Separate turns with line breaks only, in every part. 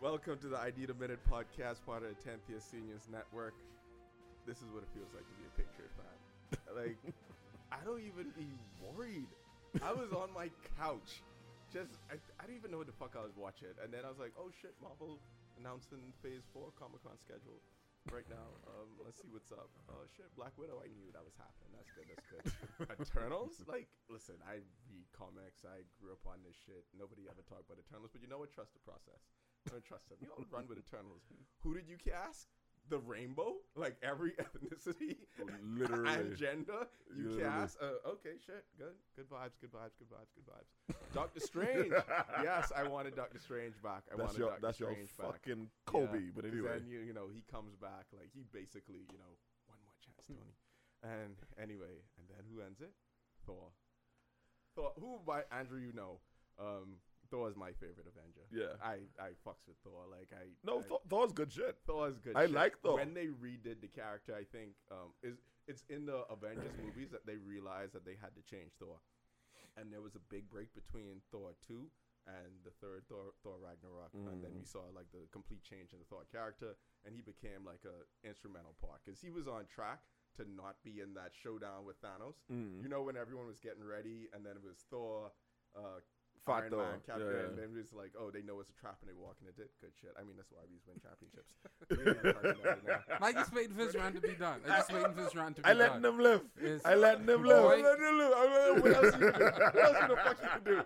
Welcome to the I Need a Minute podcast, part of the 10th Seniors Network. This is what it feels like to be a Patriot fan. Like, I don't even be worried. I was on my couch. Just, I, I didn't even know what the fuck I was watching. And then I was like, oh shit, Marvel announcing phase four Comic Con schedule right now. Um, let's see what's up. Oh shit, Black Widow. I knew that was happening. That's good. That's good. Eternals. Like, listen, I read comics. I grew up on this shit. Nobody ever talked about Eternals, but you know what? Trust the process. Don't trust them. You don't run with Eternals. Who did you cast? The rainbow, like every ethnicity,
Literally.
and gender you
Literally.
cast. Uh, okay, shit, good, good vibes, good vibes, good vibes, good vibes. Doctor Strange, yes, I wanted Doctor Strange back. I wanted
That's your
Doctor
that's your
Strange back.
fucking Kobe.
Yeah,
But
'cause
anyway,
then you, you know he comes back like he basically you know one more
Hmm.
chance, Tony. and anyway, and then who ends it? Thor. Thor, who by Andrew you know, um, Thor is my favorite Avenger.
Yeah.
I I fucks with Thor. Like I
no,
I,
Thor, Thor's good shit.
Thor is good.
I
shit.
like Thor.
When they redid the character, I think um, is it's in the Avengers movies that they realized that they had to change Thor, and there was a big break between Thor two and the third Thor, Thor Ragnarok, and then we
Mm.
saw like the complete change in the Thor character, and he became like a instrumental part because he was on track to not be in that showdown with Thanos. You
Mm.
know when everyone was getting ready, and then it was Thor. Uh,
Fat
Iron
Thor.
Man, Captain,
Yeah.
and then it's like, oh, they know it's a trap and they walk in it. did. Good shit. I mean, that's why we win championships. We ain't even talking about it now.
I just waiting for this round to be done. I just waiting for this round to be
I
done.
letting them live.
It's-
I letting them live. I
Boy.
letting them live. I letting them
what
live.
else you can do? What else the fuck you can do?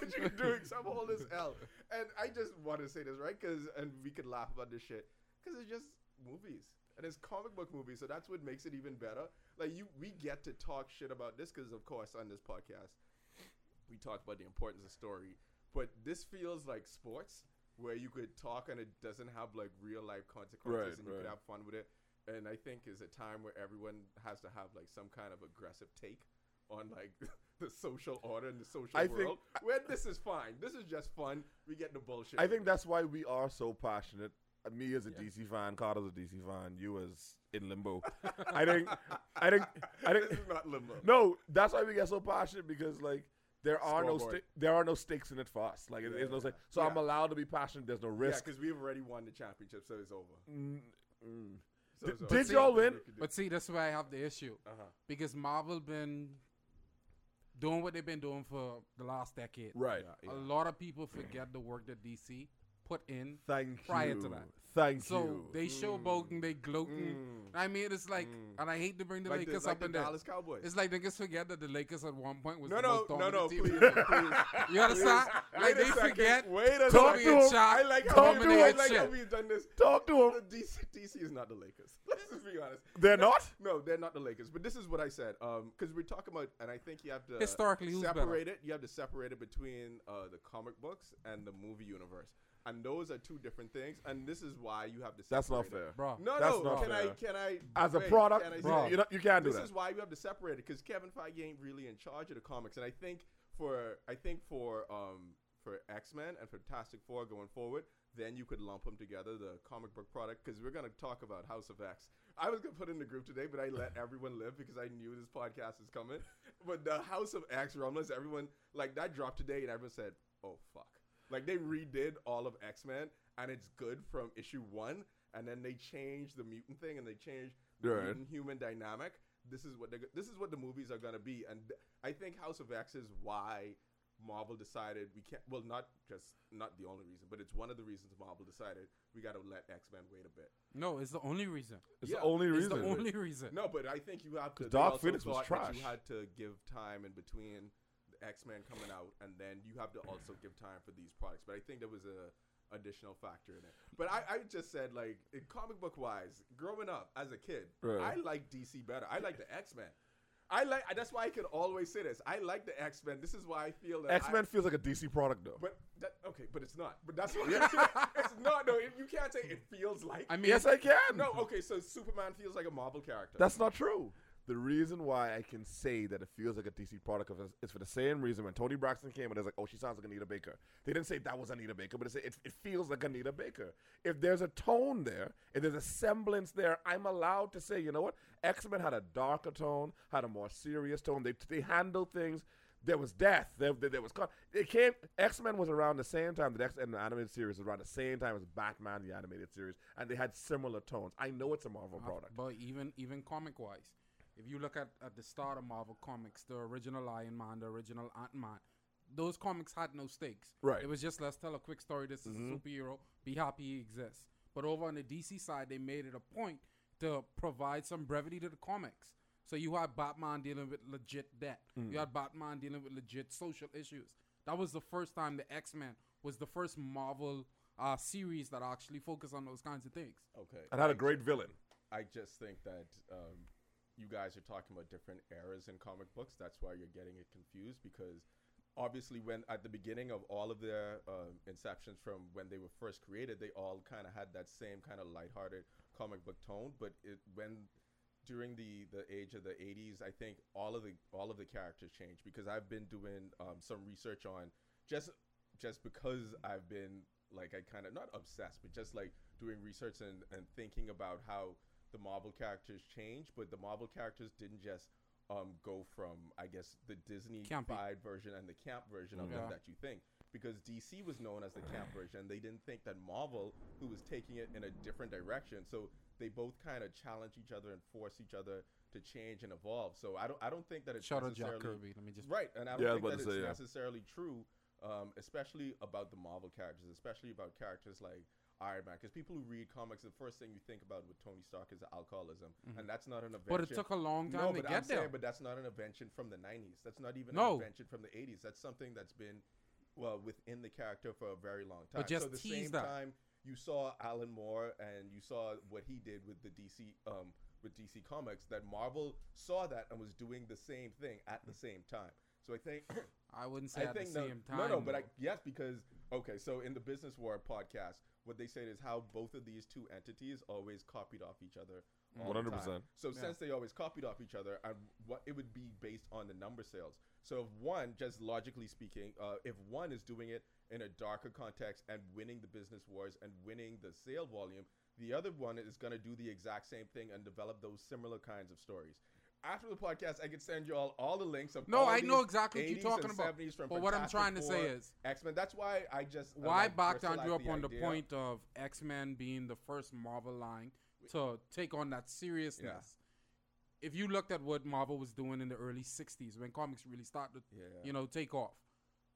What you can do except hold this L. And I just want to say this, right? Because and we could laugh about this shit because it's just movies and it's comic book movies, so that's what makes it even better. Like you, we get to talk shit about this because, of course, on this podcast, we talk about the importance of story, but this feels like sports where you could talk and it doesn't have like real life consequences
Right,
and you could
right.
have fun with it. And I think is a time where everyone has to have like some kind of aggressive take on like the social order and the social
I think-
world. where this is fine. This is just fun. We get the bullshit.
I think that's why we are so passionate. Uh, Me as a DC fan, Carter's a DC fan, you as in limbo. I think, I think, I
this
think.
is not limbo.
No, that's why we get so passionate because like there are no
Scoreboard.
sta- there are no stakes in it for us. Like there's no stake. So I'm
Yeah.
allowed to be passionate. There's no
Yeah,
risk.
because we've already won the championship, so it's over.
Mm.
So it's over. uh-huh.
did y'all win?
We could do-
But see, that's where I have the issue because Marvel been doing what they've been doing for the last decade.
right.
Yeah.
A lot of people forget the work that DC put in
Thank
prior
you.
to that.
Thank
so
you.
they showboating, they gloating. I mean, it's like, and I hate to bring the
Mm. Like the-
Lakers
like
up
the
in there.
Dallas Cowboys.
It's like niggas forget that the Lakers at one point was
No,
the
no,
most
no, no,
dominant team.
please, please.
You understand?
Wait
Like
a
they
second.
forget.
Wait a
Kobe
second.
and
him.
Shaq
I like how we do
dominated
it. Like how
shit.
we've done this.
Talk to him.
The DC, DC is not the Lakers. Let's just be honest.
They're not?
No, they're not the Lakers. But this is what I said. Um, because we're talking about, and I think you have to
Historically, who's better?
separate it. You have to separate it between uh, the comic books and the movie universe, and those are two different things. And this is why you have to. Separate
That's not
it.
fair.
Bro.
No,
That's
no.
not
can I?
fair.
Can I?
As a
wait,
product,
can I say-
Bro.
you, don't- you can't do
this
that.
is why you have to separate it because Kevin Feige ain't really in charge of the comics, and I think for I think for um for X Men and Fantastic Four going forward, then you could lump them together the comic book product because we're gonna talk about House of X. I was gonna put in the group today, but I let everyone live because I knew this podcast is coming. But the House of X, Romulus, everyone like that dropped today, and everyone said, "Oh fuck." Like they redid all of X Men, and it's good from issue one, and then they changed the mutant thing, and they changed the
Right.
mutant human dynamic. This is what they're, go- this is what the movies are gonna be, and th- I think House of X is why Marvel decided we can't. Well, not just not the only reason, but it's one of the reasons Marvel decided we got to let X Men wait a bit.
No, it's the only reason.
it's
yeah,
the only
It's
reason.
the only reason.
No, but I think you have to. they
Dark
also
Phoenix was
thought that You
trash.
had to give time in between the X Men coming out, and then you have to also give time for these products. But I think there was a additional factor in it. But I, I just said like in comic book wise, growing up as a kid,
Right.
I like DC better. I like the X Men. I like. That's why I can always say this. I like the X Men. This is why I feel that I-
X Men feels like a DC product though.
but that, okay, but it's not. But that's what it's not. No, you can't say it feels like.
I mean,
yes, I can.
no. Okay, so Superman feels like a Marvel character.
That's not true. The reason why I can say that it feels like a DC product is- is for the same reason when Tony Braxton came and they was like, oh, she sounds like Anita Baker. They didn't say that was Anita Baker, but they said it, it feels like Anita Baker. If there's a tone there, if there's a semblance there, I'm allowed to say, you know what? X Men had a darker tone, had a more serious tone. They, they handled things. There was death. There, there, there was con- it came. X Men was around the same time. The X and the animated series was around the same time as Batman the animated series, and they had similar tones. I know it's a Marvel
Uh,
product.
But even even comic wise, if you look at, at the start of Marvel comics, the original Iron Man, the original Ant Man, those comics had no stakes.
Right.
It was just let's tell a quick story. This is a superhero. Be happy he exists. But over on the DC side, they made it a point to provide some brevity to the comics. So you had Batman dealing with legit debt. You had Batman dealing with legit social issues. That was the first time the X Men was the first Marvel uh, series that actually focused on those kinds of things.
Okay.
And had a great villain.
I just think that um, you guys are talking about different eras in comic books. That's why you're getting it confused because obviously, when at the beginning of all of their um, inceptions from when they were first created, they all kind of had that same kind of lighthearted comic book tone. But it when during the, the age of the 80s, I think all of the all of the characters changed because I've been doing um, some research on just just because I've been like I kind of not obsessed, but just like doing research and, and thinking about how the Marvel characters change, but the Marvel characters didn't just um, go from I guess the Disney
Campy.
fied version and the camp version of them
Yeah.
that you think. Because DC was known as the camp version, they didn't think that Marvel, who was taking it in a different direction, so they both kind of challenge each other and force each other to change and evolve. So I don't, I don't think that it's
Shout out
necessarily
Jack Kirby. Let me just
right, and I
Yeah,
don't
I was
think that it's
about to say, yeah.
necessarily true, um, especially about the Marvel characters, especially about characters like Iron Man. Because people who read comics, the first thing you think about with Tony Stark is alcoholism, and that's not an invention.
Mm-hmm. But it took a long
no,
time to
but
get
I'm saying,
there.
but that's not an invention from the '90s. That's not even
No.
an invention from the '80s. That's something that's been well within the character for a very long time.
But just
so the
tease
same
that.
time you saw Alan Moore and you saw what he did with the DC um with DC Comics that Marvel saw that and was doing the same thing at the same time. So I think
I wouldn't say
I
at
think
the
no,
same time.
no, no, but I,
though.
yes, because okay, so in the Business War podcast, what they said is how both of these two entities always copied off each other. all the time.
100%.
So
Yeah.
since they always copied off each other, and what it would be based on the number sales. So if one, just logically speaking, uh, if one is doing it in a darker context and winning the business wars and winning the sale volume, the other one is going to do the exact same thing and develop those similar kinds of stories. After the podcast, I could send you all all the links of
No,
all
I
these
know exactly what you're
80s
talking
and
about.
70s from
But what I'm
Fantastic
trying to say
Four,
is-
X Men. That's why I just uh,
why
like,
back down
bristled
you
at
up on the
idea.
point of X Men being the first Marvel line to take on that seriousness? If you looked at what Marvel was doing in the early '60s when comics really started, to,
Yeah.
you know, take off,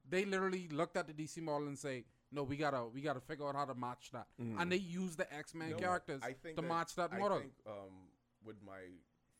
they literally looked at the DC model and say, "No, we gotta, we gotta figure out how to match that," and they used the X Men
Mm. No,
characters
I think
to match that
I
model.
think, um, what my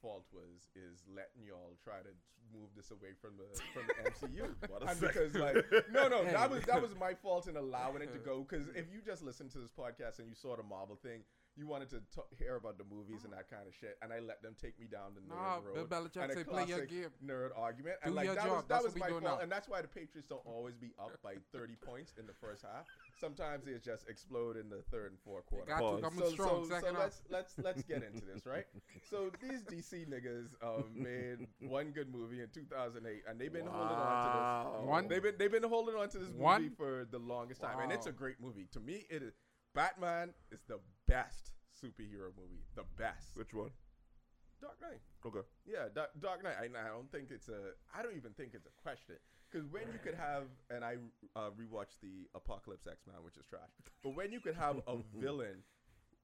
fault was is letting y'all try to move this away from the from the MCU.
What a
and
sec.
because like no no
Hey.
that was that was my fault in allowing it to go because if you just listened to this podcast and you saw the Marvel thing. You wanted to t- hear about the movies and that kind of shit, and I let them take me down the
Nah,
nerd
Bill
road
Belichick
and
say,
a
"Play your
classic
game."
nerd argument,
Do
and like
your
that
job.
was that
That's
was
what we
my
doing
fault,
now.
and that's why the Patriots don't always be up by 30 points in the first half. Sometimes they just explode in the third and fourth quarter
got
Pause.
to come in strong
so,
second
so
half.
let's let's let's get into this, right? so these DC niggas um, made one good movie in 2008, and they've been holding on to
Wow.
this.
One?
They've been they've been holding on to this movie
One?
for the longest time, and it's
Wow.
a great movie. To me, it is Batman is the best superhero movie, the best.
Which one?
Dark Knight.
Okay.
Yeah, Dark, Dark Knight. I, I don't think it's a. I don't even think it's a question. Because when you could have, and I uh, rewatched the Apocalypse X Man, which is trash. But when you could have a villain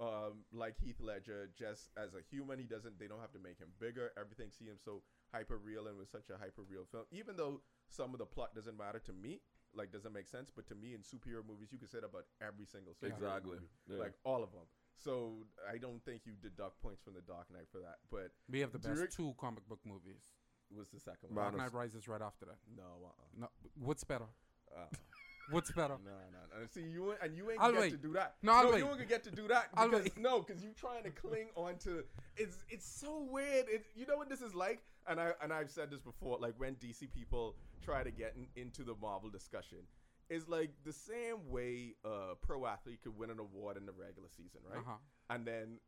um, like Heath Ledger, just as a human, he doesn't. They don't have to make him bigger. Everything see him so hyper real and with such a hyper real film. Even though some of the plot doesn't matter to me, like doesn't make sense. But to me, in superhero movies, you can say that about every single superhero
Exactly.
movie.
Yeah.
like all of them. So I don't think you deduct points from the Dark Knight for that. But
We have the best
direct-
two comic book movies.
was the second
Man
one.
Dark
of
Knight
S-
Rises right after that.
No, uh-uh.
No, what's better?
uh
What's better?
no, no, no. See, you ain't- and you ain't
I'll
gonna get
wait.
to do that.
No, I'll
you
wait.
ain't gonna get to do that.
I'll
Because,
wait.
no, because you trying to cling on to it's it's so weird. It, you know what this is like, and I and I've said this before. Like when DC people try to get in, into the Marvel discussion, it's like the same way a pro athlete could win an award in the regular season, right?
Uh-huh.
And then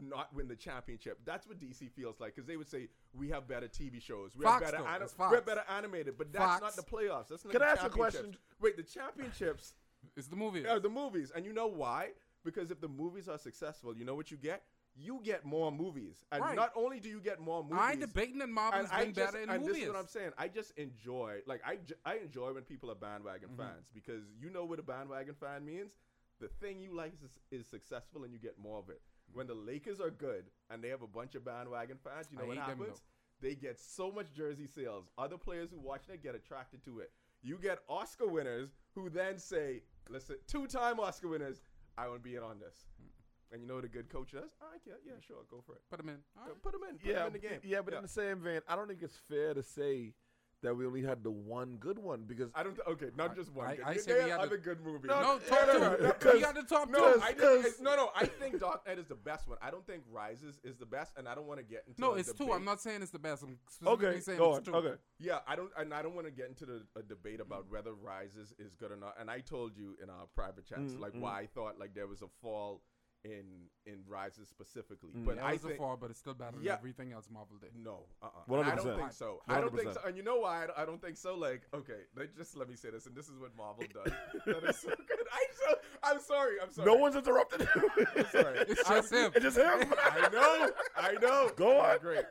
not win the championship. That's what DC feels like because they would say we have better TV shows, we
Fox,
have better,
though.
ani-
It's Fox.
we're better animated, but that's
Fox.
not the playoffs. That's not
Can
the
I ask a
championships.
question?
Wait, the championships
It's the movie.
are the movies, and you know why? Because if the movies are successful, you know what you get? you get more movies, and
Right.
not only do you get more movies,
I ain't debating that Marvel's
and
been
I just,
better in
and
movies.
this is what I'm saying. I just enjoy, like, I, ju- I enjoy when people are bandwagon
Mm-hmm.
fans because you know what a bandwagon fan means. The thing you like is, is successful, and you get more of it. When the Lakers are good and they have a bunch of bandwagon fans, you
I
know what
hate them,
happens? they get so much jersey sales. Other players who watch it get attracted to it. You get Oscar winners who then say, "Listen, two-time Oscar winners, I want to be in on this."
Hmm.
And you know what a good coach does? I yeah, yeah, sure, go for it.
Put him in. All
Go-
right.
Put them in. Put 'em
yeah,
in the game.
yeah, but in the same vein, I don't think it's fair to say that we only had the one good one because
I don't. Th- okay, not just one.
I-
good.
I
They-
say
they have
we had the-
other good movies.
No,
Yeah,
top
no, no, no,
two.
because-
We got the top
No,
two.
I
because-
think, no, no. I think Dark Knight is the best one. I don't think Rises is the best, and I don't want to get into.
No,
a
it's two.
debate.
I'm not saying it's the best. I'm specifically
okay,
saying
go
it's
on,
two.
okay.
Yeah, I don't, and I don't want to get into the, a debate about whether rises is good or not. And I told you in our private chats,
Mm,
like why I thought like there was a fall in in rises specifically. But
Mm, That
I
was a
think
fall, but it's still better than
Yeah.
everything else Marvel did.
no, uh, uh I don't
100%.
think so. I don't think so.
100%.
And you know why I don't, I don't think so? Like, okay, let, just let me say this, and this is what Marvel does. that is so good. I so, I'm sorry. I'm sorry.
No one's interrupted. I'm
sorry.
It's just him.
It's just him.
I know. I know.
Go on.
Great.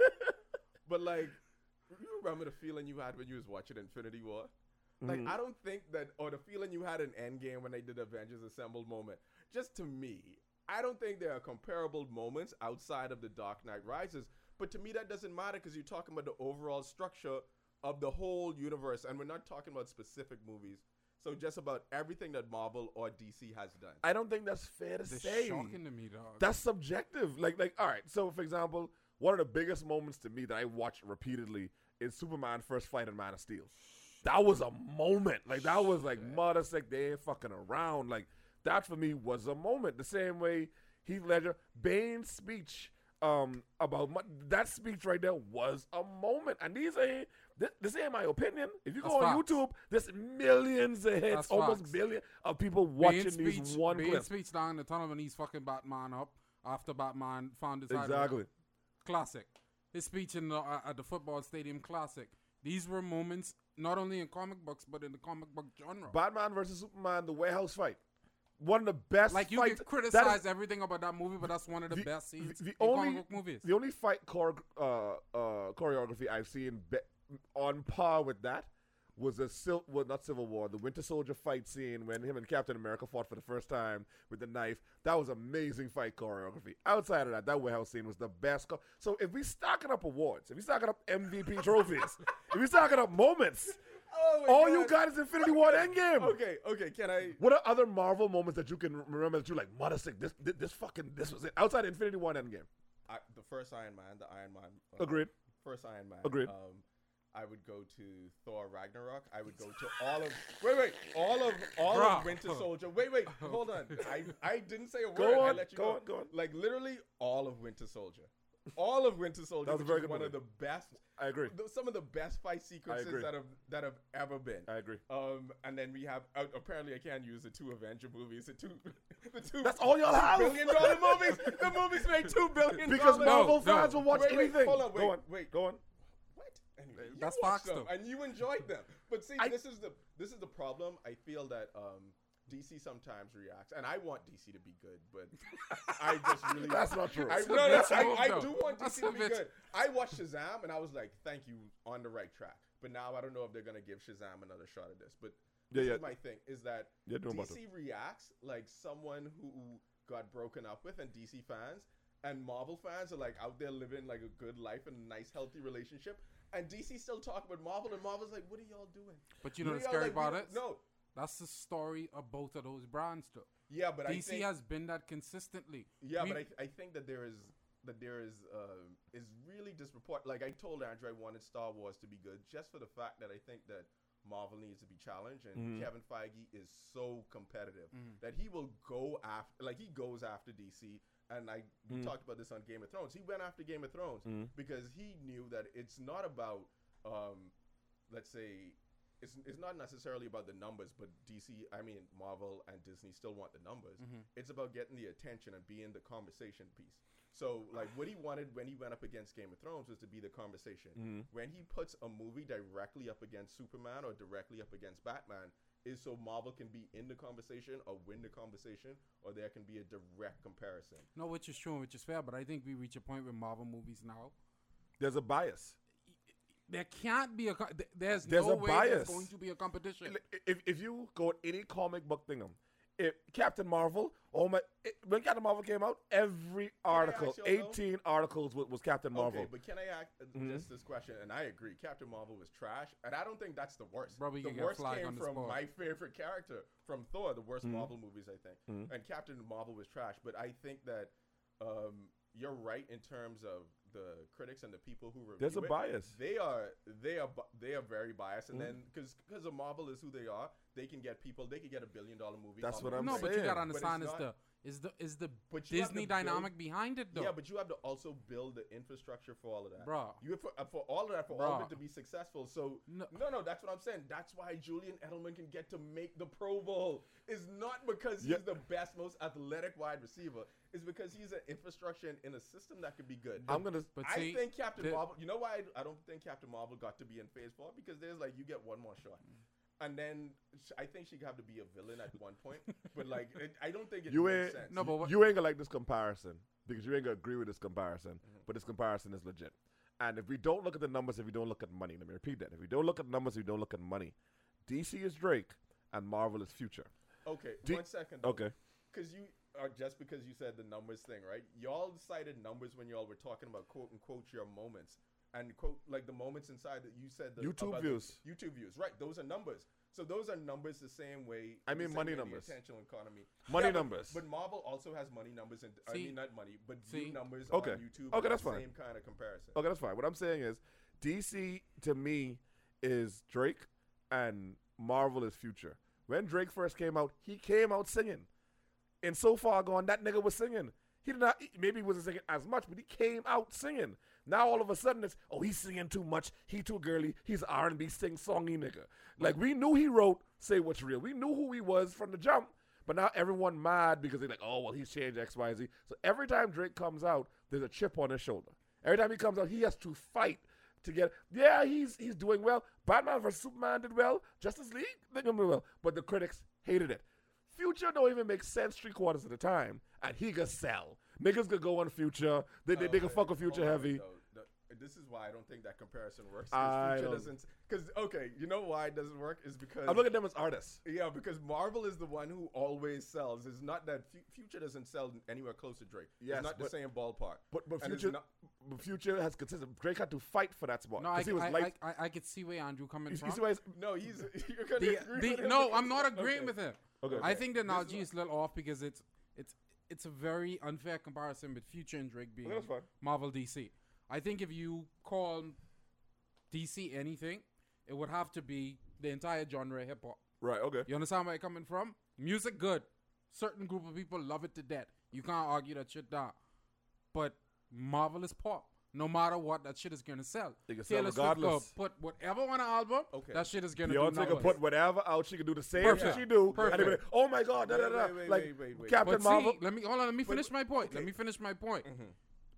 But like, you remember the feeling you had when you was watching Infinity War? Like,
Mm-hmm.
I don't think that, or the feeling you had in Endgame when they did Avengers Assembled moment. Just to me, I don't think there are comparable moments outside of the Dark Knight Rises. But to me, that doesn't matter because you're talking about the overall structure of the whole universe, and we're not talking about specific movies. So just about everything that Marvel or DC has done.
I don't think that's fair to
It's
say.
shocking to me, dog.
That's subjective. Like, like, all right. So, for example, one of the biggest moments to me that I watched repeatedly is Superman first fight in Man of Steel. That was a moment. Like, that was like mother sick. They ain't fucking around. Like, that for me was a moment. The same way Heath Ledger, Bane's speech um about my, that speech right there was a moment. And these ain't this, this ain't my opinion. If you go
That's
on
facts.
YouTube, there's millions of hits,
That's
almost
facts.
billion of people watching
Bane's
these one
Bane's
clips.
speech down the tunnel when he's fucking Batman up after Batman found his hideaway.
Exactly.
Classic. His speech in the, uh, at the football stadium. Classic. These were moments not only in comic books but in the comic book genre.
Batman versus Superman, the warehouse fight. One of the best
like you
fights.
can
that
criticize
is
everything about that movie, but that's one of the,
the-
best scenes
the- the
in
only-
comic book movies.
the only fight chore- uh, uh, choreography I've seen be- on par with that was a Sil- well, not Civil War, the Winter Soldier fight scene when him and Captain America fought for the first time with the knife. That was amazing fight choreography. Outside of that, that warehouse scene was the best. Co- so if we stacking up awards, if we stacking up MVP trophies, if we stacking up moments,
Oh my
all you
God.
got is Infinity War and Endgame.
Okay, okay. Can I?
What are other Marvel moments that you can remember that you like? Mother sick. This, this this fucking this was it. Outside Infinity War and Endgame.
I, the first Iron Man, the Iron Man. uh,
Agreed.
First Iron Man.
Agreed.
Um, I would go to Thor Ragnarok. I would go to all of wait wait all of all
Bruh.
of Winter Soldier. Wait wait hold on. I, I didn't say a word.
Go
I
on,
let you
go on, go on.
Like literally all of Winter Soldier. All of Winter Soldier
was a
which
very
is
good
one of
movie.
the best.
I agree.
th- Some of the best fight sequences
agree.
that have that have ever been.
I agree.
Um, and then we have uh, apparently I can't use the two Avenger movies, the two, the two.
That's all y'all
two
have?
Billion dollar movies. The movies made two billion.
Because
dollars.
Marvel
no.
fans will watch
Wait, wait,
anything.
hold on,
go
wait,
on.
wait.
Go on.
What? Anyway, you
That's
watched
Fox, though.
them, and you enjoyed them. But see,
I-
this is the this is the problem. I feel that um, DC sometimes reacts, and I want DC to be good, but I just really
That's not true.
I,
a
no, no,
bitch move,
I, I
though.
do want
That's
DC to
a
be
bitch.
good. I watched Shazam, and I was like, "Thank you, on the right track." But now I don't know if they're gonna give Shazam another shot at this. But
Yeah,
this
yeah.
is my thing: is that
Yeah, no matter.
DC reacts like someone who got broken up with, and DC fans and Marvel fans are like out there living like a good life and a nice, healthy relationship. And DC still talk about Marvel, and Marvel's like, "What are y'all doing?"
but you know
What are
what's
y'all,
scary
like, we
about it?
don't- No,
That's the story of both of those brands, though.
yeah, but I
DC
think
has been that consistently.
Yeah,
We-
but I, I think that there is that there is uh, is really disreport. Like I told Andrew, I wanted Star Wars to be good just for the fact that I think that Marvel needs to be challenged, and
Mm-hmm.
Mhm.
Kevin Feige is so competitive
Mm-hmm.
Mhm.
that he will go after, like he goes after DC. And I we
Mm.
talked about this on Game of Thrones. He went after Game of Thrones
Mm.
because he knew that it's not about, um, let's say, it's, it's not necessarily about the numbers, but DC, I mean, Marvel and Disney still want the numbers
Mm. Mm-hmm.
Mhm.
it's about getting the attention and being the conversation piece. So, like, what he wanted when he went up against Game of Thrones was to be the conversation.
Mhm.
When he puts a movie directly up against Superman or directly up against Batman, is so Marvel can be in the conversation or win the conversation, or there can be a direct comparison.
No, which is true and which is fair, but I think we reach a point with Marvel movies now.
There's a bias.
There can't be a. co- th- There's,
There's
no
a
way
bias.
there's going to be a competition.
Li- If, if you go with any comic book thing, um, if Captain Marvel, oh my! it- when Captain Marvel came out, every article,
ask y'all though?
eighteen articles was, was Captain Marvel.
Okay, but can I ask uh,
Mm-hmm.
just this question? And I agree, Captain Marvel was trash, and I don't think that's the worst.
Bro, we
the
can get
worst
flagged
came
on the
from
spot. Mm-hmm.
my favorite character from Thor, the worst Marvel movies, I think. And Captain Marvel was trash, but I think that um, you're right in terms of the critics and the people who review
There's a
it.
bias.
They are they are bu- they are very biased,
Hmm.
and then because because of Marvel is who they are, they can get people. They can get a billion dollar movie.
That's
off
what
of
I'm
no,
it.
but you
saying,
gotta
but
it's
understand is
not-
the is the is the
But you have
Disney
to build-
dynamic behind it though.
Yeah, but you have to also build the infrastructure for all of that.
Bruh.
You have for, uh, for all of that, for all of
Bruh.
it to be successful. So
No.
no. no, that's what I'm saying. That's why Julian Edelman can get to make the Pro Bowl. Is not because
Yeah.
he's the best, most athletic wide receiver. It's because he's an infrastructure and in a system that could be good.
I'm gonna.
But
I
see,
think Captain
the-
Marvel. You know why I, I don't think Captain Marvel got to be in Phase Four because there's like you get one more shot,
Mm.
and then sh- I think she could have to be a villain at one point. but like it, I don't think it
You
makes
ain't-
sense.
No, but what-
you ain't gonna like this comparison because you ain't gonna agree with this comparison. But this comparison is legit. And if we don't look at the numbers, if we don't look at money, let me repeat that. If we don't look at numbers, if we don't look at money, DC is Drake and Marvel is Future.
Okay,
Do-
one second. though.
Okay.
because you are just because you said the numbers thing, right? Y'all cited numbers when y'all were talking about quote unquote your moments and quote like the moments inside that you said the
YouTube
about the
views.
YouTube views, right? Those are numbers. So those are numbers the same way.
I
the
mean
same
money
way the
numbers.
attention economy.
Money
but-
numbers.
But Marvel also has money numbers, and I
See-
mean not money, but
see-
view numbers
Okay.
on YouTube.
Okay,
are
that's
the
fine. Oh,
Same kind of comparison.
Okay, that's fine. What I'm saying is, DC to me is Drake, and Marvel is Future. When Drake first came out, he came out singing, and so far gone, that nigga was singing. He did not maybe he wasn't singing as much, but he came out singing. Now all of a sudden it's oh he's singing too much, he too girly, he's R and B sing songy nigga. Like we knew he wrote "Say What's Real," we knew who he was from the jump, but now everyone mad because they're like oh well he's changed X Y Z. So every time Drake comes out, there's a chip on his shoulder. Every time he comes out, he has to fight to get. Yeah, he's he's doing well. Batman vs Superman did well. Justice League did well, but the critics hated it. Future don't even make sense three quarters of the time, and he could sell. Niggas could go on Future. They they, they could
Okay,
fuck with
hold
Future
on,
heavy.
though. The- This is why I don't think that comparison works.
I
Because Future
don't-
doesn't. Because okay, you know why it doesn't work is because
I'm looking at them as artists.
Yeah, because Marvel is the one who always sells. It's not that Fu- Future doesn't sell anywhere close to Drake.
Yes,
it's not
but-
the same ballpark.
But but
And it's
Future,
not-
but Future has consistent. Drake had to fight for that spot
no, I,
because he was
I,
like.
I, I, I could see where Andrew coming
you,
from.
see why? He's,
no, he's you're gonna
The-
agree with
the-
him
no,
because-
I'm not agreeing
okay.
with him.
Okay.
I think the
This is
analogy
what-
is a little off because it's it's it's a very unfair comparison with Future and Drake being
that's fine.
Marvel DC. I think if you call DC anything, it would have to be the entire genre of hip hop.
right. Okay.
You understand where I'm coming from? Music good. Certain group of people love it to death. You can't argue that shit down. But Marvel is pop. No matter what, that shit is gonna sell.
It can sell regardless.
Swift could put whatever on an album.
Okay.
That shit is gonna do
Beyonce can
numbers.
put whatever out. She can do the same
Perfect.
shit she do.
Perfect.
And they be like, oh my god, da da
Wait,
da.
wait, wait,
Like
wait, wait, wait.
Captain
But
Marvel.
see, let me hold on. Let me finish my point. Let
okay.
me finish my point.
Mm-hmm.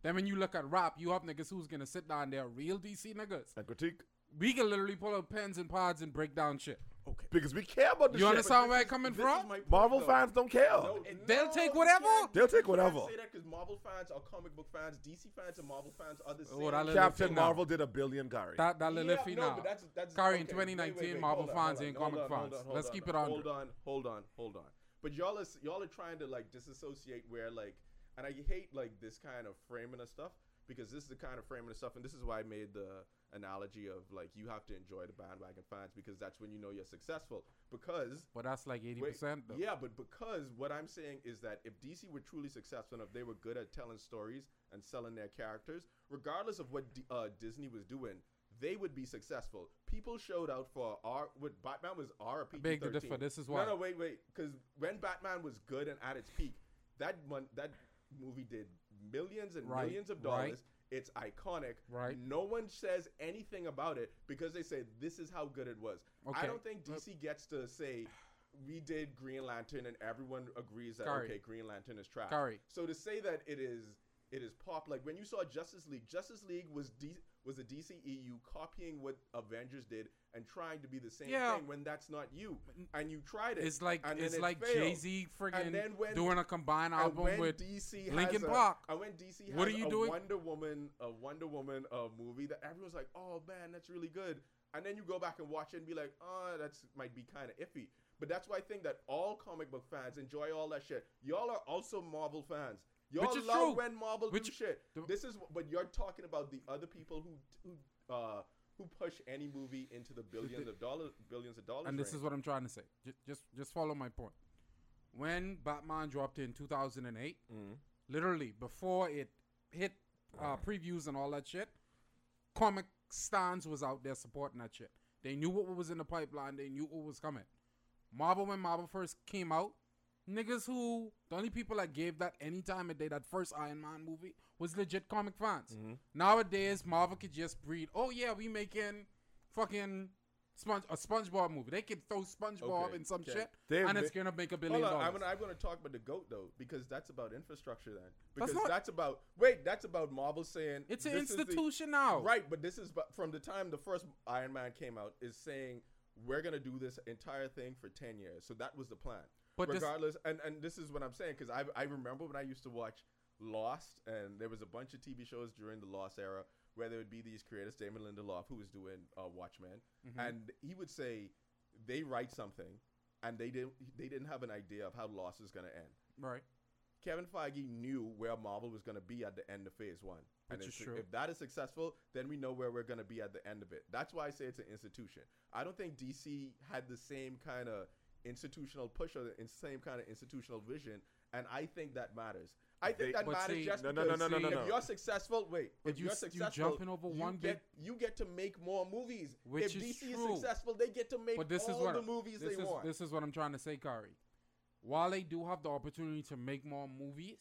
Then when you look at rap, you have niggas who's gonna sit down there, real DC niggas.
and critique
We can literally pull up pens and pods and break down shit.
Okay.
because we care about the
You
shit.
understand where I'm coming
This is
from?
my point,
Marvel
though.
fans don't care.
No,
They'll
no,
take
you
whatever.
can't-
They'll take
you can't
whatever.
Say that because Marvel fans are comic book fans, DC fans, and Marvel fans are the same.
Oh, that little
Captain
Fina.
Marvel did a billion, Gary.
That that
Yeah,
little fee
no,
now.
but that's, that's
Carrying
okay, wait, wait,
2019
wait,
Marvel
hold on,
fans
hold
and
on,
comic
hold on, hold
fans.
on, hold
Let's
on,
keep it on.
Hold on, hold on, hold on. But y'all is y'all are trying to like disassociate where like, and I hate like this kind of framing of stuff because this is the kind of framing of stuff, and this is why I made the analogy of like you have to enjoy the bandwagon fans because that's when you know you're successful because
But that's like 80
Wait,
percent. though.
Yeah, but because what I'm saying is that if DC were truly successful and if they were good at telling stories and selling their characters, regardless of what D- uh, Disney was doing, they would be successful. People showed out for R. What Batman was R. or PG-13.
beg to differ. This is why.
No, no, wait, wait. Because when Batman was good and at its peak, that mon- that movie did millions and
Right,
millions of
right.
dollars. It's iconic.
Right.
No one says anything about it because they say this is how good it was.
Okay.
I don't think
Let-
DC gets to say we did Green Lantern and everyone agrees that
Kari.
okay, Green Lantern is trash.
Kari.
So to say that it is it is pop like when you saw Justice League, Justice League was D- was the DCEU copying what Avengers did and trying to be the same
Yeah.
thing when that's not you. And you tried it.
It's like
and then
it's
it
like
failed.
Jay Z friggin'
then when-
doing a combined
And
album
when
with
DC
Linkin
has a-
Park.
and when DC has
What are you
a
doing?
Wonder Woman, a Wonder Woman uh, movie that everyone's like, oh man, that's really good. And then you go back and watch it and be like, oh, that's might be kind of iffy. But that's why I think that all comic book fans enjoy all that shit. Y'all are also Marvel fans. Y'all
is
love
true.
when Marvel
Which-
do shit.
the-
this is, but you're talking about the other people who who uh, who push any movie into the billions of dollars, billions of dollars.
and this
range.
is what I'm trying to say. J- just just follow my point. When Batman dropped in 2008,
Mm-hmm.
literally before it hit uh, previews and all that shit, comic stands was out there supporting that shit. They knew what was in the pipeline. They knew what was coming. Marvel when Marvel first came out, niggas who the only people that gave that any time of day that first Iron Man movie was legit comic fans.
Mm-hmm.
Nowadays, Marvel could just breed. Oh yeah, we making fucking sponge a SpongeBob movie. They could throw SpongeBob
Okay,
in some
okay.
shit,
They
and
ma-
it's gonna make a billion
Hold on,
dollars.
I'm gonna, I'm gonna talk about the goat though, because that's about infrastructure then.
That's
Because that's,
not-
about wait, that's about Marvel saying
it's an
"This is the-"
institution now,
right? But this is bu- from the time the first Iron Man came out is saying we're gonna do this entire thing for ten years. So that was the plan.
But this-
regardless, and and this is what I'm saying because I I remember when I used to watch Lost, and there was a bunch of TV shows during the Lost era where there would be these creators, Damon Lindelof, who was doing uh, Watchmen,
Mm-hmm.
and he would say they write something and they didn't they didn't have an idea of how Lost is going to end.
Right.
Kevin Feige knew where Marvel was going to be at the end of Phase One, and
Which
if,
is true.
if that is successful, then we know where we're going to be at the end of it. That's why I say it's an institution. I don't think DC had the same kind of institutional push or the in- same kind of institutional vision, and I think that matters. I think
They-
that
But
matters
see-
just
No, no,
because
no, no, no,
if
no, no.
you're successful, wait,
But
if
you
you, are
s- you
successful,
jumping over one
get,
big-
you get to make more movies.
Which
if
is
DC is
true.
successful, they get to make
But this
all
is what
the movies
this
they
is,
want.
This is what I'm trying to say, Kari. While they do have the opportunity to make more movies,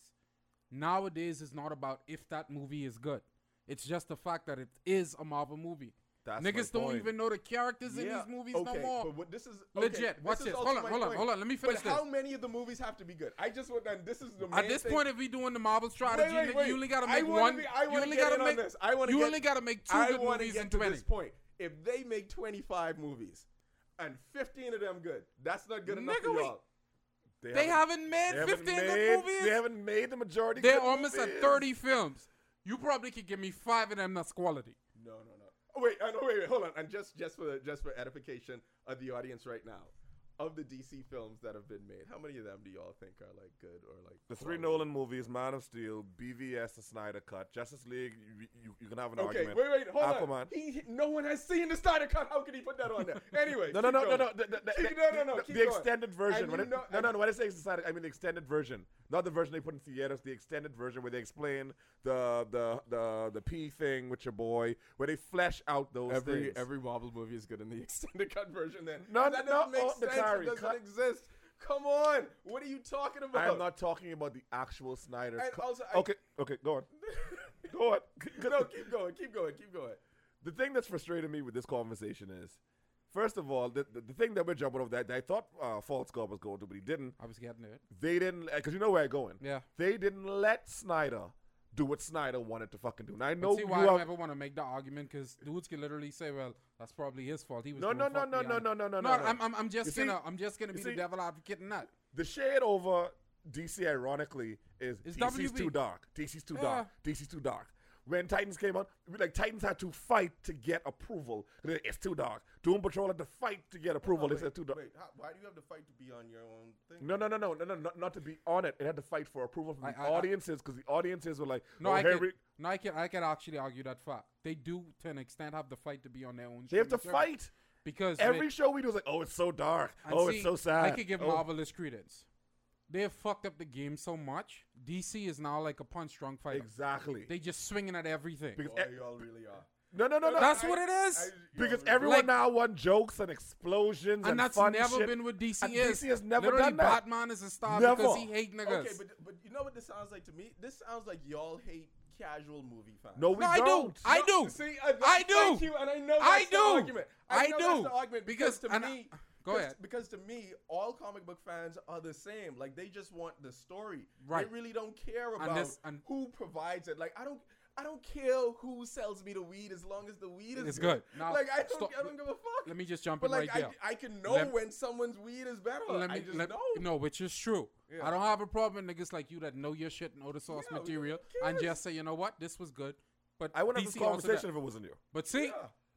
nowadays it's not about if that movie is good. It's just the fact that it is a Marvel movie.
That's my
Niggas don't
point.
even know the characters in
Yeah,
these movies
okay,
no more.
But what, this is okay,
Legit, watch
is
this.
also
Hold on,
my
hold on,
point.
hold on, let me finish
But how
this.
many of the movies have to be good? I just want. And this is the
At
main
this
thing.
point, if we doing the Marvel strategy,
wait,
nigga,
wait.
you only gotta
I
make
wanna
one.
be- I
you
wanna
only
get
gotta
in on
make.
this. I wanna
you
get-
only gotta make two
I
good
wanna
movies
get
in
to
twenty.
this point. If they make twenty-five movies, and fifteen of them good, that's not good enough
Nigga,
for
we-
y'all.
They haven't made
they haven't
fifteen
made-
good movies.
They haven't made the majority.
They're
good
almost at
movies.
30 films. You probably could give me five of them that's quality.
No, no, no. Oh, wait, uh, no, wait, wait, hold on. And just, just for, just for edification of the audience right now, of the DC films that have been made, how many of them do y'all think are like good or like
The three
quality?
Nolan movies: Man of Steel, BVS, the Snyder Cut, Justice League. You, you, you can have an
Okay,
argument.
wait, wait, hold on.
Aquaman.
He, he- no one has seen the Snyder Cut. How could he put that on there? Anyway,
No, no,
keep
no, no,
going.
no, the- the- the-
Keep- no, no, no.
the-
keep
The
going.
extended version.
And
when
you
it-
know-
No,
and-
no, no. When I say extended, I mean the extended version, not the version they put in theaters. The extended version where they explain the the the the P thing with your boy, where they flesh out those
Every
things.
every Marvel movie is good in the extended cut version. Then
No,
that
no,
doesn't make
oh,
sense.
Dakari,
it doesn't
cut.
exist. Come on, what are you talking about?
I'm not talking about the actual Snyder.
And
Cut.
also, I-
okay, okay, go on, go on.
no, keep going, keep going, keep going.
the thing that's frustrating me with this conversation is, first of all, the, the, the thing that we're jumping over that, that I thought uh, False God was going to, but he didn't.
I was getting it.
They didn't, because you know where I'm going.
Yeah.
They didn't let Snyder do what Snyder wanted to fucking do. And I know
See
you
why I don't
have-
ever want to make the argument because dudes can literally say, "Well, that's probably his fault." He was
No,
doing
no, no,
fuck
no,
me,
no,
and-
no, no, no,
no.
no.
I'm, I'm, I'm
You
just
see-
gonna, I'm just gonna be
you
the
see-
devil advocate in that.
the shade over DC, ironically, is
It's
DC's
WB.
too dark. DC's too dark. DC's too dark. When Titans came out, we- like Titans had to fight to get approval. They're like, It's too dark. Doom Patrol had to fight to get approval. They
wait,
said too dark.
wait, how, why do you have to fight to be on your own thing?
No, no, no, no, no, no, not, not to be on it. It had to fight for approval from the
I- I-
audiences because the audiences were like,
No,
oh,
I can,
Harry,
no, I can, I can actually argue that fact. They do, to an extent, have the fight to be on their own.
they have to
streaming service.
fight.
because
Every
with-
show we do is like, oh, it's so dark.
and
oh,
see,
it's so sad.
I could give
oh.
Marvel its credence. They have fucked up the game so much. DC is now like a punch drunk fighter.
Exactly.
They just swinging at everything.
Because
Oh,
e-
y'all really are.
no, no, no, no.
That's
I-
what it is.
I- y'all
because
really-
everyone
Like-
now wants jokes and explosions and,
and that's
fun
never
shit.
been what DC
And
is.
DC has never
Literally,
done that.
Batman is a star because
Never.
he hate niggas.
Okay, but but you know what this sounds like to me? This sounds like y'all hate casual movie fans.
No, we
no, I do.
don't.
I do.
See, I,
I, do.
Thank you, and I know that's
I
the
do.
argument. I,
I
know
do.
That's the argument because,
Because-
to
and I-
me,
go
because-
ahead.
Because to me, all comic book fans are the same. Like they just want the story.
Right.
They really don't care about
this- and-
who provides it. Like I don't. I don't care who sells me the weed as long as the weed is
It's good. Now,
like I don't,
stop-
I don't give a fuck.
Let me just jump
but
in
like
right there.
I, I can know
Lem-
when someone's weed is better.
let me
I just
let,
know.
no, which is true.
Yeah.
I don't have a problem with niggas like you that know your shit and know the source
Yeah, who
material and just say, you know what, this was good. But
I wouldn't have this
DC also that.
conversation if it wasn't you.
But see,
Yeah.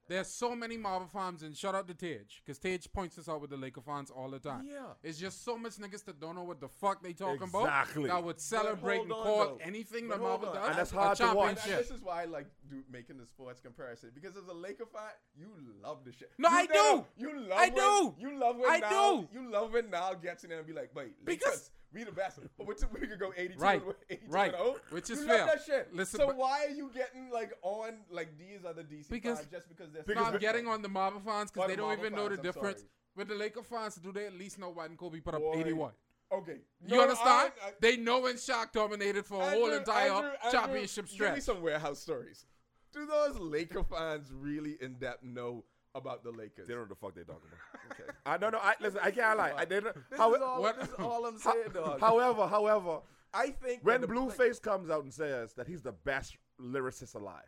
there's so many Marvel fans, and shout out to Tej, because Tej points this out with the Laker fans all the time.
Yeah.
It's just so much niggas that don't know what the fuck they talking
Exactly.
about that would celebrate
hold
and
on,
call
though.
anything
But
that
hold
Marvel
on.
does
And
that's
a
hard to watch.
And
championship.
this is why I like do, making the sports comparison because as a Laker fan, you love the shit.
No,
You
I
know-
do.
You love.
I
when-
do.
You love when
I
Nile-
do.
You love when Nile gets in there and be like, wait,
Because-
because we the best. But we took- we could go 82
Right.
and 82
Right.
and 0.
Which is
you
fair.
Love that shit.
Listen,
so
but-
why are you getting like on like these other DC
Because-
fans just because they're
No, I'm
Celtics?
getting on the Marvel fans
Or
because they
the
don't
Marvel
even know the
fans, I'm
difference.
sorry.
With the Laker fans, do they at least know why Kobe put up
Boy.
81?
Okay.
You
No,
understand?
I- I-
they know when Shaq dominated for a whole
Andrew-
entire
Andrew- Andrew,
championship
Give me
stretch.
some warehouse stories. Do those Laker fans really in depth know about the Lakers?
They don't know the fuck they talking about. Okay. I no no. I listen. I can't lie. I didn't.
This,
How,
is all,
what-
this is all I'm saying, dog.
however, however,
I think
when
that the-
Blueface comes out and says that he's the best lyricist alive,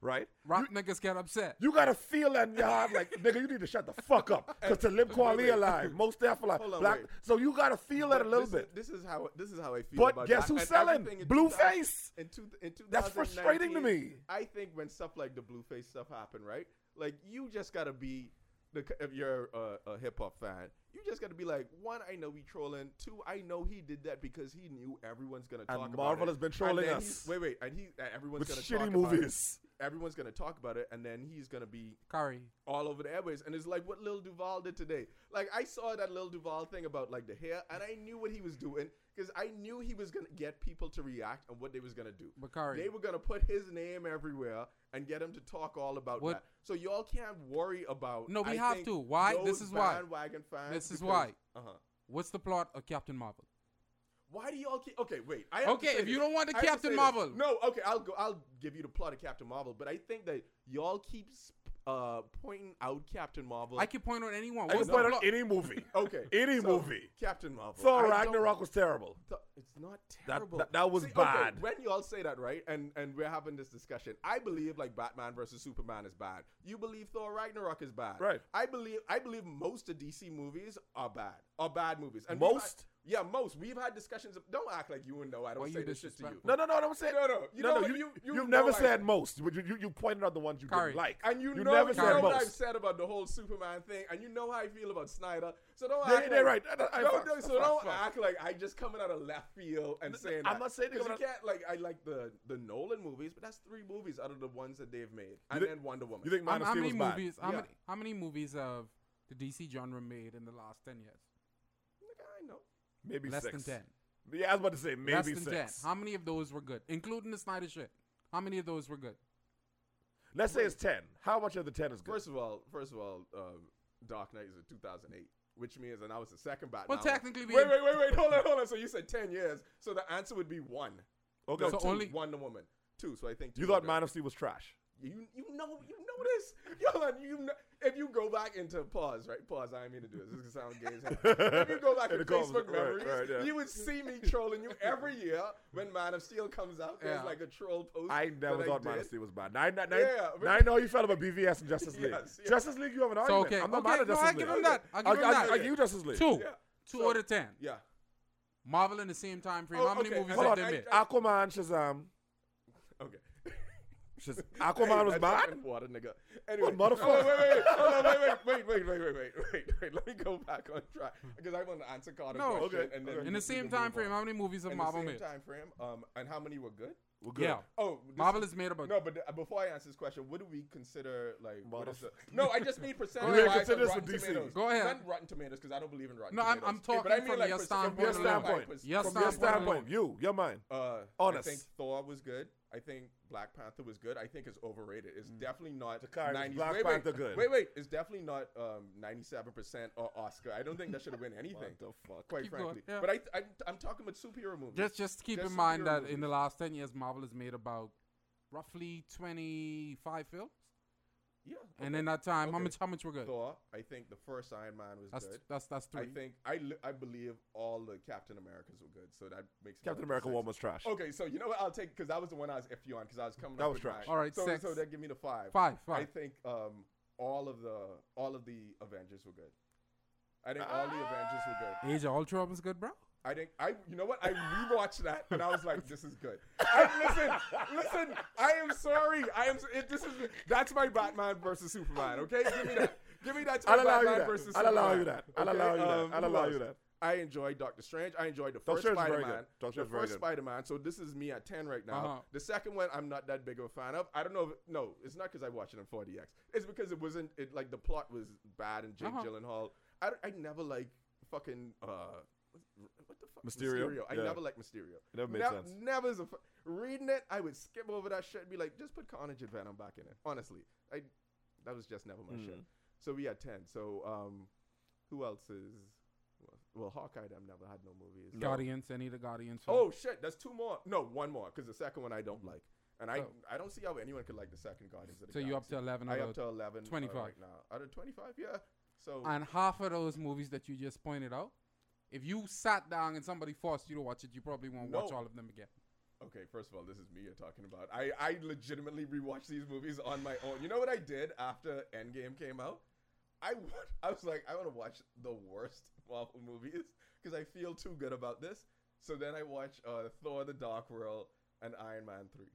right?
Rock niggas get upset.
You gotta feel that in your heart, like nigga, you need to shut the fuck up, cause Talib Kweli alive, Most Def alive,
Hold on,
Black.
wait.
So you gotta feel that a
but
little
this
bit.
Is, this is how this is how I feel.
But
about
guess
that.
who's
And
selling?
everything in 2000
Blueface.
In two, in 2019,
That's frustrating to me.
I think when stuff like the Blueface stuff happen, right? Like you just gotta be the c- if you're a, a hip hop fan, you just gotta be like, one, I know he trolling. Two, I know he did that because he knew everyone's gonna
And
talk about
Marvel
it.
has been trolling
and then
us.
he's- Wait, wait, and he and everyone's
With
gonna
shitty
talk about it.
movies.
Everyone's gonna talk about it, and then he's gonna be
Curry.
all over the airways. And it's like what Lil Duval did today. Like I saw that Lil Duval thing about like the hair, and I knew what he was doing because I knew he was gonna get people to react and what they was gonna do.
Bakari.
They were gonna put his name everywhere and get him to talk all about
What-
that. So y'all can't worry about.
No, we
I
have
think,
to. Why? This
those
is why.
bandwagon fans.
This is
because-
why.
Uh-huh.
What's the plot of Captain Marvel?
Why do y'all keep? Okay, wait. I have to
Okay,
say
if you
this.
don't want the
I have to
Captain
say this.
Marvel.
no. Okay, I'll go. I'll give you the plot of Captain Marvel, but I think that y'all keep uh, pointing out Captain Marvel.
I can point on anyone.
I
What's
can
the
put on
plot?
any movie.
Okay.
Any movie.
Captain Marvel. I
Thor
don't-
Ragnarok was terrible.
Th- It's not
That-
terrible.
that- that was bad.
when you all say that, right? And and we're having this discussion. I believe like Batman versus Superman is bad. You believe Thor Ragnarok is bad.
Right.
I believe I believe most of DC movies are bad. Are bad movies. And we've
Most?
had- yeah, most. We've had discussions. Of, don't act like you and know. I don't
Why
say
you
this shit to you.
disrespectful?
No, no, no. I'm saying
No, no, you
no,
know
no.
what?
You,
You- you
you have
know
never
I-
said most. You, you, you pointed out the ones you
Curry.
didn't like,
And you,
you
know,
never
you
said
know what I've
most.
said about the whole Superman thing, and you know how I feel about Snyder. So don't
They-
act
they're
like,
right. I- I-
don't,
fuck,
don't- so
fuck,
don't
fuck.
act like I just coming out of left field and
No,
saying
I'm
that.
not saying they
'Cause
coming
you can't like I like the the Nolan movies, but that's three movies out of the ones that they've made, and
think-
then Wonder Woman.
You think
How-
Man of
how
Steel
many
was bad?
movies? How,
Yeah.
many, how many movies have the DC genre made in the last ten years?
Nigga, I know.
Maybe
Less
six.
than ten.
Yeah, I was about to say maybe
Less than
six.
ten. How many of those were good, including the Snyder shit? How many of those were good?
Let's say it's ten. How much of the ten is good?
First of all, first of all, um, Dark Knight is a 2008. Which means, and I was the second Batman.
Well,
one.
technically we-
wait, wait, wait, wait, hold on, hold on. So you said ten years. So the answer would be one.
okay.
No,
So
two,
only-
Wonder Woman. Two. So I think two
you
are
thought
good.
Man of Steel was trash.
You you know you know this. Yo, like, you know, if you go back into pause, right? Pause. I didn't mean to do this. This is gonna sound gay. as hell. if you go back
In
into
the comments,
Facebook
right,
memories,
right, yeah.
you would see me trolling you every year when Man of Steel comes out. There's
Yeah.
like a troll post.
I never
that
thought Man of
did.
Steel was bad. Now, I- now, now,
Yeah, but-
now I know how you felt about BVS and Justice League.
Yes, yeah.
Justice League, you have an
So
argument.
okay,
I'm not
okay,
mad at
no,
Justice
I
League.
give him that. I give him
I'll,
that.
I'll give you Justice League.
Two,
Yeah.
two
So-
out of ten.
Yeah.
Marvel in the same time frame.
Oh,
how many
okay.
movies
Hold
have
on,
they
I-
made?
I-
Aquaman, Shazam.
Okay.
Shaz-
Hey,
Aquaman was
that's
bad. Oh,
fucking Water, nigga. Anyway,
motherfucker.
hold on, wait, wait, wait, hold on, wait, wait, wait, wait, wait, wait, wait, wait, wait. Let me go back on track because I want to answer Carter.
No,
question,
okay,
And then
okay.
we
in
can
the same
move
time
on.
frame, how many movies have
In the
Marvel
same
made?
time frame, um, and how many were good?
We're good.
Yeah.
Oh, this-
Marvel has made about
No, but uh, before I answer this question, what do we consider like? What is the,
Motherfucker.
no, I just mean percentage.
ahead,
wise on
consider this
Rotten
with DC.
Tomatoes.
Go ahead.
Not Rotten Tomatoes because I don't believe in Rotten
No, I'm-
Tomatoes.
I'm
Yeah, but I
talking
mean,
from
like,
your
perc-
standpoint
From your
percent-
alone.
standpoint.
percent-
Your
From
percent-
your
standpoint alone.
standpoint. You, your mind.
Uh,
Honest.
I think Thor was good. I think Black Panther was good. I think it's overrated. It's
Mm.
definitely not
Takara, was
90s.
Black
wait,
Panther
wait,
good?
Wait, wait. It's definitely not um, 97% or Oscar. I don't think that should have won anything.
What the fuck?
Quite
Keep going,
frankly.
yeah.
But I, th- I'm, I'm talking about superhero movies.
Just just keep
Just
in mind
superhero
that
movies.
in the last ten years, Marvel has made about roughly twenty five films.
Yeah.
And then that time, how
Okay.
much? How much were good?
Thor, I think the first Iron Man was
That's
good.
that's that's three.
I think I li- I believe all the Captain Americas were good, so that makes
Captain
more
America
sense.
one was trash.
Okay, so you know what? I'll take because that was the one I was iffy on because I was coming.
That
up
was
with
trash.
mine.
All right,
so
six.
so that give me the five.
five,
I
five.
think um all of the all of the Avengers were good. I think all the Avengers were good.
Age of Ultron was good, bro.
I think I you know what I rewatched that and I was like this is good. I, listen, listen. I am sorry. I am. s- It, this is that's my Batman versus Superman. Okay, give me that. Give me that. to
I'll
my
allow you
Batman
that.
versus
I'll allow
Superman.
you that. I'll
Okay,
allow you
um,
that. I'll
who
allow
else?
you that.
I enjoyed Doctor Strange. I enjoyed the
Doctor
first
Strange is very
Spider Man.
good. Doctor
The
is very
first
good.
Spider Man. So this is me at ten right now.
Uh-huh.
The second one I'm not that big of a fan of. I don't know. If, no, it's not because I watched it on 4DX. It's because it wasn't. It like the plot was bad and Jake
Uh-huh.
Gyllenhaal. I, don't- I never like fucking uh what the fuck
Mysterio?
I
Yeah.
never like Mysterio.
It never made
Nev-
sense.
Never is a fu- reading it. I would skip over that shit and be like, just put Carnage and Venom back in it. Honestly, I that was just never my shit.
Hmm.
So we had ten. So um, who else is? Well, Hawkeye. I've never had no movies.
Guardians, any of the Guardians.
Oh shit, that's two more. No, one more because the second one I don't like, and I
Oh.
I don't see how anyone could like the second Guardians of the
so you up to eleven?
I
of
up
those.
to eleven. uh,
25.
right now. Out of twenty five, yeah. So
and half of those movies that you just pointed out, if you sat down and somebody forced you to watch it, you probably won't watch
No.
all of them again.
okay, first of all, this is me you're talking about. I I legitimately rewatched these movies on my own. You know what I did after Endgame came out? I wa- I was like, I want to watch the worst Marvel movies because I feel too good about this. So then I watched uh, Thor: The Dark World and Iron Man three,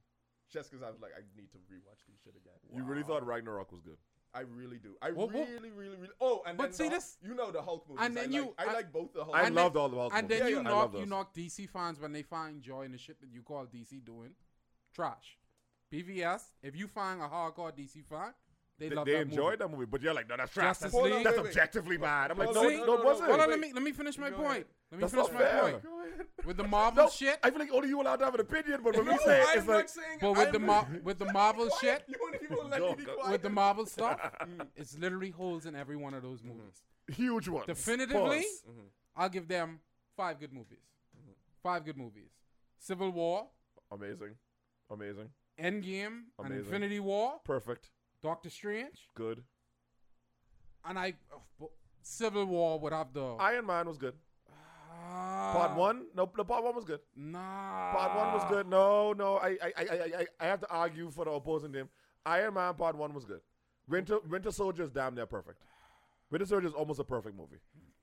just because I was like, I need to rewatch these shit again.
You really thought Ragnarok was good?
I really do. I
Well, well-
really, really, really. Oh, and
But
then
see
the,
this-
you know the Hulk movies.
and then
I
you-
like, I,
I-
like both the Hulk.
I
And
loved
then-
all of all.
And then
Yeah,
you
yeah.
I love
knock you
those.
knock DC fans when they find joy in the shit that you call DC doing trash. BVS, if you find a hardcore DC fan, they,
they,
love
they
that
enjoyed
movie.
that movie, but you're like, no, that's trash.
Justice
That's,
Hold on,
that's
wait, wait.
objectively bad. I'm like,
Hold
no,
on,
no,
See?
no, it wasn't.
Hold on, let
Wait.
me let me finish my
Go
point.
ahead.
Let me
That's
finish
not
my
fair.
point.
Go ahead.
With the Marvel
No,
shit,
I feel like only you allowed to have an opinion, but when
No,
we say it,
I'm
it's
not
like,
saying
but with
I'm
the Mar- with the Marvel shit,
quiet. You won't even let
Go,
me be
go.
quiet.
with the Marvel stuff, it's literally holes in every one of those
Mm-hmm.
movies.
huge one.
Definitively,
Mm-hmm.
I'll give them five good movies. Five good movies: Civil War,
Mm-hmm. Amazing. Amazing.
Endgame, and
Amazing.
Infinity War,
Perfect.
Doctor Strange,
Good.
and I. oh, bu- Civil War would have the
Iron Man was good.
Ah,
Part one? No, no, part one was good.
Nah,
Part one was good. No, no, I, I, I, I, I- I have to argue for the opposing team. Iron Man part one was good. Winter, Winter Soldier is damn near perfect. Winter Soldier is almost a perfect movie.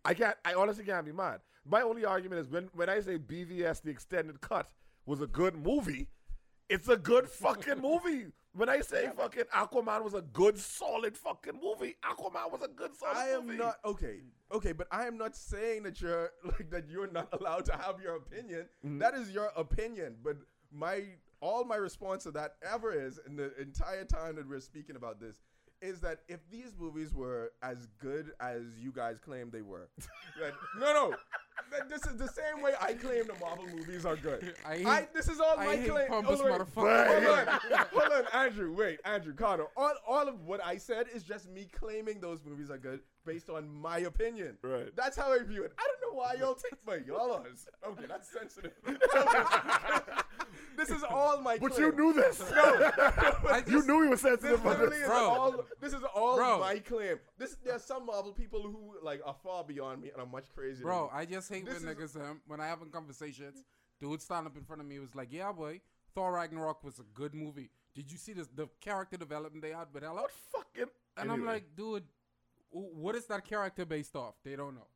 I can't. I honestly can't be mad. My only argument is when when I say BVS the extended cut was a good movie, it's a good fucking movie. When I say fucking Aquaman was a good solid fucking movie, Aquaman was a good solid
I
movie.
am not okay. Okay, but I am not saying that you're like that. You're not allowed to have your opinion.
Mm-hmm.
That is your opinion. But my all my response to that ever is in the entire time that we're speaking about this is that if these movies were as good as you guys claim they were, that, no, no. that This is the same way I claim the Marvel movies are good.
I
I,
hate-
this is all
I
my
hate
claim. oh,
pompous
Hold on.
motherfuckers.
Hold on. Hold on, Andrew. Wait, Andrew, Connor. All, all of what I said is just me claiming those movies are good based on my opinion.
Right.
That's how I view it. I don't know why y'all take my y'all are- Okay, that's sensitive. this is all my.
But
claim.
you knew this.
I
you
just-
knew he was sensitive.
This
about
literally
this.
is
Bro.
all. This is all
Bro.
my claim. This there's some Marvel people who like are far beyond me and are much crazier. than
Bro,
me.
I just hate
This
when niggas um, when I having conversations. Dude stand up in front of me was like, "Yeah, boy, Thor Ragnarok was a good movie. Did you see this, the character development they had with Hela?"
What fucking?
And I'm
Anyway.
like, "Dude, wh- what is that character based off? They don't know.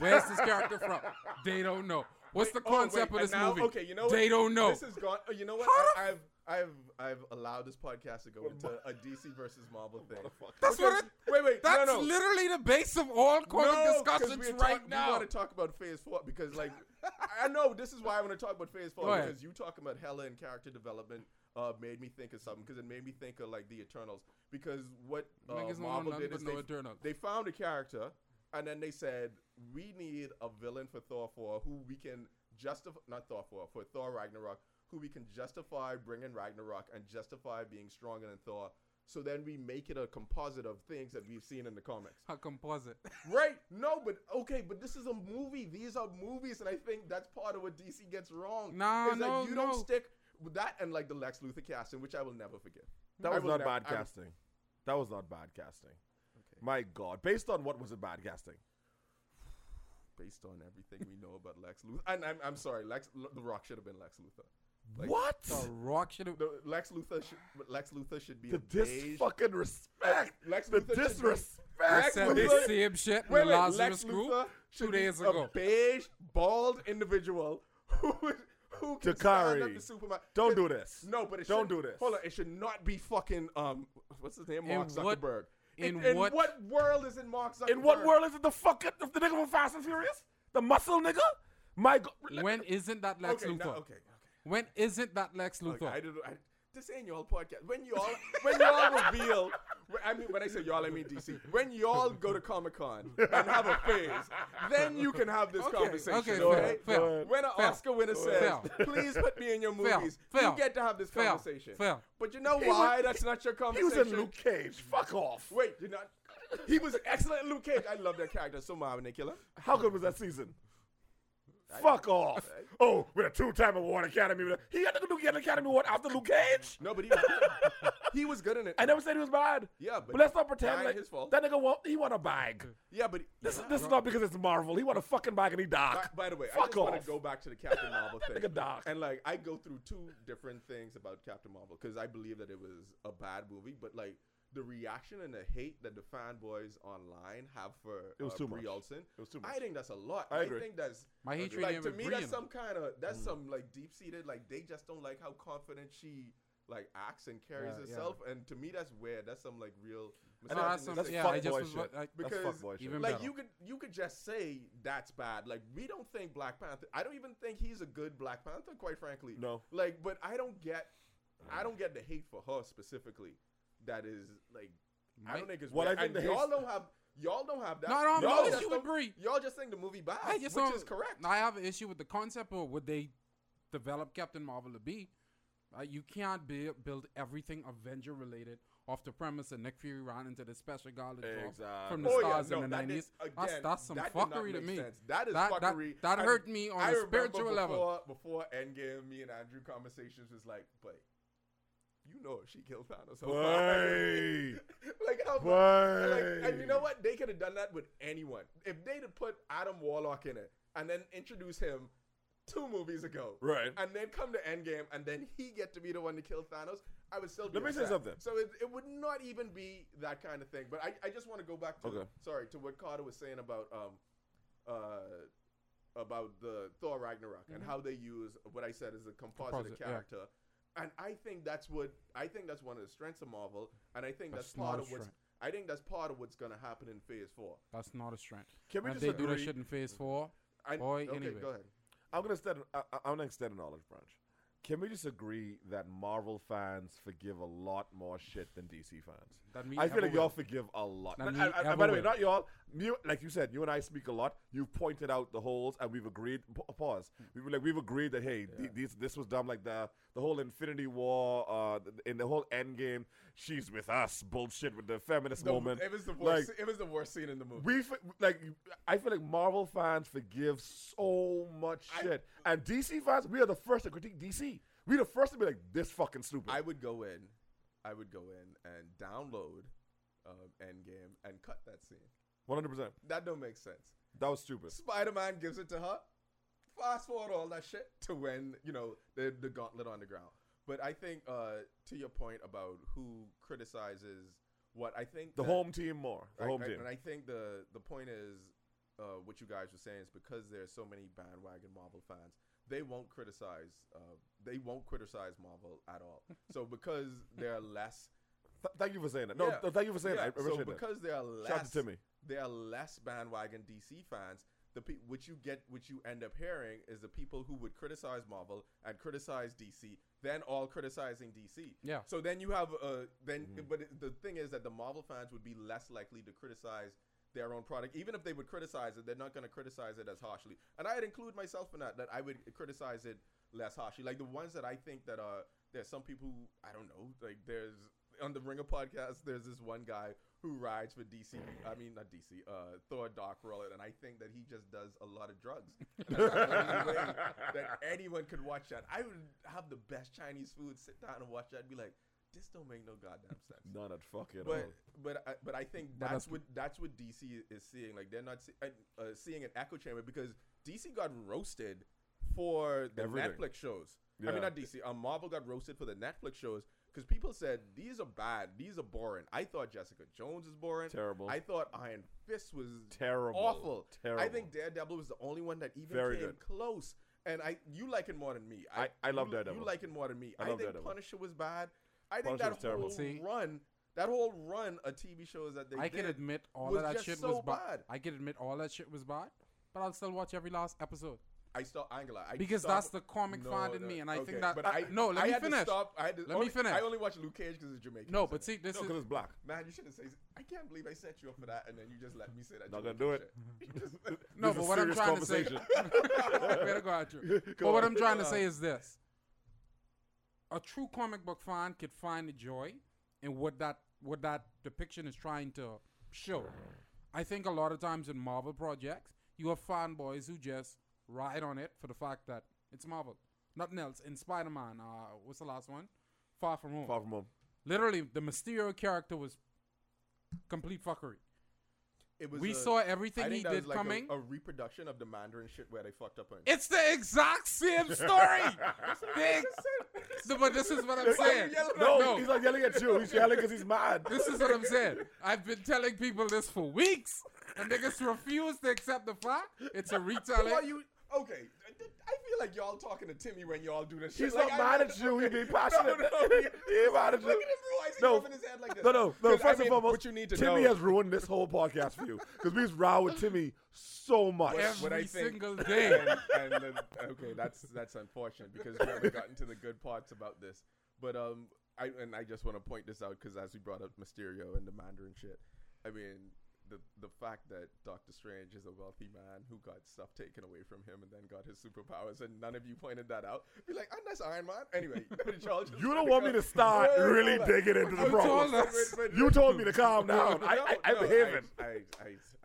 Where's this character from? They don't know. What's the
Oh, wait,
concept
and
of this
now-
movie?
Okay, you know what?
They don't know.
This is gone. oh, You know what?
How
I,
the
I've I've I've allowed this podcast to go into a DC versus Marvel thing.
That's what
Because- Wait, wait.
That's
no, no.
literally the base of all comic
No, 'cause
discussions
we're
right
talk-
now.
We want to talk about Phase Four because, like, I know this is why I want to talk about Phase Four
Go ahead.
because you talking about Hella and character development uh, made me think of something because it made me think of like the Eternals because what uh,
Niggas don't know
Marvel
nothing
did
but
is
no
they,
Eternals.
they found a character and then they said we need a villain for Thor Four who we can justify not Thor Four for Thor Ragnarok who we can justify bringing Ragnarok and justify being stronger than Thor. So then we make it a composite of things that we've seen in the comics.
A composite.
Right? No, but okay, but this is a movie. These are movies, and I think that's part of what DC gets wrong.
Nah,
is that
no,
you
no.
don't stick with that and like the Lex Luthor casting, which I will never forget.
That
I
was
will
not
never-
bad
I will-
casting. That was not bad casting.
Okay.
My God. Based on what was it bad casting?
Based on everything we know about Lex Luthor, and I'm, I'm sorry, Lex L- The Rock should have been Lex Luthor. Like,
what?
The Rock should have.
No, Lex Luthor should Lex Luthor should be
The
a
dis
beige.
fucking respect.
Lex
The
Luthor should be-
disrespect.
Lex
Said the
Luthor-
same shit in
Wait,
the
wait,
Lazarus
Lex
group
Luthor
two
should be
days
a
ago.
beige, bald individual who who can stand up
Takari,
to Superman.
Don't do this.
No, but it shouldn't-
Don't do this.
Hold on, it should not be fucking um, what's his name,
In
Mark
what-
Zuckerberg.
in what-
world is in Mark Zuckerberg?
In what world is it the fucking the nigga from Fast and Furious? The muscle nigga? My God.
When isn't that Lex
Okay,
Luthor?
now, okay,
When isn't that Lex
okay. okay
Luthor?
I don't. I, this ain't y'all podcast. When y'all, when y'all reveal, when- I mean, when I say y'all, I mean DC. When y'all go to Comic Con and have a phase, then you can have this
Okay,
conversation.
okay,
fair,
okay?
fair.
When an
Fair.
Oscar winner says,
Fair.
"Please put me in your
Fair,
movies,"
fair,
you get to have this
fair,
conversation.
fair.
But you know
He was-
why? That's not your
He was
conversation.
in Luke Cage. Fuck off.
Wait, you're not. He was excellent in Luke Cage. I love that character so much when they kill him.
How good was that season? Fuck off. Oh, with a two-time award Academy. with a- He had to do get an Academy Award after Luke Cage.
No, but he was good. he was good in it.
I never said he was bad.
Yeah,
but,
but
let's not pretend
that ain't
like
his fault.
that nigga won. He won a bag.
Yeah, but
This is this is not because it's Marvel. He won a fucking bag and he
By,
died.
by the way, I
Fuck
just want
off.
to go back to the Captain Marvel thing.
nigga dark.
And like, I go through two different things about Captain Marvel because I believe that it was a bad movie, but like the reaction and the hate that the fanboys online have for
It was
uh,
too
Brie
much.
Olsen,
It was too
I
much.
think that's a lot.
I agree. Mm.
think that's
My hatred
like
ain't
to
with
me
Brie
that's
in it.
some kind of that's some like deep seated. Like they just don't like how confident she like acts and carries
Yeah, yeah.
herself, and to me that's weird. That's some like real.
No, that's some,
misogynistic
that's
yeah,
fuck
I just
boy
was
shit.
like,
because
That's fuckboy shit.
even
like
better.
you could you could just say that's bad. Like we don't think Black Panther. I don't even think he's a good Black Panther, quite frankly.
No.
Like, but I don't get, I don't get the hate for her specifically. That is like, I don't
Mike-
think it's.
Well,
Well,
I think the
y'all
hate's-
don't have y'all don't have that.
No, I don't have
no
Y'all
issue
just don't-
with Brie.
Y'all just think the movie bad,
I just
which
don't-
is correct.
I have an issue with the concept of what they developed Captain Marvel to be. Uh, you can't be, build everything Avenger related off the premise that Nick Fury ran into the special gala job from the
Oh,
yeah,
stars
no,
in the
that
nineties.
did-
That's,
again,
that's some
that did not
fuckery to
make
me.
sense. That is
that,
fuckery.
That, that
I-
hurt me on
I
a
remember
spiritual
before,
level.
Before Endgame, me and Andrew conversations was like, but you know if she killed Thanos. how
Why?
like how mu- and like, and you know
Why?
what? They could have done that with anyone. If they'd have put Adam Warlock in it and then introduce him two movies ago.
Right.
And then come to Endgame and then he get to be the one to kill Thanos, I would still be
Let me say
upset.
something.
So it, it would not even be that kind of thing. But I, I just want to go back to
Okay.
sorry, to what Carter was saying about um uh about the Thor Ragnarok and how they use what I said is a composite,
Mm-hmm. Composite, yeah.
character. And I think that's what I think that's one of the strengths of Marvel, and I think that's,
That's
part
not a
of what's
strength.
I think that's part of what's going to happen in Phase Four.
That's not a strength.
Can we
And
just
they do that
agree-
shit in Phase Four.
I,
Boy,
okay,
anyway.
go ahead.
I'm gonna extend. I, I- I'm gonna extend a knowledge branch. Can we just agree that Marvel fans forgive a lot more shit than DC fans?
That me
I feel
ever
like y'all
will.
forgive a lot.
That
And-
me
and- and
ever
by the way,
will.
not y'all. You, like you said, you and I speak a lot. You've pointed out the holes, and we've agreed. pa- Pause.
Hmm.
We were like, we've agreed that hey, th- these, this was dumb. Like the the whole Infinity War, uh, th- in the whole Endgame, she's with us bullshit with the feminist
The-
moment.
it was the worst.
Like,
it was the worst scene in the movie.
we f- like I feel like Marvel fans forgive so much
I-
shit, and DC fans we are the first to critique DC. We the first to be like this fucking stupid.
I would go in, I would go in and download um, Endgame and cut that scene.
One hundred percent.
That don't make sense.
That was stupid.
Spider Man gives it to her. Fast forward all that shit to when you know the the gauntlet on the ground. But I think uh, to your point about who criticizes what, I think
The
that-
home team more. The
I-
home
I-
team.
And I think the the point is, uh, what you guys were saying is because there's so many bandwagon Marvel fans, they won't criticize. Uh, they won't criticize Marvel at all. so because there are less,
Th- thank you for saying that. No,
Yeah.
th- thank you for saying
yeah,
that. I
so
appreciate that.
because there are
Shout out to
less,
Timmy.
there are less bandwagon DC fans. The pe- which you get, which you end up hearing, is the people who would criticize Marvel and criticize DC, then all criticizing DC.
Yeah.
So then you have uh then but it- the thing is that the Marvel fans would be less likely to criticize their own product even if they would criticize it they're not going to criticize it as harshly. And I'd include myself in that that I would criticize it less harshly. Like the ones that I think that are there's some people who I don't know like there's on the Ringer podcast there's this one guy who rides for DC I mean not DC uh Thor Dark World and I think that he just does a lot of drugs. And that's the only way that anyone could watch that. I would have the best Chinese food, sit down and watch that, and be like, this don't make no goddamn sense.
None at fucking all.
But but I, but I think
But
that's
that's-
what that's what DC i- is seeing. Like they're not see, uh, uh, seeing an echo chamber because DC got roasted for the
Everything.
Netflix shows. I
Yeah.
mean, not DC. Uh, Marvel got roasted for the Netflix shows because people said these are bad, these are boring. I thought Jessica Jones is boring.
Terrible.
I thought Iron Fist was
terrible.
awful.
Terrible.
I think Daredevil was the only one that even
Very
came
good.
close. And I, you like it more than me.
I- I love
you-
Daredevil.
You like it more than me.
I
I,
love
think
Daredevil.
Punisher was bad. I think
Punisher was
that
terrible.
whole
See-
run, that whole run of TV shows that they
I
did,
can admit all
was
of that
just
shit
so
was bad.
bad.
I can admit all that shit was bad, but I'll still watch every last episode
I stopped Angela I
because
stopped-
that's the comic
No,
fan in
no,
me, and I
okay,
think that.
But I,
no, let
I
me
had to
finish.
stop- I had to-
Let me
only-
finish.
I only watch Luke Cage because it's Jamaican.
No,
isn't
but
it?
see, this
because
is
it's black.
man, you shouldn't say. I can't believe I set you up for that, and then you just let me say that.
Not gonna
Jamaican shit.
no.
This is a
But what I'm
serious
trying to say,
conversation.
better go at you.
Go
But what
on.
I'm trying to
Go
say
Uh-huh.
is this: a true comic book fan could find the joy in what that what that depiction is trying to show. I think a lot of times in Marvel projects, you have fanboys who just ride on it for the fact that it's Marvel, nothing else. In Spider-Man, uh, what's the last one? Far From Home.
Far from home.
Literally, the Mysterio character was complete fuckery.
It was
We
a-
saw everything
I think
he
that
did
was like a-
coming.
A, reproduction of the Mandarin shit where they fucked up on.
It's the exact same story. Big. No, but this is what I'm
Why are you
saying.
yelling at
No,
me?
he's not yelling at you. He's yelling because he's mad.
This is what I'm saying. I've been telling people this for weeks, and niggas refuse to accept the fact it's a
Who are
retelling.
you? Okay, I feel like y'all talking to Timmy when y'all do this. shit.
He's
like,
not
I-
mad at you. He being passionate.
No, no,
he ain't mad at
Look at him, bro.
you.
I see
No.
him rubbing his head like this.
No, no, no.
'Cause, I
First
mean,
and foremost,
what you need to
Timmy
know.
has ruined this whole podcast for you because we was round with Timmy so much.
What- what
Every
I think-
single day.
and, and then- okay, that's that's unfortunate because we haven't gotten to the good parts about this. But um, I and I just want to point this out because as we brought up Mysterio and the Mandarin shit, I mean the the fact that Doctor Strange is a wealthy man who got stuff taken away from him and then got his superpowers, and none of you pointed that out. Be like, and that's Iron Man. Anyway, y'all just
You don't
wanna
want me
go-
to start
Wait, wait,
really
hold on.
digging into the
You told
problem.
us.
You told me to
Oh,
calm down. I, I,
no,
I behaving.
I, I,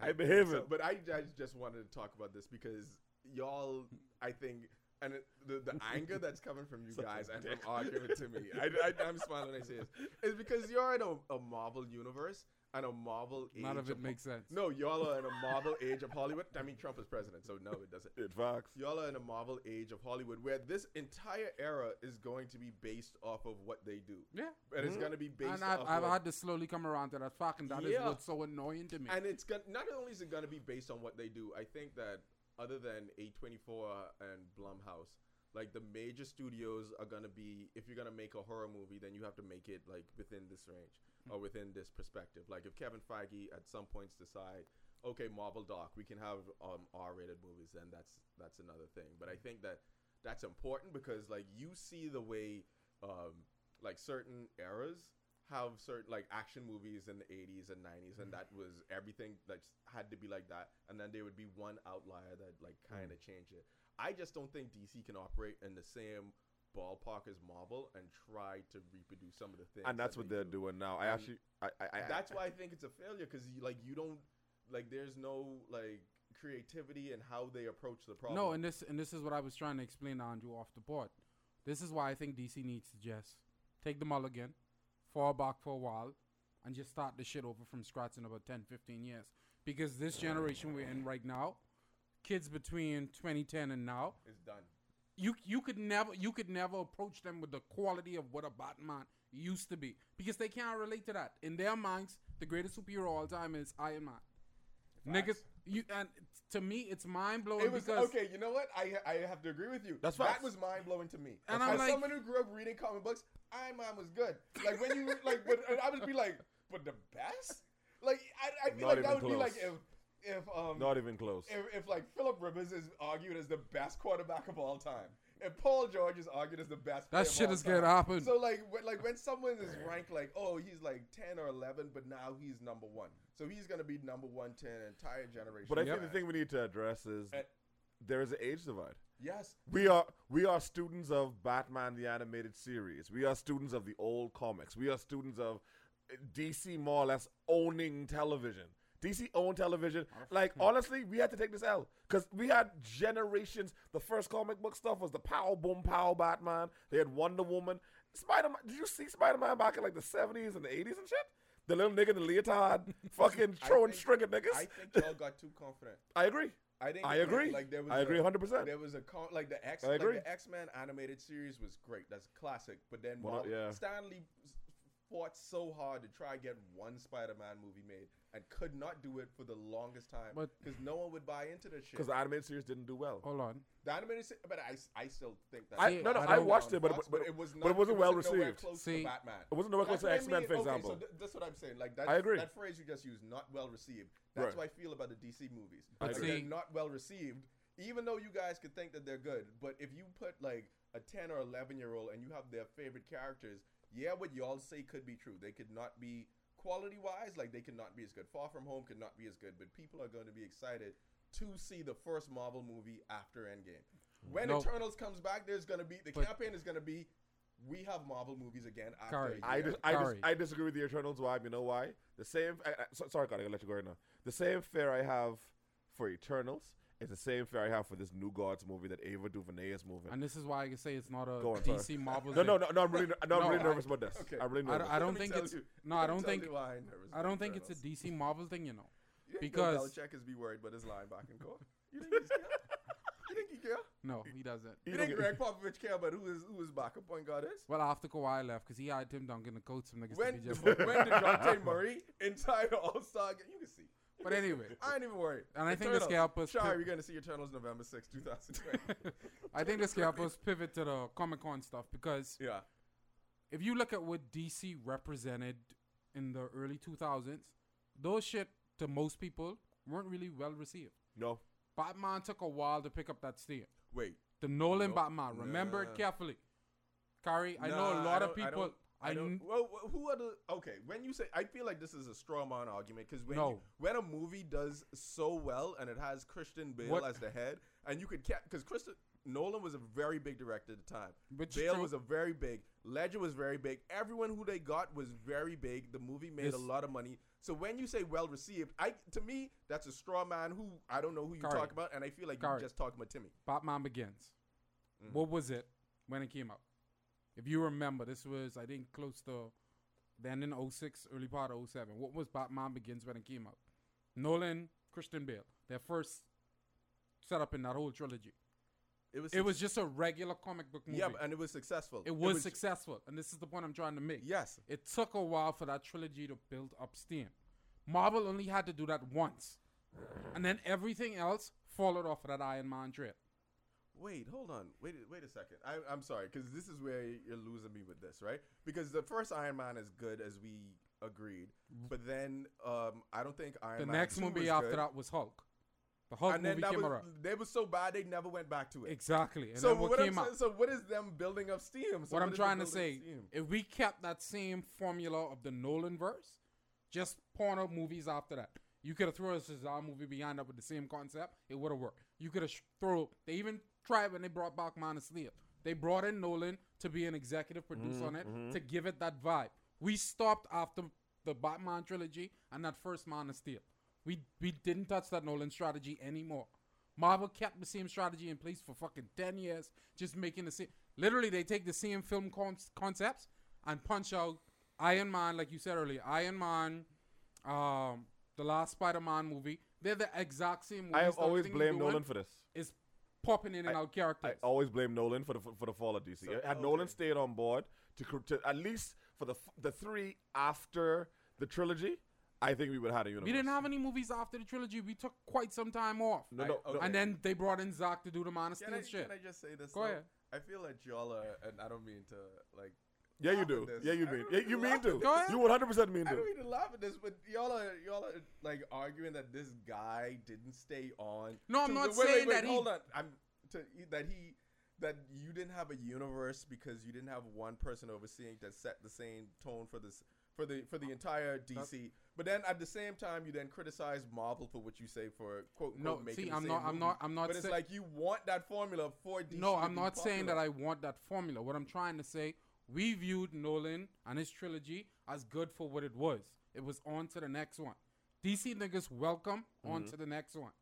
I,
I behaving.
so- but I, I just wanted to talk about this because y'all, I think, and it, the, the anger that's coming from you guys and from arguing to me, I, I, I'm smiling when I say this, is because you're in a, a Marvel universe and a Marvel age.
None of it
Ho-
makes sense.
No, y'all are in a Marvel age of Hollywood. I mean, Trump is president, so no, it doesn't.
In fact,
Y'all are in a Marvel age of Hollywood where this entire era is going to be based off of what they do.
Yeah.
And it's going to be based
Mm-hmm. And I've,
off
I've
of
had to slowly come around to that fact, and that is
Yeah.
what's so annoying to me.
and it's going not only is it gonna be based on what they do. I think that other than A24 and Blumhouse, like the major studios are gonna be if you're gonna make a horror movie, then you have to make it like within this range or within this perspective. Like if Kevin Feige at some points decide, okay, Marvel Doc, we can have um, R-rated movies, then that's that's another thing. But I think that that's important because like you see the way um, like certain eras have certain like action movies in the 80s and 90s
Mm-hmm.
and that was everything that had to be like that and then there would be one outlier that like
Mm-hmm.
kind of changed it i just don't think dc can operate in the same ballpark as marvel and try to reproduce some of the things
and that's
that
what they're
do.
doing now. I
And
actually, I, I, I
that's why i think it's a failure because like you don't like there's no like creativity in how they approach the problem
No, and this and this is what I was trying to explain to Andrew off the board. This is why I think DC needs to just take the mulligan, fall back for a while, and just start the shit over from scratch in about 10, 15 years. Because this generation we're in right now, kids between 2010 and now,
it's done
you you could never you could never approach them with the quality of what a Batman used to be because they can't relate to that. In their minds, the greatest superhero of all time is Iron Man. Niggas,
Facts.
you and to me, it's mind blowing
It was
because
okay. You know what? I I have to agree with you.
That's
that
facts.
was mind blowing to me.
And
As
I'm like-
someone who grew up reading comic books, Iron Man was good. Like when you like, but and I would be like, but the best. Like I, I feel
Not
like that
even
would be like
close.
if if um
not even close.
if, if like Philip Rivers is argued as the best quarterback of all time, and Paul George is argued as the best. player
That
of
shit
all
is
time.
gonna happen.
So like, when, like when someone is ranked like, oh, he's like ten or eleven, but now he's number one. So he's gonna be number one to an entire generation.
But I
of
think the
fans.
thing we need to address is
Uh,
there is an age divide.
yes,
We are we are students of Batman the animated series. We are students of the old comics. We are students of uh, DC more or less owning television. DC owned television. Like honestly, we had to take this L because we had generations. The first comic book stuff was the Power Boom Power Batman. They had Wonder Woman. Spider Man. Did you see Spider Man back in like the seventies and the eighties and shit? The little nigga in the leotard, fucking
I
throwing
think-
string at niggas.
I think y'all got too confident.
I agree.
I think
I
it-
agree.
Like there was
I agree
a-
100%.
There was a con- like the X.
I
Like
agree.
the X Men animated series was great. That's a classic. But then
Well,
Marvel-
yeah.
Stanley s- fought so hard to try get one Spider Man movie made and could not do it for the longest time
But-
because no one would buy into the shit.
Because the animated series didn't do well.
Hold on.
the animated, se- but I, s- I still think that
I-
no, no, I
watched it, but- but- but-
it was
but
not,
it wasn't well
nowhere
received.
Close
See,
to Batman.
It wasn't no close to X Men, for
Okay,
example.
so th- that's what I'm saying. Like that,
I agree.
That phrase you just used, not well received. That's
Right.
how I feel about the DC movies.
I
Like,
agree.
they're
See-
not well received, even though you guys could think that they're good. But if you put like a 10 or 11 year old and you have their favorite characters, yeah, what y'all say could be true. They could not be quality wise, like they could not be as good. Far From Home could not be as good, but people are going to be excited to see the first Marvel movie after Endgame. When
No.
Eternals comes back, there's going to be the
But-
campaign is going to be. We have Marvel movies again after
Kari,
a
I
year."
dis- I, dis-
Sorry.
I disagree with the Eternals vibe. You know why? The same. I, I, so, sorry, God, I gotta let you go right now. The same fear I have for Eternals is the same fear I have for this New Gods movie that Ava DuVernay is moving.
And this is why I can say it's not a
Go on, sorry.
DC Marvel.
No, no,
thing.
no, no. I'm really, no, I'm
No,
really
I-
nervous about this.
okay.
I'm really
I,
nervous.
don't- I don't
me
think
tell
it's.
you.
No,
Let
I
me
don't
tell
think.
you why I'm nervous
I don't
about
think it's a
Eternals.
DC Marvel thing, you know.
You think Bill
because-
Belichick is be worried about his linebacking core. You think he's care? You think he care?
No, he doesn't.
You,
You don't
think
get-
Greg Popovich care about who his who his backup point guard is?
Well, after Kawhi left, because he hired Tim Duncan to coach some niggas
When
to be
did-
Jeff
when
Butler.
did Dejounte Murray entire All Star game? You can see.
But anyway,
I ain't even worried.
And I think this can help us
Sorry,
pick-
we're gonna see Eternals November 6, 2020.
I think this can help us pivot to the Comic Con stuff because
yeah.
if you look at what DC represented in the early 2000s, those shit to most people weren't really well received.
no,
Batman took a while to pick up that steam.
Wait.
The Nolan
No-
Batman. Remember
nah.
it carefully. Kari, I know
Nah,
a lot of
don't- I
people.
don't- I
kn-
don't. Well, wh- who are the? Okay, when you say, I feel like this is a straw man argument because when you,
No.
when a movie does so well and it has Christian Bale
What-
as the head, and you could because Christian Nolan was a very big director at the time.
Which
Bale
true.
was a very big. Ledger was very big. Everyone who they got was very big. The movie made a
This-
lot of money. So when you say well received, I to me that's a straw man who I don't know who you
Correct.
talk about, and I feel like you
Correct.
just talking about Timmy.
Batman Begins.
Mm.
What was it when it came out? If you remember, this was I think close to then in 06, early part of 07. What was Batman Begins when it came out? Nolan, Christian Bale, their first setup in that whole trilogy. It was just a regular comic book movie.
yeah, and it was successful.
it was
successful.
successful, and this is the point I'm trying to make.
yes.
It took a while for that trilogy to build up steam. Marvel only had to do that once, and then everything else followed off of that Iron Man trip.
Wait, hold on. Wait, wait a second. I, I'm sorry, because this is where you're losing me with this, right? Because the first Iron Man is good, as we agreed, but then um, I don't think Iron
The
Man.
next
2
movie
was
after
good.
that was Hulk. The Hulk
and then
movie
that
came
was,
around.
they were so bad they never went back to it.
Exactly. And
so
then what,
what I'm
came out.
saying- so what is them building up steam? So
what I'm
is the
trying to
building
say,
up steam?
if we kept that same formula of the Nolan verse, just porno movies after that. You could have thrown a Shazam movie behind that with the same concept. It would have worked. You could have sh- throw. They even tried when they brought back Man of Steel. They brought in Nolan to be an executive producer on it to give it that vibe. We stopped after the Batman trilogy and that first Man of Steel. We we didn't touch that Nolan strategy anymore. Marvel kept the same strategy in place for fucking ten years, just making the same. Literally, they take the same film con- concepts and punch out Iron Man, like you said earlier, Iron Man, um, the last Spider-Man movie. They're the exact same. Movies.
I have
The only
always
thing they're
blamed
doing
Nolan for this.
Is popping in and
I-
out characters.
I always blame Nolan for the for the fall of DC.
So-
Had
okay.
Nolan stayed on board to, cr- to at least for the f- the three after the trilogy, I think we would have had a universe.
we didn't have any movies after the trilogy. We took quite some time off,
No,
I-
no, no.
okay.
and then they brought in Zach to do the Man of
Can
Steel
I,
shit.
can I just say this?
Go
though?
ahead.
I feel like y'all are, and I don't mean to like.
Yeah, you
laugh at
do.
this.
Yeah, you
I
mean.
don't
Yeah, you
laugh
mean
at
to.
this.
Go ahead.
You 100 percent mean
I
to.
don't mean to laugh at this, but y'all are y'all are like arguing that this guy didn't stay on.
No, I'm
to-
not
wait,
saying
wait, wait,
that he-
Hold on, I'm to, that he that you didn't have a universe because you didn't have one person overseeing that set the same tone for this for the for the
Uh,
entire DC. but then at the same time, you then criticize Marvel for what you say for quote
No,
unquote, making
see,
the
I'm
same
not- I'm
movie.
not- I'm not
But it's
say-
like you want that formula for DC.
No,
to
I'm
be
not saying that
popular.
I want that formula. What I'm trying to say, we viewed Nolan and his trilogy as good for what it was. It was on to the next one. DC
Mm-hmm.
niggas welcome on to the next one.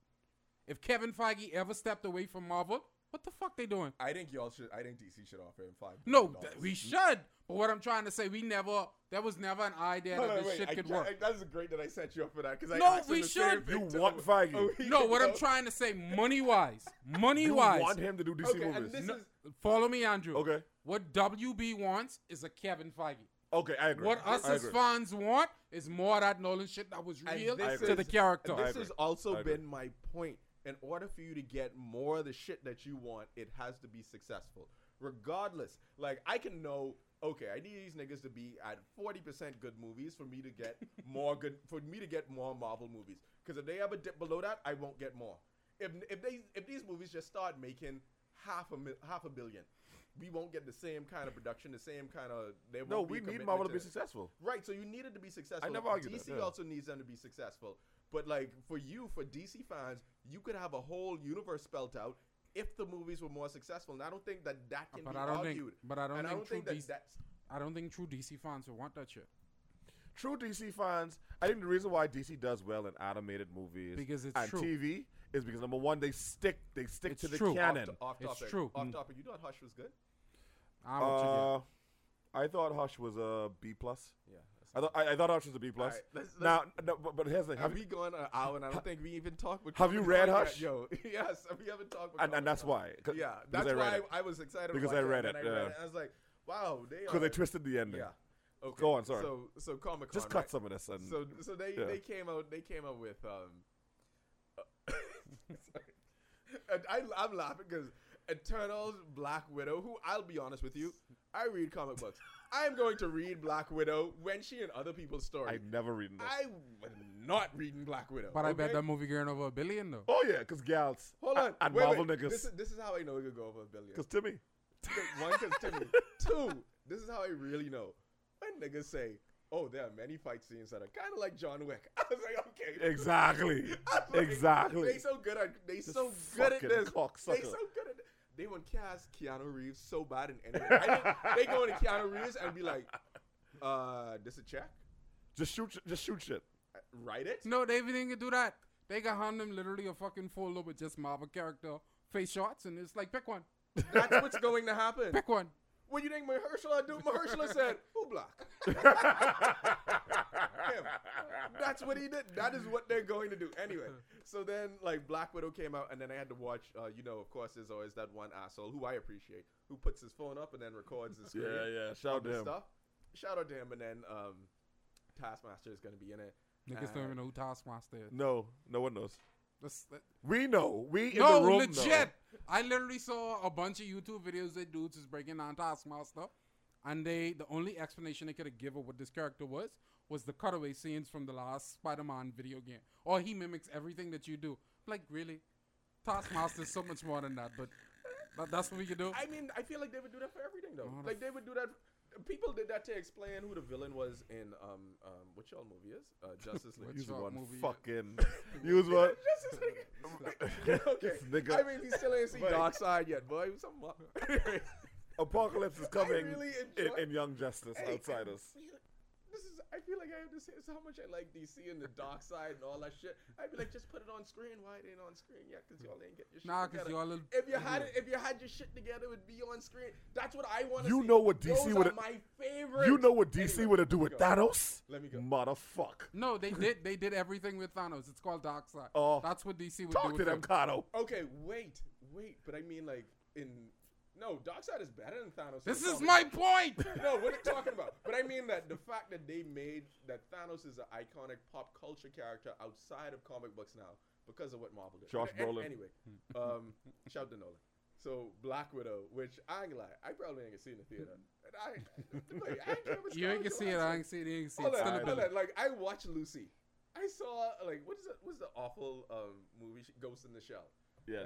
If Kevin Feige ever stepped away from Marvel, What the fuck they doing?
I think y'all should. I think DC should offer him five.
No,
billion
th-
dollars.
we should. But what I'm trying to say, we never. There was never an idea
No,
that
no,
this
wait,
shit
I-
could
I-
work.
I- That's great that I set you up for that because I
No,
asked him
we
the same
should.
thing Oh,
You
to-
want Feige.
a week
no, what I'm
ago.
trying to say, money wise, money
You
wise.
want him to do DC
Okay, and
movies?
this
No,
is-
follow me, Andrew.
Okay.
What WB wants is a Kevin Feige.
Okay, I agree.
What us
I
as
agree.
fans want is more of that Nolan shit that was
And
real
this
to
is-
the character.
and
I
This
agree.
has also
I agree.
been my point. In order for you to get more of the shit that you want, it has to be successful. Regardless, like I can know, okay, I need these niggas to be at forty percent good movies for me to get more good for me to get more Marvel movies. Because if they ever dip below that, I won't get more. If if they if these movies just start making half a mil, half a billion, we won't get the same kind of production, the same kind of. There
No,
won't be
we
a
need
commitment
Marvel to be
it.
successful.
Right, so you need it to be successful.
never argued
DC
that, yeah.
also needs them to be successful. But like for you, for DC fans, you could have a whole universe spelt out if the movies were more successful. And I don't think that that can
But
be
I don't think-
argued.
but I don't
and I
think
don't
true
think that
DC
that's
I don't think true DC fans will want that shit
True DC fans, I think the reason why DC does well in animated movies
because it's
and
true.
TV is because number one, they stick they stick
It's
to the
true.
off,
canon.
to- off
It's
topic.
true. Mm.
Off topic. You thought Hush was good?
I don't want you to
Uh, I thought Hush was a B plus.
Yeah.
I thought I, I thought Hush was a B plus.
right, let's- let's-
now, no, but, but here's the thing.
Have
Have
we
you-
gone an hour and I don't think we even talked with
Have you read
Hush
Hush?
Yet, yo, yes, we haven't talked with
and,
Comic
and that's
Con.
why. 'cause-
Yeah,
because
that's
I
why
read
I, was excited to
Because
watch
I read
and
it,
I read
yeah.
it. and I was like, wow, they
because they
are-
twisted the ending.
Yeah. Okay.
Go on, sorry.
So so Comic Con.
Just cut some of this. And
So so they
yeah.
they came out they came out with um. uh, and I I'm laughing because Eternals, Black Widow. Who I'll be honest with you, I read comic books. I am going to read Black Widow when she and other people's story.
I've never read this.
I was not reading Black Widow.
But I bet
okay?
that movie getting over a billion though.
oh yeah, because gals.
Hold on,
And
wait,
Marvel
wait. This is,
niggas.
this is how I know it could go over a billion.
Because Timmy.
One, because Timmy. Two, this is how I really know. When niggas say, oh, there are many fight scenes that are kind of like John Wick. I was like, okay.
Exactly.
I was like,
exactly.
They so good at they
This
so good at
fucking
this. They
cocksucker.
so good at they want cast Keanu Reeves so bad in anything. I think they go into Keanu Reeves and be like, uh, this a check?
Just shoot. sh- Just shoot shit.
Write it?
No, they even didn't do that. They got hand them literally a fucking folder with just Marvel character face shots, and it's like pick one,
That's what's going to happen.
pick one.
What you think Mahershala do? Mahershala said, who block? him. That's what he did. That is what they're going to do. Anyway, so then like Black Widow came out, and then I had to watch. Uh, you know, of course, there's always that one asshole who I appreciate who puts his phone up and then records the screen.
Yeah, yeah.
of
Shout out to
the
him.
Stuff. Shout out to him, and then um, Taskmaster is going to be in it.
Niggas don't even know who Taskmaster is.
No, no one knows.
That's- that-
We know. We in
no,
the room
legit.
know.
I literally saw a bunch of YouTube videos that dudes is breaking down Taskmaster, and they the only explanation they could have given what this character was was the cutaway scenes from the last Spider-Man video game. Or he mimics everything that you do. Like really, Taskmaster is so much more than that. But that, that's what we can do.
I mean, I feel like they would do that for everything though.
What a
like they would do that. People did that to explain who the villain was in um um what y'all movie is uh, Justice League.
Which
Use
Shark
one
movie.
fucking. Use one.
Justice League. okay.
This nigga.
I mean, he still ain't seen
Right.
Dark Side yet, boy. Something up.
Apocalypse is coming
really enjoy-
in, in Young Justice
Hey,
Outsiders.
This is. I feel like I have to say. It's how much I like DC and the dark side and all that shit. I'd be like, just put it on screen. Why it ain't on screen yet? Because y'all ain't get your shit
Nah, because
together.
y'all. little-
if you had it, if you had your shit together, it would be on screen. That's what I want to.
You know what
Those
DC
are
would.
my favorite.
You know what DC
Anyway,
would have do
let me
with
go.
Thanos?
Let me go.
Motherfuck.
No, they did. They did everything with Thanos. It's called Darkseid.
Oh.
that's what DC would do.
Talk to
with
them,
him.
Kato.
Okay, wait, wait. But I mean, like in. No, Darkseid is better than Thanos. in
This
the
is
comic.
my point.
no, what are you talking about? But I mean that the fact that they made that Thanos is an iconic pop culture character outside of comic books now because of what Marvel did.
Josh
An- an-
Brolin.
Anyway, um, shout to Nolan. So Black Widow, which I ain't gonna lie, I probably ain't gonna see in the theater. And I, like, I ain't care what's
You ain't
going
can see it.
on.
I ain't see it. You ain't see it.
Hold
It's
on,
still a
hold
I
billion.
on. Like I watched Lucy. I saw like what is it? What's the awful um, movie? she- Ghost in the Shell.
Yeah,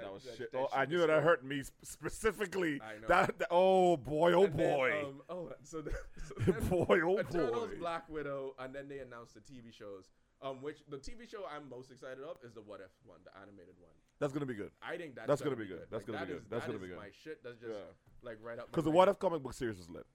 That-
that was
that-
shit.
that
Oh,
shit
I knew
was
that
good.
hurt me sp- specifically.
I know.
That, that- oh boy, oh
And then,
boy,
um, oh, so, the, so then-
boy, oh boy.
Eternals, Black Widow, and then they announced the TV shows. Um, which the TV show I'm most excited of is the What If one, the animated one.
That's gonna be good.
I think that's,
That's gonna be good.
Like,
That's gonna be
that
good.
is-
That's
that
gonna
is
be good.
My shit. That's just
Yeah.
like right up. my
Because the
lane.
What If comic book series was lit.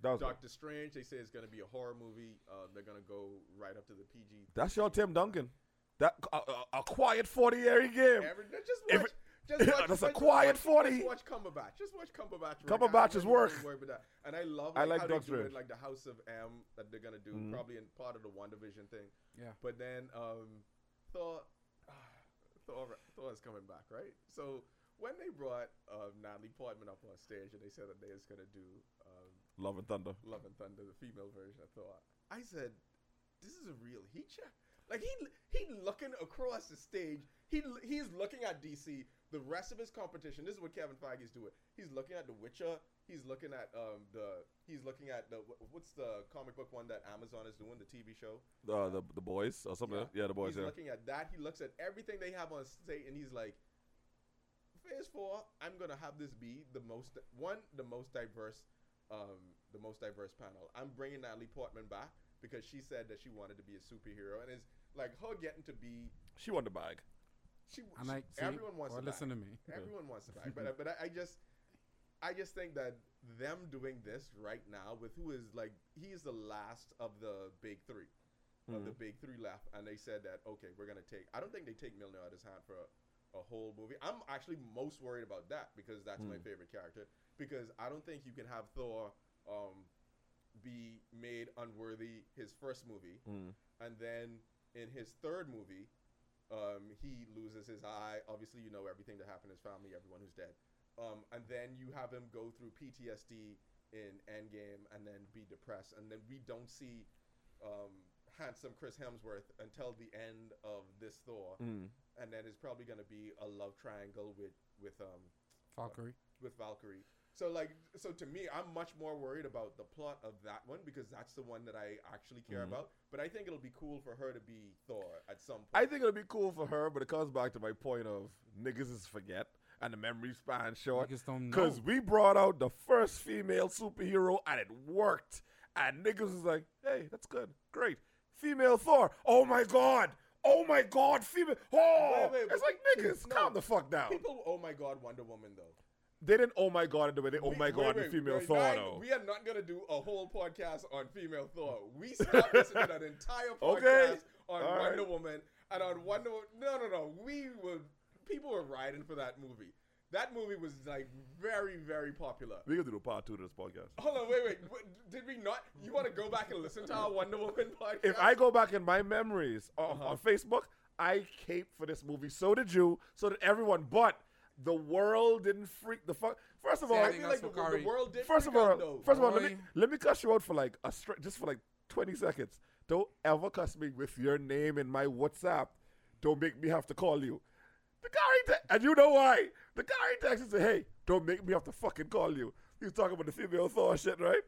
That was good.
Doctor Strange, they say it's gonna be a horror movie. Uh, they're gonna go right up to the PG.
That's your Tim Duncan. That a, a, a quiet forty-year game.
Average. Just
If
watch.
it-
Just watch,
That's a
just
quiet
watch-
40.
Just watch Cumberbatch. Just watch Cumberbatch. Right
Cumberbatch's
now.
work.
with that. And I love.
I
Like
like
how they
Doc's
do it,
work.
like the House of M that they're gonna do,
Mhm.
probably in part of the One Division thing.
Yeah.
But then um, Thor, Thor, Thor is coming back, right? So when they brought um, Natalie Portman up on stage and they said that they was gonna do um,
Love and Thunder.
Love and Thunder, the female version of Thor, I said, this is a real heat check. Like he he looking across the stage. He l- he's looking at DC. The rest of his competition. This is what Kevin Feige's doing. He's looking at The Witcher. He's looking at um the. He's looking at the wh- what's the comic book one that Amazon is doing the TV show.
Uh, the the boys or something.
Yeah.
Yeah, the boys.
he's
yeah.
looking at that. He looks at everything they have on stage, and he's like, "Phase four, I'm gonna have this be the most one, the most diverse, um, the most diverse panel. I'm bringing Natalie Portman back because she said that she wanted to be a superhero, and it's like her getting to be
She won the bag.
she.
And
she-
like, see,
everyone wants
or
to
listen to me.
Yeah.
Everyone wants it back, but I- but I, I just, I just think that them doing this right now with who is like he is the last of the big three,
Mm-hmm.
of the big three left, and they said that okay, we're gonna take. I don't think they take Milner out of his hand for a, a whole movie. I'm actually most worried about that because that's my
Mm.
favorite character because I don't think you can have Thor um, be made unworthy his first movie
Mm.
and then in his third movie, um, he loses his eye. Obviously, you know everything that happened to his family, everyone who's dead. Um, and then you have him go through PTSD in Endgame, and then be depressed, and then we don't see um, handsome Chris Hemsworth until the end of this Thor,
Mm.
and then it's probably going to be a love triangle with with um,
Valkyrie.
with Valkyrie. So like so to me, I'm much more worried about the plot of that one because that's the one that I actually care
Mhm.
about. But I think it'll be cool for her to be Thor at some
I
point.
think it'll be cool for her, but it comes back to my point of niggas is forget and the memory span short.
Niggas don't know.
Because we brought out the first female superhero and it worked. And niggas was like, hey, that's good. Great. Female Thor. Oh my God. Oh my God. Female. Oh.
Wait, wait,
it's
but-
like, niggas,
no.
calm the fuck down.
People, oh my god, Wonder Woman though.
they didn't oh my God in the way they oh
We-
my
wait,
God
wait,
in female
we're
Thor,
not-
though.
We are not gonna do a whole podcast on female Thor. We stopped listening to an entire podcast
Okay.
on
All
Wonder
right.
Woman and on Wonder. Wo- No, no, no. We were people were riding for that movie. That movie was like very, very popular.
we can do a part two to this podcast.
Hold on, wait, wait. What, did we not? You want to go back and listen to our Wonder Woman podcast?
If I go back in my memories on,
Uh-huh.
on Facebook, I caped for this movie. So did you. So did everyone. But the world didn't freak the fuck. First of
See, I
all,
I
think
feel like the,
that's
the
Wakari.
world did.
First of
freak out,
all,
though.
first of all, let me
Boy.
let me cuss you out for like a stri- just for like twenty seconds. Don't ever cuss me with your name in my WhatsApp. Don't make me have to call you. The guy te- and you know why? The guy texted said, "Hey, don't make me have to fucking call you." He was talking about the female Thor shit, right?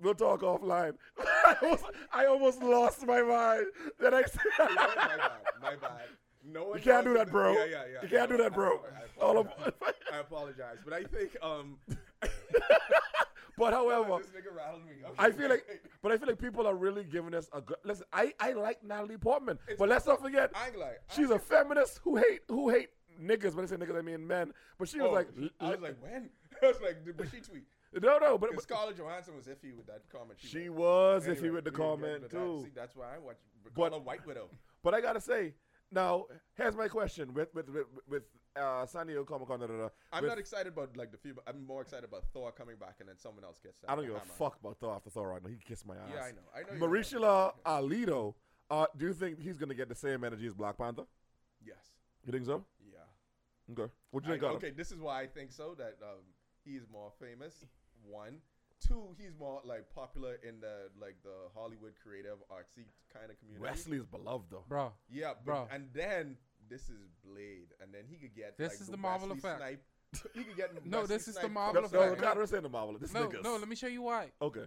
We'll talk offline. I, almost, I almost lost my mind. Then I said,
Oh, my bad, my bad. No one
"You can't
knows
do that,
the-
bro.
Yeah, yeah, yeah.
You can't
No,
do that,
I-
bro."
I,
All
apologize.
of,
I apologize, but I think um.
but however,
this nigga rattled me. Okay,
I feel like,
wait.
but I feel like people are really giving us a good. Listen, I, I like Natalie Portman,
It's-
but let's not forget
I ain't like.
she's
I,
a feminist who hate who hate niggas. When I say niggas, I mean men. But she was
oh,
like,
I was like, when? I was like, did- but she tweet.
no, no, but,
'Cause
but
Scarlett Johansson was iffy with that comment.
she
made.
was if
Anyway,
you read the
we didn't get
comment
into that.
too.
See, that's why I watch.
But-
But a White Widow.
But I gotta say, now here's my question with with with, with uh, San Diego Comic Con. da, da, da,
I'm
with-
not excited about like the few. I'm more excited about Thor coming back and then someone else gets that.
I don't give a
hammer.
fuck about Thor after Thor right now. He kissed my ass.
Yeah, I know. I know. you're right.
Marishala Alito, uh, do you think he's gonna get the same energy as Black Panther?
Yes.
You think so?
Yeah.
Okay. What do you think?
I-
Adam?
okay, this is why I think so. That um, he's more famous. One, two, he's more like popular in the like the Hollywood creative artsy kind of community.
Wesley is beloved though.
Bro,
Yeah,
Bro.
but, and then this is Blade, and then he could get
This
like,
is
the,
the Marvel
Wesley
effect.
Snipe. He could get
No,
Wesley
this is the
Snipe
Marvel
comic
No,
effect.
no,
book.
Sorry.
God, we're saying the Marvel. This
no,
niggas.
no, let me show you why.
Okay,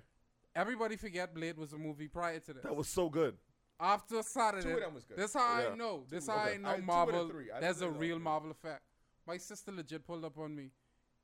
Everybody forget Blade was a movie prior to this.
that was so good.
After Saturday,
Two of them was good.
That's how
Yeah.
I know. That's
Two-
how
okay.
I
I-
know
two out of
Marvel.
three. I
There's a
think those
real
are-
Marvel effect. My sister legit pulled up on me.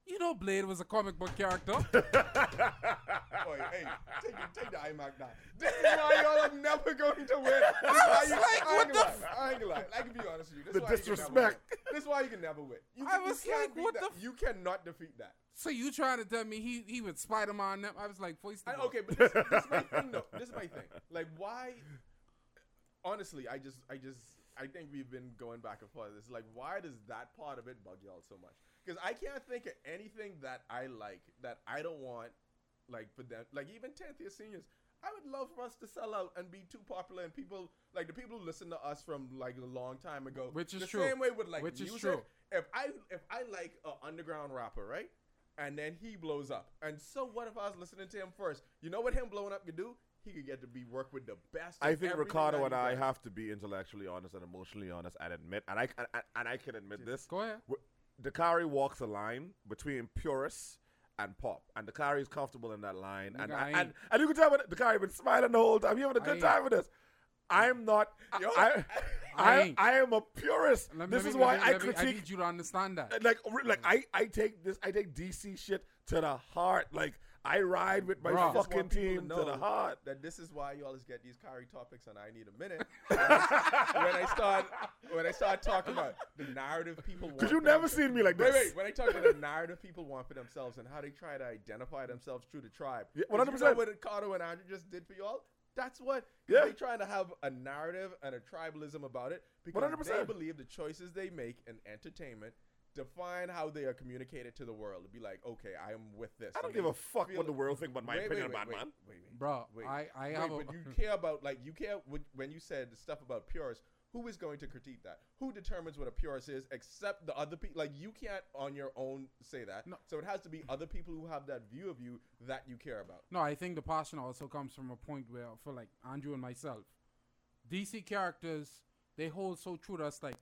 You know, Blade was a comic book character.
Oi, hey, take, the- take the iMac now. This is why y'all are never going to win. This is why
was like,
I ain't
what
gonna
the
lie. I ain't gonna lie. I can be honest with you. This
The
why you can never
disrespect.
win. This is why you can never win. You,
I
you
was
can't
like,
beat
what
that.
the f-
you cannot defeat that.
so you trying to tell me he he was Spider Man? Them? I was like, voice. the
I,
ball.
okay, but this, this is my thing though. This is my thing. Like, why? Honestly, I just, I just, I think we've been going back and forth. It's like, why does that part of it bug y'all so much? Because I can't think of anything that I like that I don't want, like for them, like even tenth year seniors. I would love for us to sell out and be too popular, and people like the people who listen to us from like a long time ago.
Which is
the
true.
Same way with like
Which is
music.
true.
If I if I like an underground rapper, right, and then he blows up, and so what if I was listening to him first? You know what him blowing up could do? He could get to be work with the best.
I
of
think
everything that
Ricardo
he
and I
does.
have to be intellectually honest and emotionally honest and admit, and I and, and I can admit this.
Go ahead.
W- Dakari walks a line between purists and pop, and Dakari is comfortable in that line. And
Nigga, I
and, and
ain't.
and you can tell when Dakari been smiling the whole time. He having a
I
good
ain't.
time with us. I'm not.
Yo.
I,
I
I,
ain't.
I am a purist.
Let me-
this
let
is
me-
why
let me-
I
let me- I
critique
need you to understand that.
and, like re- like
Mm.
I, I take this I take DC shit to the heart. Like I ride with my
Bruh. I
just
fucking
want people
team to, the
know
heart.
That this is why you always get these Kyrie topics and I need a minute. when I start when I start talking about the narrative people want
Cause you
for
never
them-
seen me like this.
Wait, wait. When I talk about the narrative people want for themselves and how they try to identify themselves through the tribe,
Yeah,
'Cause you know
100%.
What Ricardo and Andrew just did for y'all, that's what
Yeah.
they trying to have a narrative and a tribalism about it because they
100%.
believe the choices they make in entertainment define how they are communicated to the world. To be like, okay, I am with this.
I don't
And
give
they
a fuck
feel-
what the world think about my
Wait,
opinion
wait,
about
wait,
man.
Wait, wait,
Bro,
wait.
I, I
Wait,
have a.
but you care about like you care when, when you said the stuff about purists. Who is going to critique that? Who determines what a purist is? Except the other people. Like you can't on your own say that.
No.
So it has to be other people who have that view of you that you care about.
No, I think the passion also comes from a point where, for like Andrew and myself, DC characters they hold so true to us. Like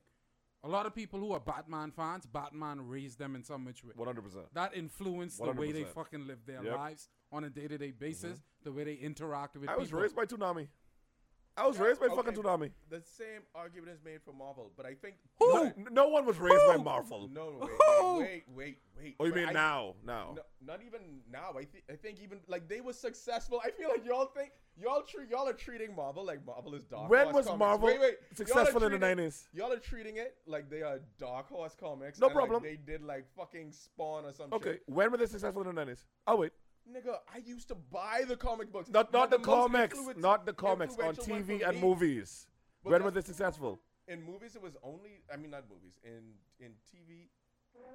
a lot of people who are Batman fans, Batman raised them in some which way.
One hundred percent.
That influenced the way they
100%.
fucking live their
Yep. Mm-hmm.
lives on a day to day basis, the way they interact with
I
people.
was raised by tsunami. I was
Yeah,
raised by
okay.
fucking tsunami.
The same argument is made for Marvel, but I think
No,
But-
no one was raised by
Who?
Marvel.
No, no,
Who?
wait, wait, wait, wait.
Oh, you
But
mean
I-
now? Now.
No, not even now. I think I think even like they were successful. I feel like y'all think y'all tre- y'all are treating Marvel like Marvel is dark.
When
horse
was
comics.
Marvel
Wait, wait. Y'all are
successful in the
treating-
90s?
Y'all are treating it like they are dark horse comics.
No
and, like,
problem.
they did like fucking Spawn or something.
Okay. When were they successful in the nineties? Oh wait.
nigga, I used to buy the comic books.
Not
You're
not the,
most
comics.
influence-
Not the comics on
influential one
TV
for
and
me.
movies.
But
when were they
that's-
successful?
In movies, it was only I mean not movies in in TV.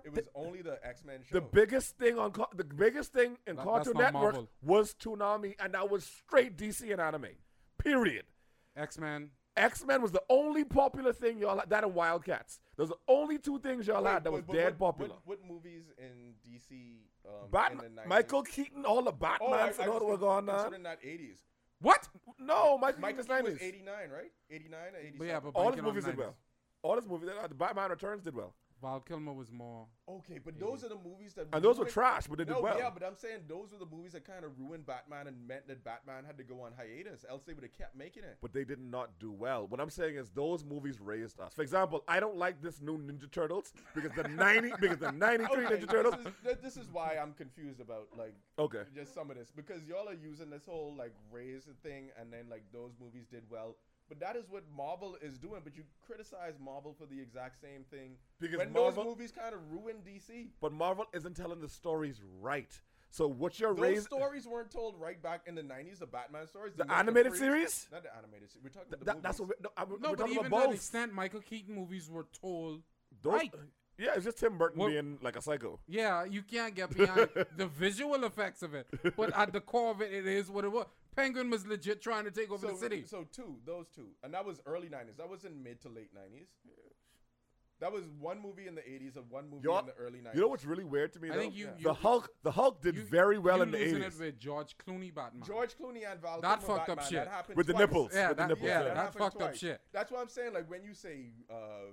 It was only the X Men show.
The biggest thing on Ca- the biggest thing in
That-
Cartoon
that's not
Network
Marvel.
was Toonami, and that was straight DC and anime. Period.
X Men.
X Men was the only popular thing y'all had. That and Wildcats. Those are the only two things y'all
Wait,
had that
but-
was
but
dead
what,
popular.
What, what movies in DC? Um, in the
Batman,
90s?
Michael Keaton, all the
Oh, I, I
Batmans
was
and all that were
con-
gone on.
considering that eighties.
What?
No,
Michael
Michael Keaton's
Keaton was
nineties.
eighty nine, right? Eighty nine or eighty.
But yeah, but
All his
banking on
movies did
90s.
well. All his movies, uh, the Batman Returns did well,
Val Kilmer was more.
okay, but those are the movies that
and those were
ruined-
trash, but they
No,
did well.
yeah, but I'm saying those were the movies that kind of ruined Batman and meant that Batman had to go on hiatus. Else they would have kept making it.
but they did not do well. What I'm saying is those movies raised us. For example, I don't like this new Ninja Turtles because the 90 because the 93
Okay,
Ninja Turtles.
This is, th- this is why I'm confused about like
Okay.
just some of this because y'all are using this whole like raise thing and then like those movies did well. But that is what Marvel is doing. But you criticize Marvel for the exact same thing
Because
when
Marvel-
those movies kind of ruined DC.
But Marvel isn't telling the stories right. So what you're
Those
raised
stories weren't told right back in the '90s. The Batman stories,
the
Myth of
animated
Freeze-
series?
not the animated series. We're talking
Th-
about the
that, that's what
movies.
we, no, I- we're
No, but
talking
even
about
to an
both.
extent, Michael Keaton movies were told
Those-
right.
Yeah, it's just Tim Burton
Well-
being like a psycho.
Yeah, you can't get behind the visual effects of it, but at the core of it, it is what it was. Penguin was legit trying to take over
so,
the city.
So two, those two, and that was early '90s. That was in mid to late '90s. That was one movie in the '80s and one movie
Y'all-
in the early '90s.
You know what's really weird to me?
I
though?
think you-
the
you-
Hulk, the Hulk did
You-
very well
you
in the
losing
eighties
it with George Clooney Batman.
George Clooney and Val
That
Kilmer
fucked up
Batman,
shit.
That happened
with the
twice.
nipples.
Yeah,
with the
that-
nipples.
yeah,
that
that
happened
fucked up
twice.
shit.
That's why I'm saying, like, when you say uh,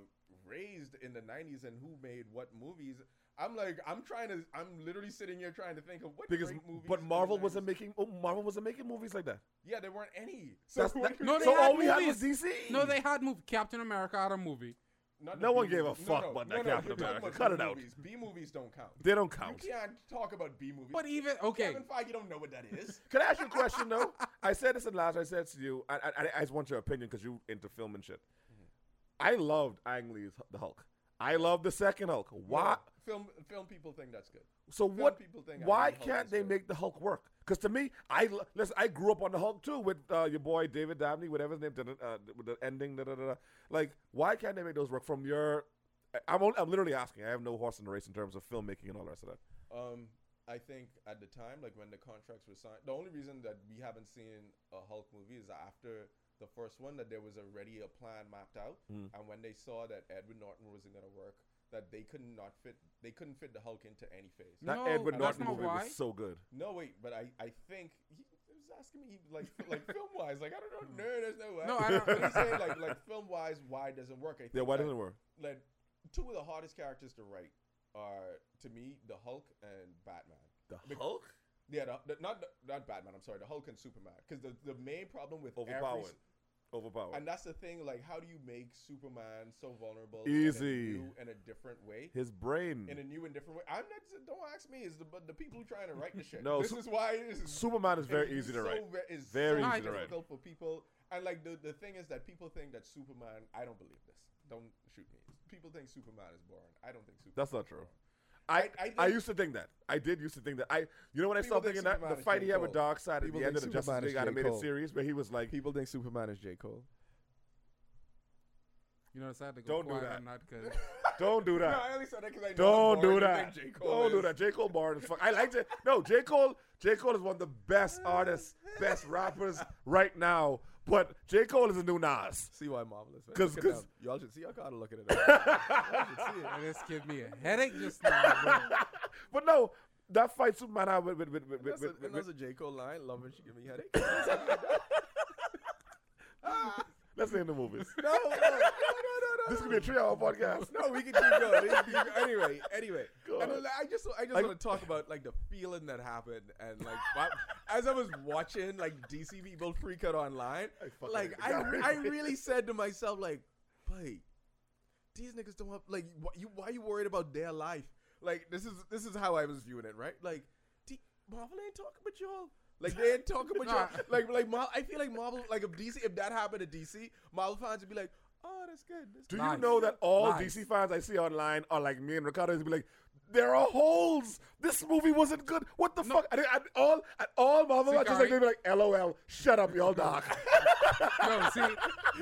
raised in the '90s and who made what movies, I'm like, I'm trying to, I'm literally sitting here trying to think of what
because
great movies.
but
in the
Marvel
90s.
wasn't making oh, Marvel wasn't making movies like that.
Yeah, there weren't any. So
That's,
what
that
are
No,
you-
they
so
had
all we had was
movies.
DC.
No, they had movie Captain America had a movie.
Not the
No one
B
gave a
movie-
fuck about that Captain
you're talking
America.
about
Cut
B
it out.
Movies. B movies don't count.
they don't
You
count.
can't talk about B movies.
But even okay,
Kevin Feige don't know what that is.
Can I ask you a question though? I said this in last. I said to you, I, I, I just want your opinion because you into film and shit. I loved Ang Lee's Hu- the Hulk. I love the second Hulk. Why?
Film film people think that's good.
So what?
people think Ang
Why
Lee's Hulk
can't
is
they
good.
make the Hulk work? Because to me, I l- listen. I grew up on the Hulk too with uh, your boy David Dabney, whatever his name, da- da- uh, with the ending. Da, da, da, da. Like, why can't they make those work from your? I- I'm only, I'm literally asking. I have no horse in the race in terms of filmmaking and all the rest of that.
Um, I think at the time, like when the contracts were signed, the only reason that we haven't seen a Hulk movie is after the first one that there was already a plan mapped out,
Mm.
and when they saw that Edward Norton wasn't gonna work, that they could not fit, they couldn't fit the Hulk into any phase.
That
No,
Edward
that's
Norton
not
movie
why.
was so good.
No, wait, but I, I think he was asking me like, f- like film wise, like I don't
Hmm.
know, no, there's no way.
No, I don't-
But he's saying like, like film wise, why it doesn't work? I think
Yeah, why
that-
doesn't it work?
like two of the hardest characters to write are to me the Hulk and Batman.
The
Bec-
Hulk
Yeah, the, the, not the- not Batman. I'm sorry, the Hulk and Superman. Because the, the main problem with every s-
overpowered, Oh. overpowered.
and that's the thing. Like, how do you make Superman so vulnerable? in
Easy.
a, new and a different way.
His brain.
In a new and different way. I'm not. Don't ask me. Is the but the people trying to write the shit?
No,
this
Su-
is why it is
Superman is very
it's
easy to
so
write.
ve- it's
Very
so
easy to
write.
difficult for people. And like the, the thing is that people think that Superman. I don't believe this. Don't shoot me. People think Superman is boring. I don't think Superman.
That's not
is
true.
boring.
I, I,
I- I think-
used to think that. I did used to think that. I you know when I
People
started
think
thinking that
Superman
the
is
fight
J.
he had with
Cole.
Darkseid at
People
the end
think
of the Justice
Superman is
League
J.
animated
Cole.
series where he was like,
People think Superman is J Cole.
You know, it's had to go
Don't do
quiet
that.
on that because
"Don't do
No,
that.
I only said that because I know
Don't
how
do
boring you think
that.
J. Cole
Don't do
is.
that. J. Cole barred as fuck. I like it. No, J. Cole. J. Cole is one of the best artists, best rappers right now. But J. Cole is a new Nas.
See why marvelous? man.
'Cause-
Look it
'cause-
up. y'all should see. Y'all gotta look at it. Y'all should see it.
this give me a headache just now. Bro.
but no, that fight Superman had with with with with,
And that's,
with,
a, and
with-
that's a J Cole line. Love when she give me headache. Ah,
let's name the movies.
no, no, no, no, no, no.
This could be a three-hour podcast.
No, we can keep going. We can keep going. Anyway, anyway,
Go
and
on.
then, like, I just I just
Like-
want to talk about like the feeling that happened and like wha- as I was watching like DC people freak out online,
I fucking
like
hate
I
that.
I really said to myself like, wait, these niggas don't have like wh- you why you worried about their life? Like this is this is how I was viewing it, right? Like D- Marvel ain't talking about y'all. Like they ain't talking about y'all.
Nah.
Like like Mar- I feel like Marvel like if DC if that happened to DC, Marvel fans would be like, oh that's good. That's
Do
good.
you
Lies.
know that all
Lies.
DC fans I see online are like me and Ricardo? Is be like, there are holes. This movie wasn't good. What the fuck? And, and all and all Marvel fans just like they be like, LOL. Shut up, y'all dark.
No, see,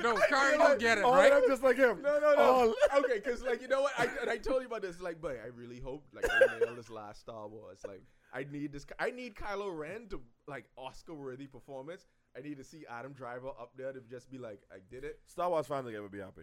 no,
Like,
Kari don't get it,
all
right?
I'm just like him.
No, no, no.
All-
okay, because like you know what, I, and I told you about this. Like, but I really hope like they nail this last Star Wars. Like, I need this. I need Kylo Ren to like Oscar-worthy performance. I need to see Adam Driver up there to just be like, I did it.
Star Wars fans are gonna be happy.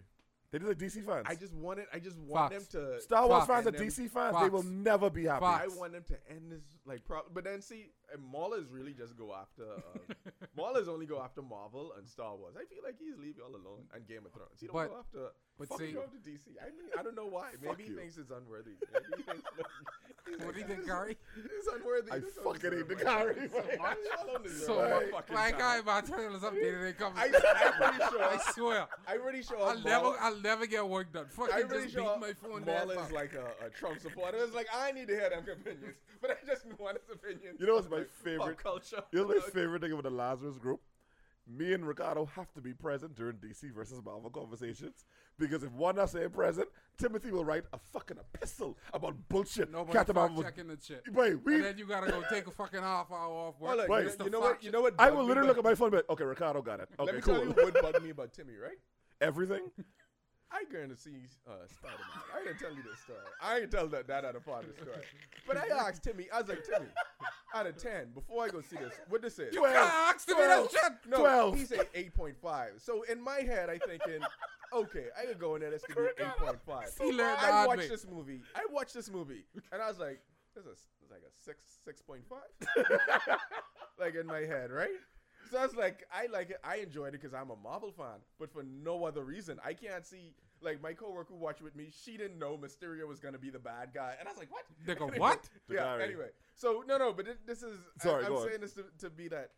They just like DC fans.
I just want it. I just want
Fox.
them to.
Star Wars fans
Fox.
are
And them-
DC fans. They
Fox.
will never be happy.
Fox.
I want them to end this like pro- but then see, and Maulers really just go after. Uh, Maulers only go after Marvel and Star Wars. I feel like he's leave y'all alone and Game of Thrones. He don't
But-
go after.
but
fuck
see-
you after DC. I mean, I don't know why.
Fuck
Maybe he
you.
thinks it's unworthy. Maybe he thinks,
What do you think,
Gary?
Gary?
It's unworthy.
I
This don't
fucking
deserve
hate the
my
Gary.
time. Y'all don't deserve
So
my
Right.
what?
fucking
my
time.
guy, my title is up there today. Come,
I, I'm pretty sure.
I swear,
I'm pretty sure.
I'll never,
Maul-
I'll never get work done. Fucking
I'm pretty
just beat
sure
my phone down.
Maul is like a, a Trump supporter. It's like I need to hear them opinions, but I just want his opinions.
You know what's
on,
my
like, pop
favorite-
culture?
You know my
Okay.
favorite thing about the Lazarus group? Me and Ricardo have to be present during DC versus Marvel conversations because if one not saying present, Timothy will write a fucking epistle about bullshit.
Nobody
Captain
fact
Marvel was-
checking the shit.
Wait, we.
and then you gotta go take a fucking half hour off work.
Well, look,
Right.
you-
just to
you know
fact
what? You know what?
I
bugged
will
me
literally
about-
look at my phone, but okay, Ricardo got it. Okay,
Let me
cool.
tell you what bugged me about Timmy, right?
Everything.
I going to see uh, Spider Man. I didn't tell you this story. I ain't tell that that other part of the story. But I asked Timmy. I was like, Timmy, out of ten, before I go see this, what this is?
You Twelve.
can't ask me that
Twelve.
shit.
No,
12.
he said eight point five. So in my head, I thinking, okay, I could go in there. This could be eight point five.
He learned the
I
hard way.
watched this movie. I watched this movie, and I was like, "This is this is like a six, six point five, like in my head, right?" So I was like, "I like it. I enjoyed it because I'm a Marvel fan, but for no other reason. I can't see like my coworker who watched with me. She didn't know Mysterio was gonna be the bad guy, and I was like, "What?
They go, "What?"
yeah.
Dakari.
Anyway, so no, no, but thi- this is.
Sorry,
I, am
go on.
saying this to, to be that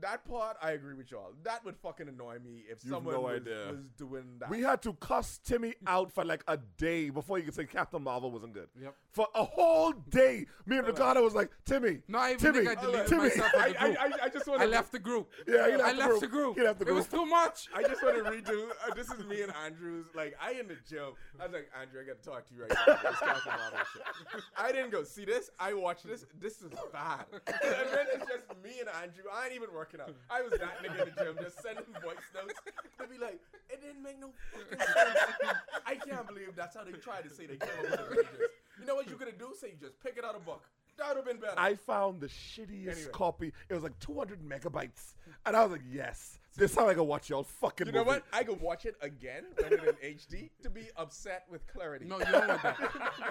that part I agree with y'all. That would fucking annoy me if
You've
someone
no
was,
idea.
was doing that.
We had to cuss Timmy out for like a day before you could say Captain Marvel wasn't good.
Yep.
For a whole day, me and Ricardo was like, Timmy,
No, I even
Timmy,
think I deleted
Timmy.
myself from
I,
the
I,
group. I,
I, I just want.
left the group.
Yeah, he left
I
the
left
group.
the group.
He left the
It was
group.
too much.
I just want to redo. Uh, this is me and Andrew's. Like I in the gym. I was like, Andrew, I got to talk to you right now. Let's talk about this shit. I didn't go see this. I watched this. This is bad. And then it's just me and Andrew. I ain't even working out. I was that nigga in the gym, just sending voice notes to be like, it didn't make no fucking sense. I can't believe that's how they tried to say they came up with the pages. You know what you could have do? Say you just pick it out of a book. That would have been better.
I found the shittiest
Anyway.
copy. It was like 200 megabytes. And I was like, yes, this is how I can watch y'all fucking
you know
movie.
what? I could watch it again, but in HD, to be upset with clarity.
No, you don't want that.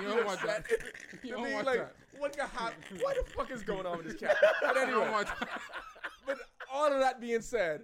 You don't want that. You
You
don't
mean
want
like
that.
what the hap- what the fuck is going on with this cat? But
You
anyway,
don't want that.
but all of that being said,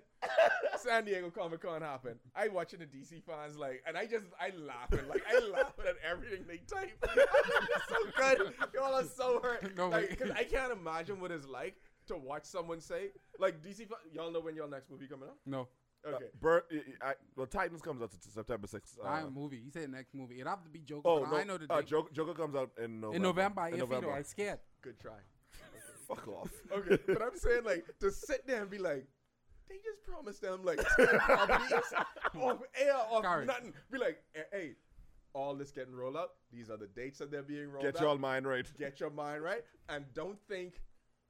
San Diego Comic Con happened. I watching the DC fans like, and I just I laughing like I laughing at everything they type. it's so good. Y'all are so hurt.
No,
Like,
wait.
'cause I can't imagine what it's like to watch someone say like DC. Fa- y'all know when y'all next movie coming up?
No,
Okay.
Uh, Bur- I, I, well, Titans comes out to September 6th. Uh,
I am movie. He said next movie. It have to be Joker.
oh,
but
no.
I know the
uh,
date.
Joker, Joker comes out in November.
in November, I
In
if you know,
November.
I'm scared.
Good try.
Fuck off.
Okay, but I'm saying like to sit there and be like, they just promised them like 10 copies off air, off
Sorry.
nothing. Be like, "Eh, hey, all this getting rolled out. These are the dates uh, that they're being rolled
Get
out.
y'all mind right.
Get your mind right, and don't think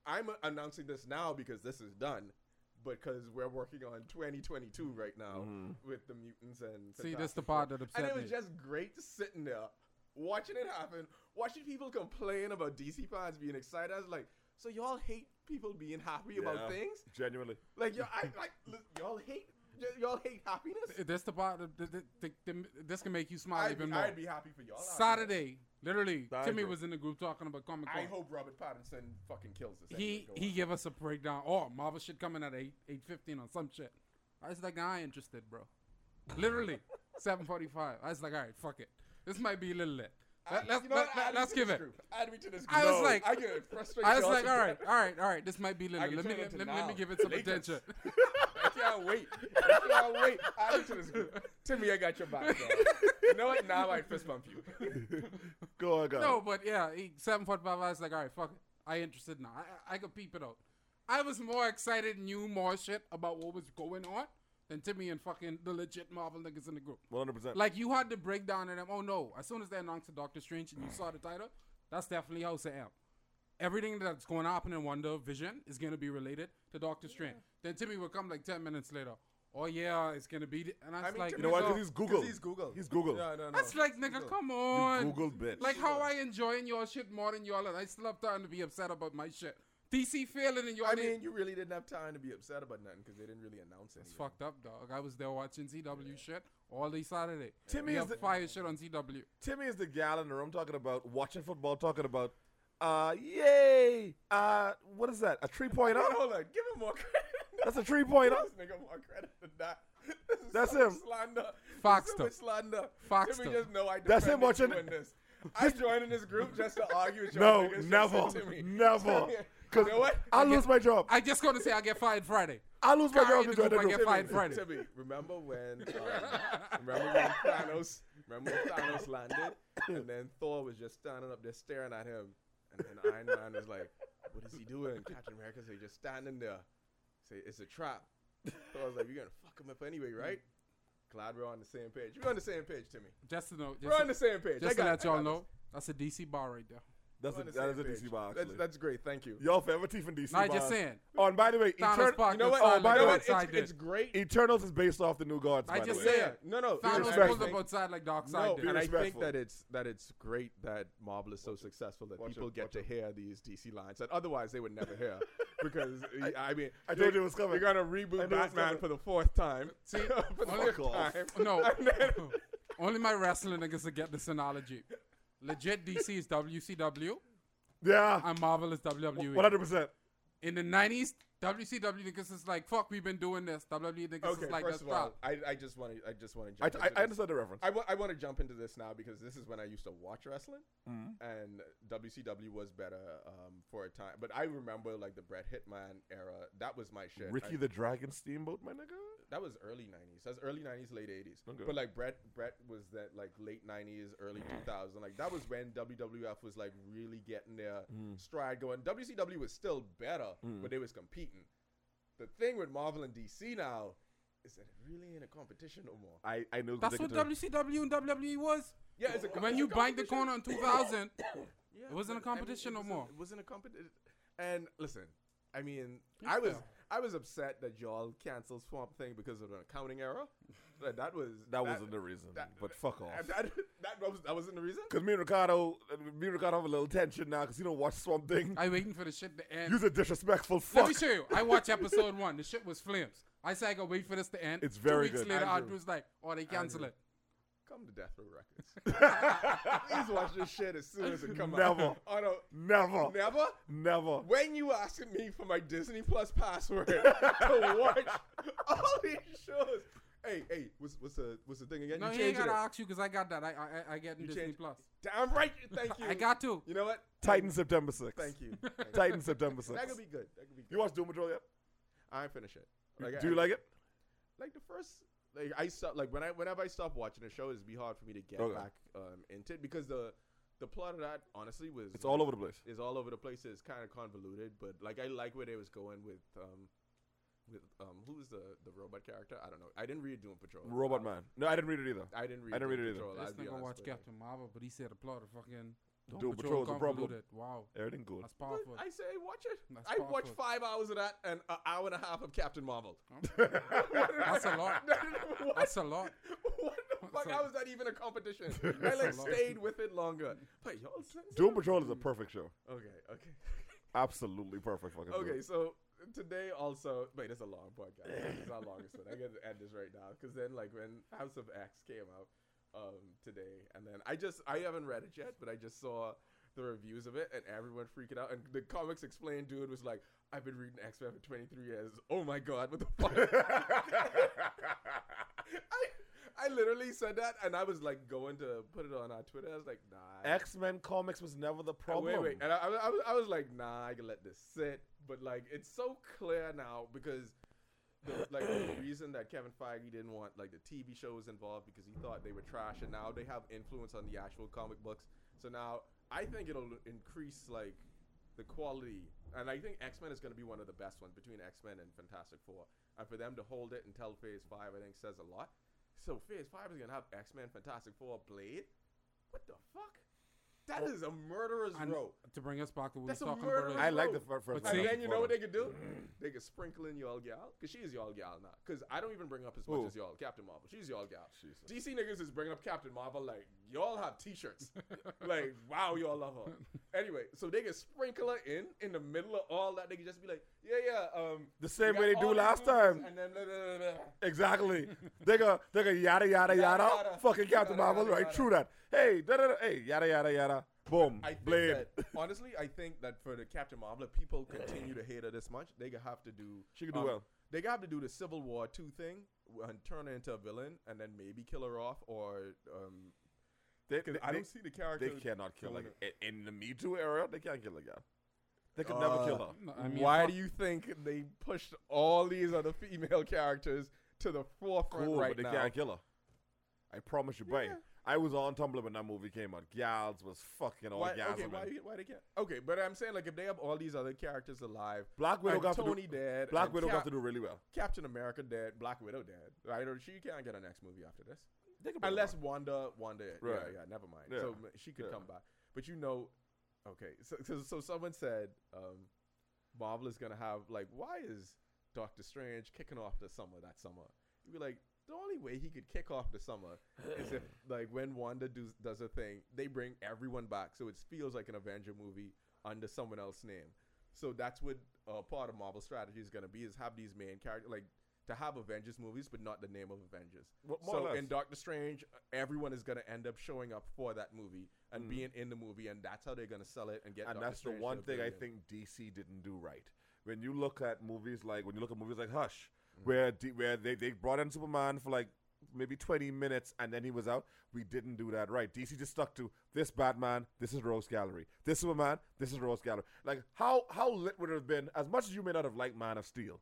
I'm uh, announcing this now because this is done. Because we're working on 2022 right now
Mm-hmm.
with the mutants and
See, this the
Fantastic Four."
part that
and
upset
it was
me.
just great sitting there watching it happen, watching people complain about DC fans being excited. I was like, so y'all hate people being happy about
Yeah.
things?
Genuinely.
Like y'all, I, like li- y'all hate y- y'all hate happiness?
This the part. That, that, that- that- this can make you smile
I'd,
even
be,
more.
I'd be happy for y'all. I'd be-
Saturday, literally,
I
Timmy
agree.
was in the group talking about Comic
I
Con.
hope Robert Pattinson fucking kills this. anyway,
he
go
he
on.
gave us a breakdown. Oh, Marvel shit coming at eight eight fifteen on some shit. I was like, I ain't interested, bro. Literally, seven forty five. I was like, all right, fuck it. This might be a little lit.
I-
Let, let's
you know
let,
what? Add
let,
me
us
to this
give it.
group. Add me to this. Group.
I was
No.
like-
I get frustrated.
I was like, all right, all right, all right. This might be a
I
little.
can
Let me
turn it
let,
to
let, let me
now.
give it some
Lakers.
attention.
I can't wait. I can't wait. I looked at this group. Timmy, I got your back. dog. you know what? Now I fist bump you.
Go on, go on.
no, but yeah, he, seven forty five. I was like, all right, fuck it. I interested now. I, I I could peep it out. I was more excited and knew more shit about what was going on than Timmy and fucking the legit Marvel niggas in the group.
100%.
Like you had the breakdown of them. Oh no! As soon as they announced the Doctor Strange and you saw the title, that's definitely House of M. Everything that's going to happen in Wonder Vision is going to be related to Doctor Strange. Then Timmy will come like ten minutes later. Oh yeah, it's going to be. th-" And I was like,
You know what?
Timmy's
'Cause he's Google.
He's Google.
He's Google.
No, no, no.
That's like nigga, come on.
Google bitch.
uh, Like how I enjoying your shit more than y'all, and I still have time to be upset about my shit. DC failing and y'all.
I
need-
mean, you really didn't have time to be upset about nothing because they didn't really announce it.
it's fucked up, dog. I was there watching CW shit all day Saturday.
Timmy
we
is
have
the-
fire shit on CW.
Timmy is the gal in the room talking about watching football, talking about, uh, yay, uh, what is that? A three pointer?
hold on. Give him more credit.
That's a three oh? pointer.
Give this nigga more credit than that. This is
That's
so much
him.
Slander.
Foxter.
This is so much slander.
Foxter.
Timmy just know I
That's him
defended you
watching-
in This. I joined in this group just to argue with you.
No, never, never.
You
Because
know what?
I'll lose my job.
I just gonna say I get fired Friday.
I'll lose my
Guy
job
in
to
the
join
group,
the
I get
group.
fired Friday.
Timmy, remember when? Um, remember when Thanos? Remember when Thanos landed, and then Thor was just standing up there staring at him, and then Iron Man was like, "What is he doing?" Captain America said, "Just standing there." Say, "It's a trap." So I was like, "You're gonna fuck him up anyway, right?" Glad we're on the same page. We're on the same page, Timmy.
Just to know, just,
We're on
to,
the same page.
just
I got
to
it,
let
I
y'all
got
know,
this.
that's a DC bar right there.
That's
We're
a,
on the
that is a
same
DC
page.
bar,
That's,
actually.
that's great. Thank you.
Y'all forever teething DC
Nah,
bars.
just saying.
Oh, and by the way,
Thanos
Etern-
Park
You know
was
what?
silent
Oh, by
you
the
know
way,
what? It's,
Darkseid
it's
did.
great.
Eternals is based off the New Gods,
I
by
just
the way.
said-
Yeah. No, no.
Thanos
and I
was respectful.
pulls
think-
up outside like Dark Side
No,
Be
and I think
respectful.
that it's that it's great that Marvel is so successful that
Watch
people
it,
get
watch
to
it.
hear these DC lines that otherwise they would never hear because I, mean
I
they-
told you it was coming.
They're gonna
I knew
reboot
it was
Batman
coming.
for the fourth time. See, for the
only-
fifth
off.
time.
No.
And then-
Only my wrestling niggas will get this analogy. Legit DC is WCW
Yeah,
and Marvel is WWE.
100%.
In the 90s, WCW niggas is like, fuck, we've been doing this. WWE niggas
Okay,
is like,
first
that's
of all,
stop.
I, I just want to I just want to
I,
jump.
I,
into
I
this.
understand the reference.
I, w- I want to jump into this now because this is when I used to watch wrestling,
Mm-hmm.
Mhm.
and WCW was better um, for a time. But I remember like the Bret Hitman era. That was my shit.
Ricky
I-
the Dragon Steamboat, my nigga.
that was early '90s. That's early '90s, late '80s.
Okay.
But like Bret, Bret was that like late '90s, early 2000. Like that was when WWF was like really getting their
Mm.
stride going. WCW was still better,
Mm.
but they was competing. The thing with Marvel and DC now is that it really ain't a competition no more.
I, I know
That's what WCW and WWE was.
Yeah, it's a co-
when
it's a
you banged the
competition.
corner in 2000,
Yeah,
It wasn't a
but, I mean,
competition
it
no
wasn't-
more.
It wasn't a competition. And listen, I mean,
Yes,
I was
sir.
I was upset that y'all canceled Swamp Thing because of an accounting error. That, that was
That wasn't the reason,
that-
but fuck off.
and That, that was that wasn't the reason.
Because me and Ricardo, me and Ricardo have a little tension now because you don't watch Swamp Thing.
I waiting for the shit to end.
You're a disrespectful
Let
fuck.
me show you. I watched episode one. The shit was flims. I said I gotta wait for this to end.
It's very
Two weeks
good.
later,
Andrew.
Andrew's like, "Oh, they cancel
Andrew.
it."
Come to Death Row Records. Please watch this shit as soon as it comes out.
Never.
Oh no,
Never,
never.
never.
When you asking me for my Disney Plus password to watch all these shows, hey, hey, what's what's the what's the thing again?
No,
you
he ain't
changing
gotta
it.
ask you because I got that. I I, I get in
You
Disney
change-
Plus.
Damn right. you- Thank you.
I got to.
You know what?
Titan September 6th.
Thank you. Thank you.
Titan September 6th.
That could be good. That could be good.
you watch Doom Patrol yet?
I ain't finish it.
Do
I,
you like it?
like the first like I stop like when I whenever I stop watching a show, it'd be hard for me to get
Okay.
back um, into it because the the plot of that honestly was
It's all over the place.
is all over the place. It's kind of convoluted, but like I like where they was going with um with um who was the the robot character? I don't know. I didn't read Doom Patrol.
Robot Man. No, I didn't read it either.
I didn't read.
I didn't
Doom
read it either.
Patrol,
This
I'll be
nigga
honest
watched
with you.
Captain Marvel, but he said the plot of fucking
Doom Patrol is a problem.
convoluted. Wow,
Everything good.
that's
But
powerful.
I say watch it.
That's
I watched
powerful.
five hours of that and an hour and a half of Captain Marvel.
That's a lot.
What?
That's a lot.
what the fuck?
So-
How is that even a competition? I
That's a
like
lot.
stayed with it longer. But y'all sense
Doom Patrol is a perfect show.
Okay, okay.
Absolutely perfect fucking show.
Okay, so today also wait, it's a long podcast. It's our longest one. I gotta end this right now. Cause then like when House of X came out um today and then I just I haven't read it yet, but I just saw the reviews of it and everyone freaking out and the comics explained dude was like, I've been reading X Men for twenty three years. Oh my god, what the fuck? I I literally said that, and I was like going to put it on our Twitter. I was like, nah.
X Men comics was never the
I-
problem.
Wait, wait. And I, I, was- I was, I was like, nah, I can let this sit. But like, it's so clear now because. The, like the reason that Kevin Feige didn't want like the TV shows involved because he thought they were trash, and now they have influence on the actual comic books. So now I think it'll increase like the quality, and I think X Men is going to be one of the best ones between X Men and Fantastic Four. And for them to hold it until Phase Five, I think says a lot. So Phase Five is going to have X Men, Fantastic Four, Blade. What the fuck? That is a murderer's
And
row.
to bring us back to what we was
That's a
talking
murderous-
about.
I
earlier.
like the fir- first.
But
And
see-
then you know what they could do?
Mm.
they could sprinkle in y'all gal, cause she is y'all gal now. Cause I don't even bring up as much
Who?
as y'all Captain Marvel. She's y'all gal.
Jesus.
DC niggas is bringing up Captain Marvel like y'all have T-shirts. like wow, y'all love her. Anyway, so they can sprinkle her in in the middle of all that. They can just be like, yeah, yeah. Um,
The
we
same
got
way they
all
do
these
last
movies
time.
And then blah, blah, blah, blah.
Exactly. they go, they go, yada, yada, yada.
Yada, yada.
Fucking Captain
Yada,
Marvel,
yada,
right?
yada.
True that. Hey, da, da, da, hey, yada, yada, yada. Boom.
I think
Blade.
that honestly, I think that for the Captain Marvel, if people continue to hate her this much, they gonna have to do.
She could do well.
They gonna have to do the Civil War two thing w- and turn her into a villain, and then maybe kill her off, or um,
They,
because
they-
I
they-
don't see the character.
they cannot kill like
killing
i- in the Me Too era. They can't kill a guy. They could never kill
Uh,
her.
No, I mean,
Why
fuck-
do you think they pushed all these other female characters to the forefront
Cool,
right
but they
now?
can't kill her. I promise you, babe.
Yeah.
I was on Tumblr when that movie came out. Gals was fucking
why,
orgasming.
okay, why, you- why they can't? Okay, but I'm saying like if they have all these other characters alive,
Black Widow
and
got
Tony
to do.
dead,
Black
and
Widow
Cap-
got to do really well.
Captain America dead, Black Widow dead, right? Or she can't get her next movie after this.
They could bring her
Unless
back.
Wanda, Wanda, yeah,
Right.
yeah, never mind.
Yeah.
So m- she could
Yeah.
come back, but you know, okay. So, so, so someone said, um, Marvel is gonna have like, why is Doctor Strange kicking off the summer that summer? You'd be like, the only way he could kick off the summer is if like when Wanda does does a thing, they bring everyone back, so it feels like an Avenger movie under someone else's name. So that's what uh, part of Marvel's strategy is gonna be is have these main characters like. To have Avengers movies, but not the name of Avengers.
Well, more or
So
less.
in Doctor Strange, everyone is going to end up showing up for that movie and being in the uh, movie, and that's how they're going to sell it and get.
Mm. and
Doctor
that's the
Strange to
one
a
thing I
billion.
think DC didn't do right. when you look at movies like when you look at movies like Hush,
Mm.
where D, where they, they brought in Superman for like maybe 20 minutes and then he was out. We didn't do that right. DC just stuck to this Batman, this is Rose Gallery. This Superman, this is Rose Gallery. Like how how lit would it have been as much as you may not have liked Man of Steel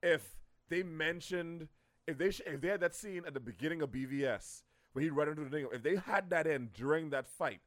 if they mentioned if they sh- if they had that scene at the beginning of BVS where he ran into the thing, if they had that in during that fight,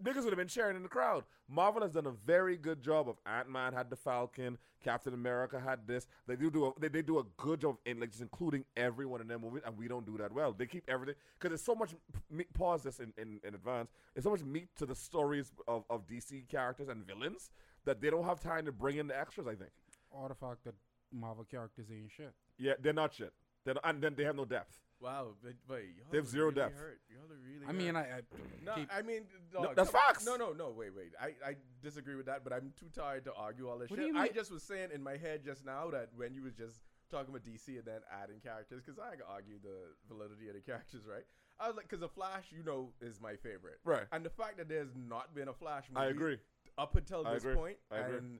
niggas would have been cheering in the crowd. Marvel has done a very good job of Ant Man had the Falcon, Captain America had this. They do do a, they, they do a good job in like just including everyone in their movies, and we don't do that well. They keep everything because there's so much p- meat. Pause this in, in, in advance. There's so much meat to the stories of, of DC characters and villains that they don't have time to bring in the extras. I think.
Artifact that Marvel characters ain't shit.
Yeah, they're not shit. They're not, and then they have no depth.
Wow, but, but y'all
They have
are
zero
really
depth.
Hurt. Y'all are really
I mean, I,
hurt.
I
no,
keep-
I mean, dog,
that's
come on.
facts.
No, no, no. Wait, wait. I, I disagree with that, but I'm too tired to argue all this
What do
shit.
you
I
mean?
just was saying in my head just now that when you was just talking about DC and then adding characters, because I can argue the validity of the characters, right? I was like, because the Flash, you know, is my favorite,
Right.
And the fact that there's not been a Flash movie,
I agree.
up until
I
this
agree.
point,
I agree.
and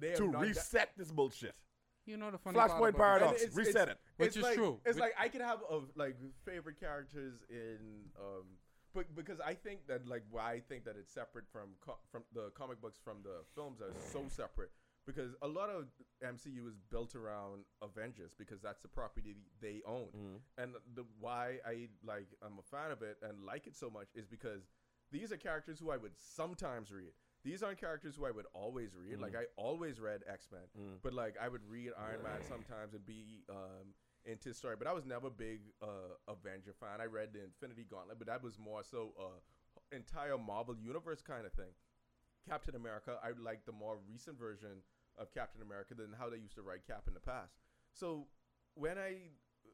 they
To
have not done-
reset this bullshit.
you know the funny part
Flashpoint
about
Paradox.
And
Reset it.
Which
it's
is
like-
true.
It's
Which-
like I could have of like favorite characters in, um, but because I think that like why I think that it's separate from co- from the comic books from the films are so separate because a lot of MCU is built around Avengers because that's the property they own,
Mm,
and the why I like I'm a fan of it and like it so much is because these are characters who I would sometimes read. These aren't characters who I would always read. Like I always read X Men,
mm.
but like I would read Iron Man sometimes and be um, into his story. But I was never a big uh, Avenger fan. I read the Infinity Gauntlet, but that was more so a entire Marvel universe kind of thing. Captain America, I like the more recent version of Captain America than how they used to write Cap in the past. So when I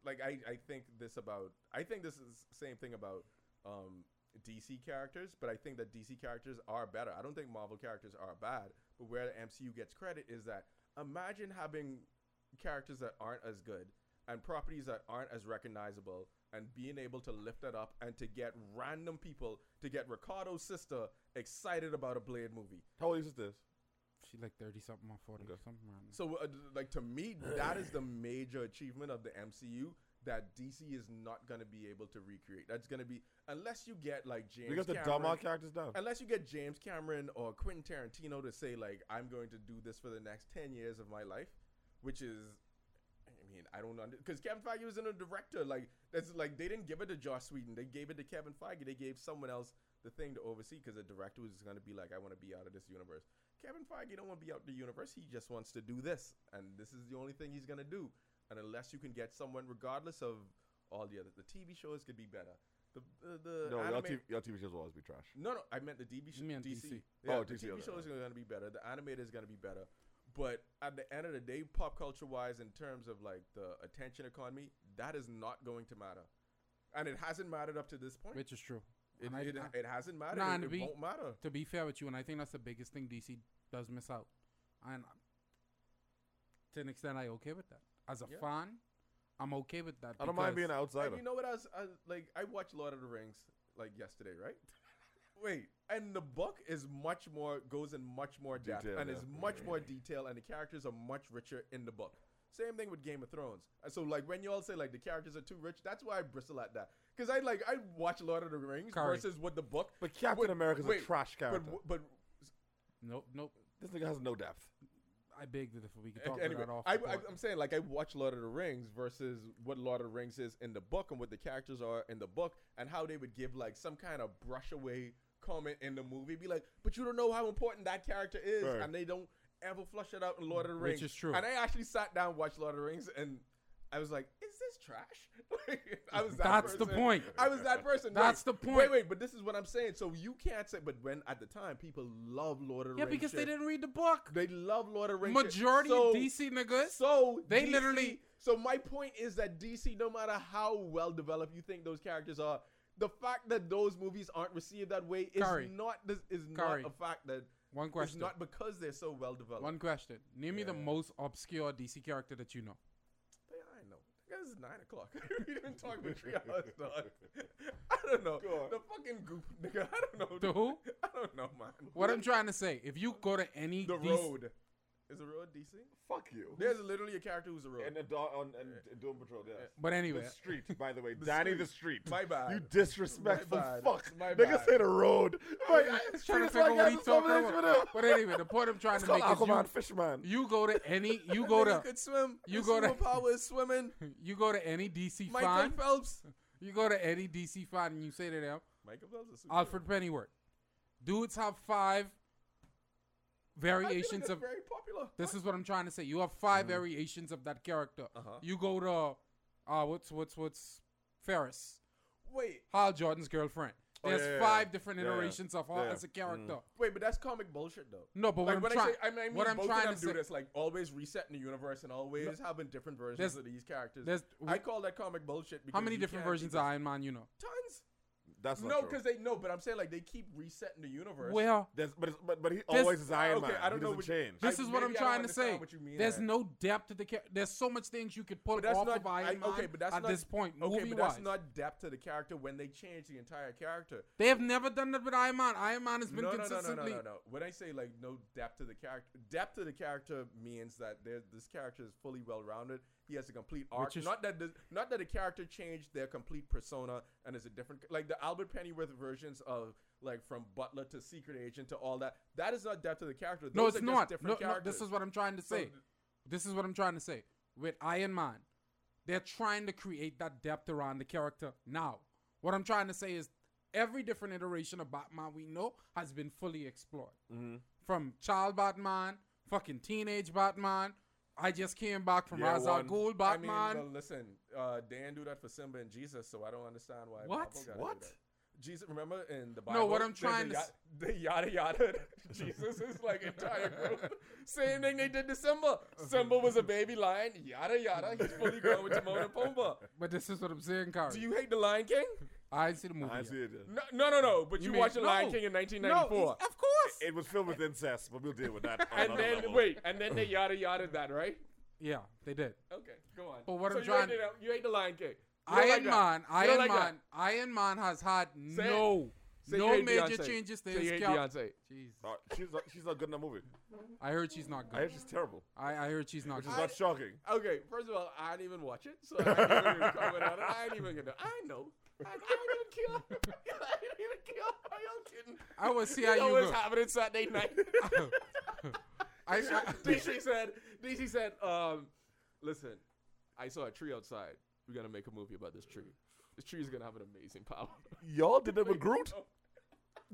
like I, I think this about I think this is same thing about um, DC characters, but I think that DC characters are better. I don't think Marvel characters are bad, but where the MCU gets credit is that imagine having characters that aren't as good and properties that aren't as recognizable and being able to lift that up and to get random people to get Ricardo's sister excited about a Blade movie.
How old is this?
she like thirty something or forty
Okay.
something around. there.
So, uh, d- like to me, that is the major achievement of the MCU that DC is not going to be able to recreate. That's going to be unless you get like James.
Because the
Cameron,
dumb characters down.
Unless you get James Cameron or Quentin Tarantino to say like I'm going to do this for the next ten years of my life, which is, I mean, I don't know because Kevin Feige was in a director like that's like they didn't give it to Josh Sweden, they gave it to Kevin Feige, they gave someone else the thing to oversee because the director was going to be like I want to be out of this universe. Kevin Feige don't want to be out the universe. He just wants to do this, and this is the only thing he's gonna do. And unless you can get someone, regardless of all the other, the TV shows could be better. The the, the
No, y'all
anime-
TV, y'all TV shows will always be trash.
no, no, I meant the DB sh-
You meant
DC.
DC.
Oh,
the
DC,
TV
okay.
show is going to be better. The animated is going to be better. But at the end of the day, pop culture wise, in terms of like the attention economy, that is not going to matter, and it hasn't mattered up to this point.
which is true.
it,
And I-
it,
I-
it hasn't mattered.
Nah,
It-
and
it
we-
won't matter.
to be fair with you, and I think that's the biggest thing DC does miss out. And to an extent, I okay with that. As a
Yeah.
fan, I'm okay with that.
I don't mind being
because
an outsider.
And you know what? I was I, like, I watched Lord of the Rings like yesterday, right? Wait, and the book is much more goes in much more depth
Detail,
and
yeah.
is much more detail, and the characters are much richer in the book. Same thing with Game of Thrones. Uh, So like when you all say like the characters are too rich, that's why I bristle at that. Cause I like I watch Lord of the Rings
Curry.
versus what the book.
but Captain
Wait,
America's
wait,
a trash
But
character.
w- but
Nope, nope.
this nigga has no depth.
I beg that if we could
Ac-
talk
anyway,
about that off.
I,
the pod.
I, am saying like I watch Lord of the Rings versus what Lord of the Rings is in the book and what the characters are in the book and how they would give like some kind of brush away comment in the movie, be like, but you don't know how important that character is,
Right.
and they don't ever flush it out in Lord of the
Which
Rings,
is true.
And I actually sat down and watched Lord of the Rings and. I was like, "Is this trash?" Like, I was. That
That's the
person.
point.
I was that person. Wait,
That's the
Wait,
point.
wait, but this is what I'm saying. So you can't say. But when at the time people love Lord of the
yeah,
Rings,
because they
shit.
didn't read the book.
They love Lord of the Rings. shit.
Majority
So-
of DC niggas.
so
They
DC
literally-
So my point is that DC, no matter how well developed you think those characters are, the fact that those movies aren't received that way is
Curry.
not is, is
Curry.
not a fact that
One
it's
question.
not because they're so well developed.
One question. Name me the
Yeah.
most obscure DC character that you know.
They- I know. Guys, it's nine o'clock. we didn't talk about three hours, dog. I don't know.
Go on.
The fucking goop, nigga. I don't know.
The who?
I don't know, man.
What I'm trying to say, if you go to any
the
DC
road. Is the road DC?
Fuck you.
There's literally a character who's a road.
And the dog on and Doom Patrol. Yes.
But
The
anyway,
street, by the way, Danny the street.
My bad.
You disrespectful
My bad.
fuck.
My
Nigga
bad.
say the road. Like, I-
just
street
trying to
is
figure
like,
what
I
he
have this
talking
conversation with him.
about. But anyway, the point I'm trying
It's
to
called
make is
Aquaman
you,
Fishman.
you go to any you
That nigga
go to
could swim.
you
His
go to-
superpower is swimming.
you go to any DC
Michael
fan
Phelps.
you go to any DC fan and you say to them
Michael Phelps is
Alfred Pennyworth, dudes have five variations of
very popular.
This is what I'm trying to say. You have 5 variations of that character.
Mm-hmm. Uh-huh.
You go to uh, what's what's what's Ferris,
wait,
Hal Jordan's girlfriend.
Oh,
There's
yeah, yeah,
five
yeah.
different
Yeah, yeah.
iterations of her
Yeah.
as a character.
wait, but that's comic bullshit though.
No, but
Mm-hmm. Like
what
when
I'm
I
trying,
say, I mean, I mean
what I'm
both
trying
of them
to
do
say,
this, like always resetting the universe and always having different versions
There's-
of these characters.
there's-
I call that comic bullshit. Because
how many
you
different
can't
versions
do
of
this.
Iron Man you know?
Tons.
That's not
no,
true.
because they no, but I'm saying like they keep resetting the universe.
Well,
There's, but, it's, but but he always is Iron
okay,
Man.
I don't
he
know
doesn't
which-
change.
I-
this is what
maybe
I'm
I don't
trying to
understand
say.
what you mean
There's
there.
no depth to the character. There's so much things you could pull
But that's
off
not
of Iron
I-
Man
okay, but that's
at
not,
this point.
Okay,
movie
but that's
wise.
not depth to the character when they change the entire character.
they have never done that with Iron Man. Iron Man has been
no, no, no, no, no,
consistently.
no, no. When I say like no depth to the character, depth to the character means that there, this character is fully well-rounded. He has a complete arc.
Which is-
not that the, not that the character changed their complete persona and is a different like the Albert Pennyworth versions of like from butler to secret agent to all that. That is not depth to the character.
No,
Those
it's
are just
not. No,
different
no, this
characters.
is what I'm trying to
So
say.
th-
this is what I'm trying to say. With Iron Man, they're trying to create that depth around the character now. What I'm trying to say is every different iteration of Batman we know has been fully explored.
Mm-hmm.
From child Batman, fucking teenage Batman. I just came back from
Year
Ra's al
one.
Ghul
I
Batman.
mean, but listen, uh, Dan do that for Simba and Jesus, so I don't understand why.
What?
Marvel gotta do
What?
that. Jesus, remember in the Bible?
No, what I'm
they-
trying
they, ya-
to s-
they yada yada. Jesus is like entire group. Same thing they did to Simba. Simba was a baby lion. Yada yada. He's fully grown with Timon and Pumbaa.
but this is what I'm saying, Kari.
Do you hate the Lion King?
I didn't see the movie.
I
yet.
see it.
No, no, no, no. But
You
you,
mean-
watched the Lion
No.
King in
No,
1994.
of course.
It was filled with incest, but we'll deal with that. on
and
another
then
level.
wait, and then they yada yada that, right?
yeah, they did.
Okay, go on.
But what
so
I'm
you hate
trying-
it- you hate the Lion King. You don't
Iron
like that.
Man,
You don't
Iron
like that.
Man, Iron Man has had
it.
no
Say you
no
hate
major
Beyonce.
changes to
Say you
his
hate
character.
Beyonce.
Jeez.
Uh, she's not, she's not good in the movie.
I heard she's not
I hear
good.
she's terrible,
I, I heard she's not
which
good.
is
I-
not shocking.
Okay, first of all, I didn't even watch it, so I ain't even gonna comment on it. I ain't even gonna. I know. I, I didn't even care. I didn't even care. Are y'all kidding?
I will see
You
how
know
you
what's
go.
happening Saturday night?
I, I,
DC said. DC said. Um, listen, I saw a tree outside. We're gonna make a movie about this tree. This tree is gonna have an amazing power.
Y'all did that with Groot.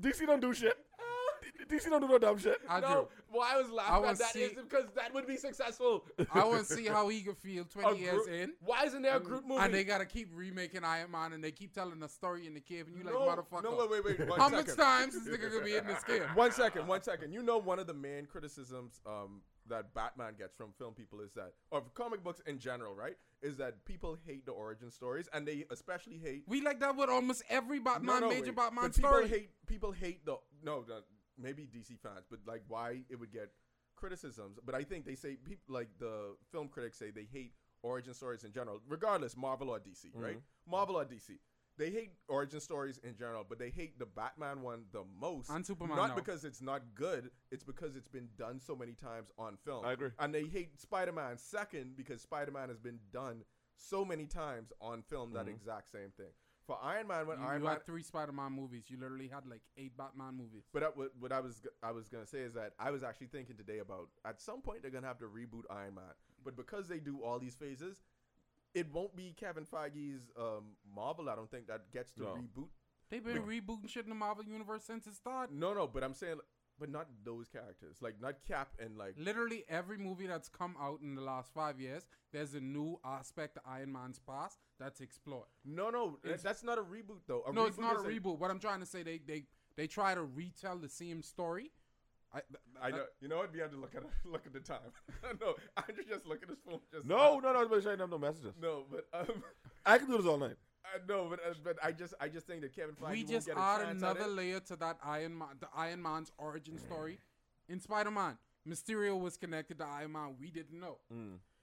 DC don't do shit. DC don't do no dumb shit.
I,
No, why I was
I
laughing
wanna
at that
see-
is because that would be successful.
want to see how he could feel
A
20 years
Groot-
in. Um,
Why isn't there a group movie?
And they got to keep remaking Iron Man and they keep telling the story in the cave and you like,
no,
motherfucker.
no, wait, wait, wait. one
how much
second.
times is this nigga going to be in this cave?
one second, one second. You know, one of the main criticisms um, that Batman gets from film people is that, or comic books in general, right, is that people hate the origin stories, and they especially hate.
We like that with almost every
No,
Batman,
no,
major
wait.
Batman
But
story.
People hate. People hate the no, the, maybe DC fans, but like why it would get criticisms. But I think they say people like the film critics say they hate origin stories in general, regardless Marvel or DC,
Mm-hmm.
right? Marvel or DC. They hate origin stories in general, but they hate the Batman one the most.
And Superman
not
now.
because it's not good; it's because it's been done so many times on film.
I agree.
And they hate Spider-Man second because Spider-Man has been done so many times on film that exact same thing. For Iron Man, when
Mm-hmm. you,
Iron
you
Man
had three Spider-Man movies. You literally had like eight Batman movies.
but I, what, what I was g- I was gonna say is that I was actually thinking today about at some point they're gonna have to reboot Iron Man, but because they do all these phases, it won't be Kevin Feige's um, Marvel. I don't think that gets to
No.
reboot.
They've been rebooting shit in the Marvel universe since it started.
No, no, but I'm saying, but not those characters, like not Cap and like
Literally every movie that's come out in the last five years, there's a new aspect of Iron Man's past that's explored.
no, no,
It's-
that's not a reboot though. A
no, it's
reboot
not a
is
reboot. What I'm trying to say, they they they try to retell the same story. I,
I know. You know what? We have to look at look at the time. no, I'm just- just looking at this phone. Just
No, no, no. I'm not no messages.
no, but um,
I can do this all night.
I know, but uh, but I just I just think that Kevin Feige
we
won't
just
get a
add
chance at
another
it.
layer to that Iron Man, the Iron Man's origin story in Spider Man. Mysterio was connected to Iron Man. We didn't know.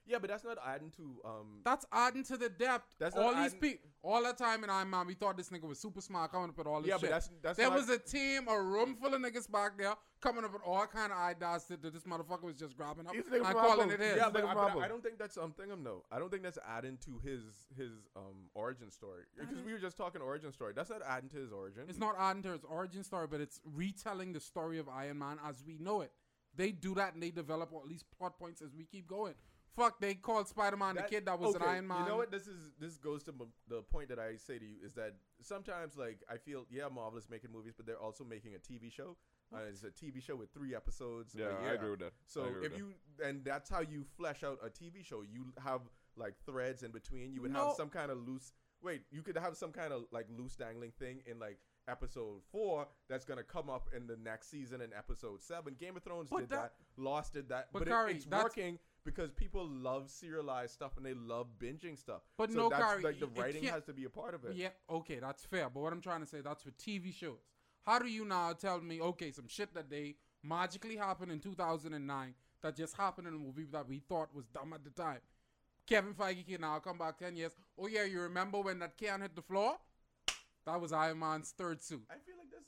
Yeah, but that's not adding to um.
That's adding to the depth.
That's not
all these
adding-
people, all the time in I Man, we thought this nigga was super smart coming up with all this
Yeah,
shit.
but that's that's
there
not,
was a team, a room full of niggas back there coming up with all kind of ideas that that this motherfucker was just grabbing up
These
and
niggas from Apple.
calling it his.
yeah,
It's
but,
like a
I, but I-
problem.
I don't think that's um Thingham though. I don't think that's adding to his his um origin story because we were just talking origin story. That's not adding to his origin.
It's not adding to its origin story, but it's retelling the story of Iron Man as we know it. They do that and they develop all these plot points as we keep going. Fuck, they called Spider Man the
That-
kid that was an
okay,
Iron Man.
You know what? This is this goes to m- the point that I say to you is that sometimes like I feel yeah, Marvel is making movies, but they're also making a TV show. Uh, it's a TV show with three episodes. a
Yeah, I
year.
agree with that. I
So
agree with
if
that.
you and that's how you flesh out a TV show. You have like threads in between. You would
No.
have some kind of loose. Wait, you could have some kind of like loose dangling thing in like episode four that's gonna come up in the next season in episode seven. Game of Thrones
But
did that,
that-
Lost did that,
But
but,
Kari,
it, it's
that's-
working because people love serialized stuff and they love binging stuff.
But
so
no,
that's,
Kari,
like the
it
writing
can't-
has to be a part of it.
Yeah, okay, that's fair. But what I'm trying to say, that's for TV shows. How do you now tell me, okay, some shit that they magically happened in 2009 that just happened in a movie that we thought was dumb at the time? Kevin Feige can now come back 10 years. Oh, yeah, you remember when that can hit the floor? That was Iron Man's third suit.
I feel like that's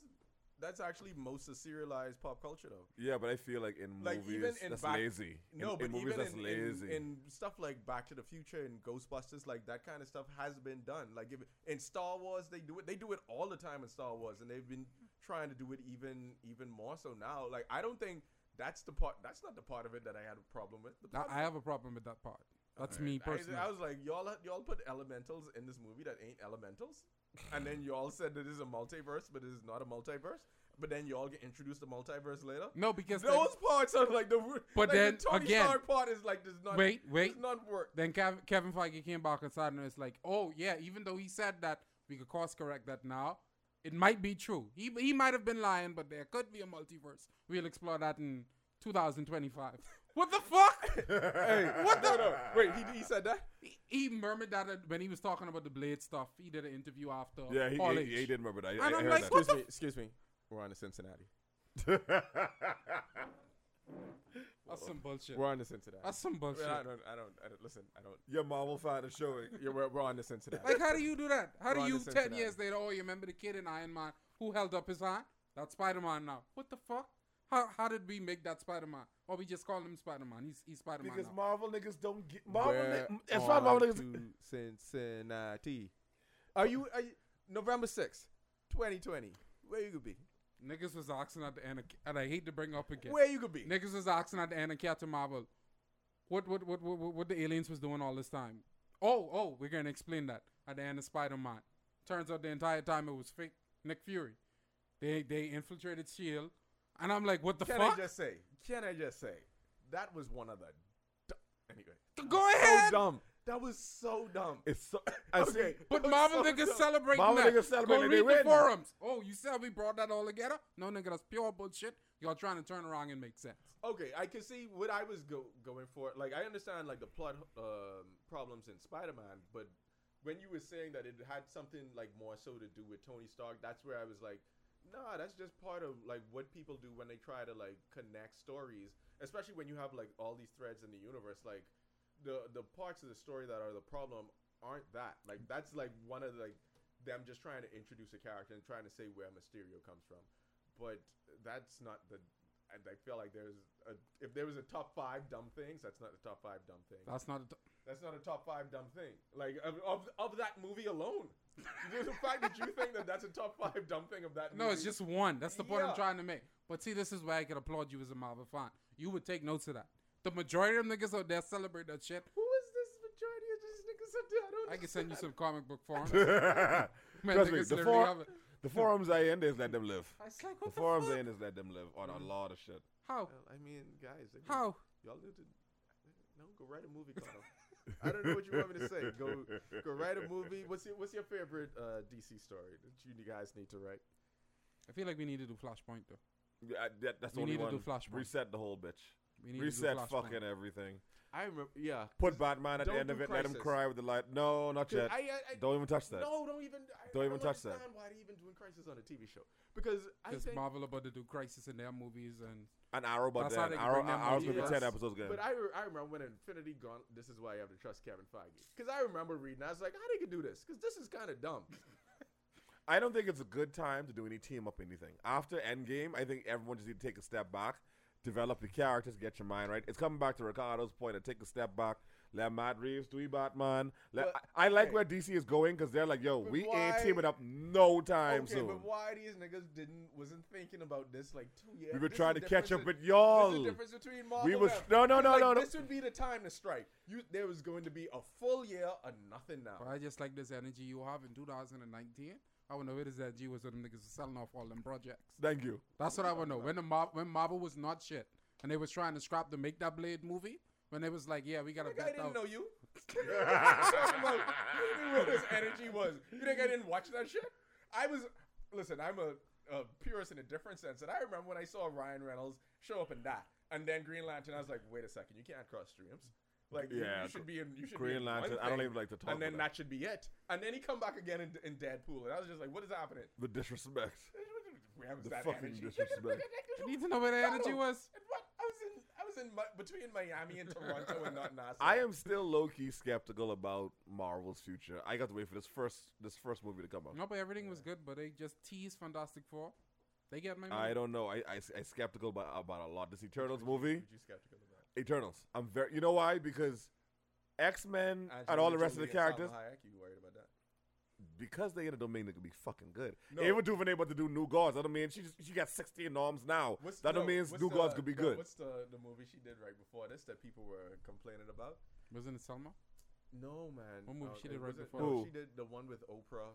that's actually most of serialized pop culture though.
Yeah, but I feel like in
Like,
movies
even in
that's
back-
lazy. In-
No,
in,
but
movies
even
that's
in,
lazy.
In, in stuff like Back to the Future and Ghostbusters, like that kind of stuff has been done. Like if, in Star Wars, they do it. They do it all the time in Star Wars, and they've been trying to do it even even more so now. Like I don't think that's the part. That's not the part of it that I had a problem with. The
That,
problem-
I have a problem with that part. That's me
I-
personally.
I, was like, y'all y'all put elementals in this movie that ain't elementals, and then y'all said that this is a multiverse, but it is not a multiverse. But then y'all get introduced to multiverse later.
no, because they-
Those parts are like the
But
like the
then,
Tony
again-
Stark part is like does not
Wait, wait.
does not work.
then Kevin, Kevin Feige came back inside and it's like, oh yeah, even though he said that, we could course correct that now. It might be true. He he might have been lying, but there could be a multiverse. We'll explore that in 2025. what the fuck?
what the? Wait, he, he said that.
he, he murmured that at- when he was talking about the blade stuff. He did an interview after.
yeah, he,
All
he,
H.
he did remember that. I,
And
I
I'm
heard
like,
that.
what the
me, excuse me. We're on to Cincinnati.
That's some bullshit.
We're on to Cincinnati.
That's some
I,
bullshit.
mean, I don't, I don't. I don't. Listen, I don't.
Your Marvel fan is showing.
Yeah, we're, we're on to Cincinnati.
Like, how do you do that? How do
Ron
you
is
ten
Cincinnati.
years later? Oh, you remember the kid in Iron Man who held up his hand? That's Spider Man now. What the fuck? How how did we make that Spider Man? Or we just call him Spider Man? He's he's Spider Man
Because
now.
Marvel niggas don't get Marvel.
We're
Ni- as far as Marvel
on
niggas,
to Cincinnati. Are you? Are you? November sixth, twenty twenty. Where you could be?
Niggas was asking at the end, of, and I hate to bring up again.
Where you could be?
Niggas was asking at the end of Captain Marvel, what what what what, what- what the aliens was doing all this time? Oh oh, we're gonna explain that at the end of Spider Man. Turns out the entire time it was fake Nick Fury. They they infiltrated Shield, E and I'm like, what the
Can
fuck?
I just say? Can I just say? That was one of the. Du- anyway.
Go ahead.
So dumb. That was so dumb.
it's so. I
Okay.
see.
But
I'm
Marvel
so
niggas
dumb.
celebrating
Marvel
that.
niggas celebrating, they
Go read the
win.
forums. Oh, you said we brought that all together? No, nigga, that's pure bullshit. Y'all trying to turn around and make sense.
Okay, I can see what I was go- going for. Like, I understand like the plot um, problems in Spider-Man, but when you were saying that it had something like more so to do with Tony Stark, that's where I was like, nah, that's just part of like what people do when they try to like connect stories, especially when you have like all these threads in the universe. Like, the the parts of the story that are the problem aren't that. Like, that's like one of the, like them just trying to introduce a character and trying to say where Mysterio comes from, but that's not the I, I feel like there's a if there was a top five dumb things, that's not the top five dumb thing.
That's not. A t-
That's not a top five dumb thing. Like of of, of that movie alone, the fact that you think that that's a top five dumb thing of that.
no,
movie,
it's just one. That's the point
Yeah.
I'm trying to make. But see, this is where I can applaud you as a Marvel fan. You would take notes of that. The majority of them niggas out there celebrate that shit.
who is this majority of these niggas out there? I don't.
I can send you
understand.
some comic book forums. Man,
Trust me,
niggas
the,
literally
for-
have it.
the forums I in is let them live.
I was like,
The
what the,
forums I
fuck?
in is let them live on
Mm-hmm.
a lot of shit.
How?
Well, I mean, guys, I mean,
How?
y'all need to no go write a movie. Connor. I don't know what you want me to say. Go go write a movie. What's your what's your favorite uh, DC story that you guys need to write?
I feel like we need to do Flashpoint though.
Yeah, I- that- that's the
We
only
need to
one.
do Flashpoint.
Reset the whole bitch.
We need
Reset
to do Flashpoint.
fucking everything.
I remember. Yeah.
Put Batman at
Don't
the end
do
of it. Let him
Crisis.
cry with the light. No, not
Dude,
yet.
I, I, I,
don't even touch that.
No, don't even. I,
Don't
I
even touch that.
understand Why they even doing Crisis on a TV show? Because I
Because
think.
Marvel about to do Crisis in their movies, and
An arrow, but
That's how
then
they can
arrow,
bring them
arrow's gonna be
movies.
ten episodes good.
But I, re- I remember when Infinity Gaunt. This is why you have to trust Kevin Feige. Because I remember reading. I was like, how they could do this? Because this is kind of dumb.
I don't think it's a good time to do any team up anything. After Endgame, I think everyone just need to take a step back, develop your characters, get your mind right. It's coming back to Ricardo's point of take a step back. Let Matt Reeves do Batman. Let,
But-
I, I like
okay.
where DC is going because they're like, yo,
But
we
why-
ain't teaming up no time
okay,
soon.
but why these niggas didn't wasn't thinking about this like two years?
we were
This is
trying to
the
catch up
difference
with
in-
y'all.
This is the difference between Marvel.
was-
and-
no, no, no,
like,
no, no.
This would be the time to strike. You, there was going to be a full year of nothing now.
but I just like this energy you have in 2019. I want to know where this energy was when them niggas was selling off all them projects.
Thank you.
That's what I want to know. When the Mar- when Marvel was not shit, and they was trying to scrap the Make That Blade movie, when they was like, yeah, we got to
Like, I
bet
didn't
out.
know you. What are you talking about? You knew what this energy was. You think I didn't watch that shit? I was. Listen, I'm a, a purist in a different sense, and I remember when I saw Ryan Reynolds show up and die, and then Green Lantern. I was like, wait a second, you can't cross streams. Like, you- you,
Yeah,
should be in. You should be
Green
in one
Lantern. I don't
thing,
even like to talk.
And then
about
that should be it. And then he come back again in, in Deadpool, and I was just like, what is happening?
the disrespect.
Where was
The
that
fucking
energy?
disrespect.
I need to know where the energy was.
And what? I was in. I was in Mi- between Miami and Toronto, and not NASA.
I am still low key skeptical about Marvel's future. I got to wait for this first this first movie to come out.
No, but everything was good, but they just teased Fantastic Four. They get my money.
I don't know. I I, I skeptical about, about a lot. This Eternals movie,
Would you skeptical about?
Eternals. I'm very. You know why? Because X Men and
Angelina
all the rest of the
Jolie and
characters,
Salma Hayek, you worried about that?
because they in a domain that could be fucking good.
No.
Ava DuVernay about to do New Gods. That don't mean she just, she got 16 norms now.
What's-
that
no,
don't mean
what's
New
the-
Gods could be
no,
good.
What's the the movie she did right before this that people were complaining about?
Wasn't it Selma?
No man.
What movie
Uh,
she did
it
right
wasn't-
before
this?
No,
Who?
she did the one with Oprah,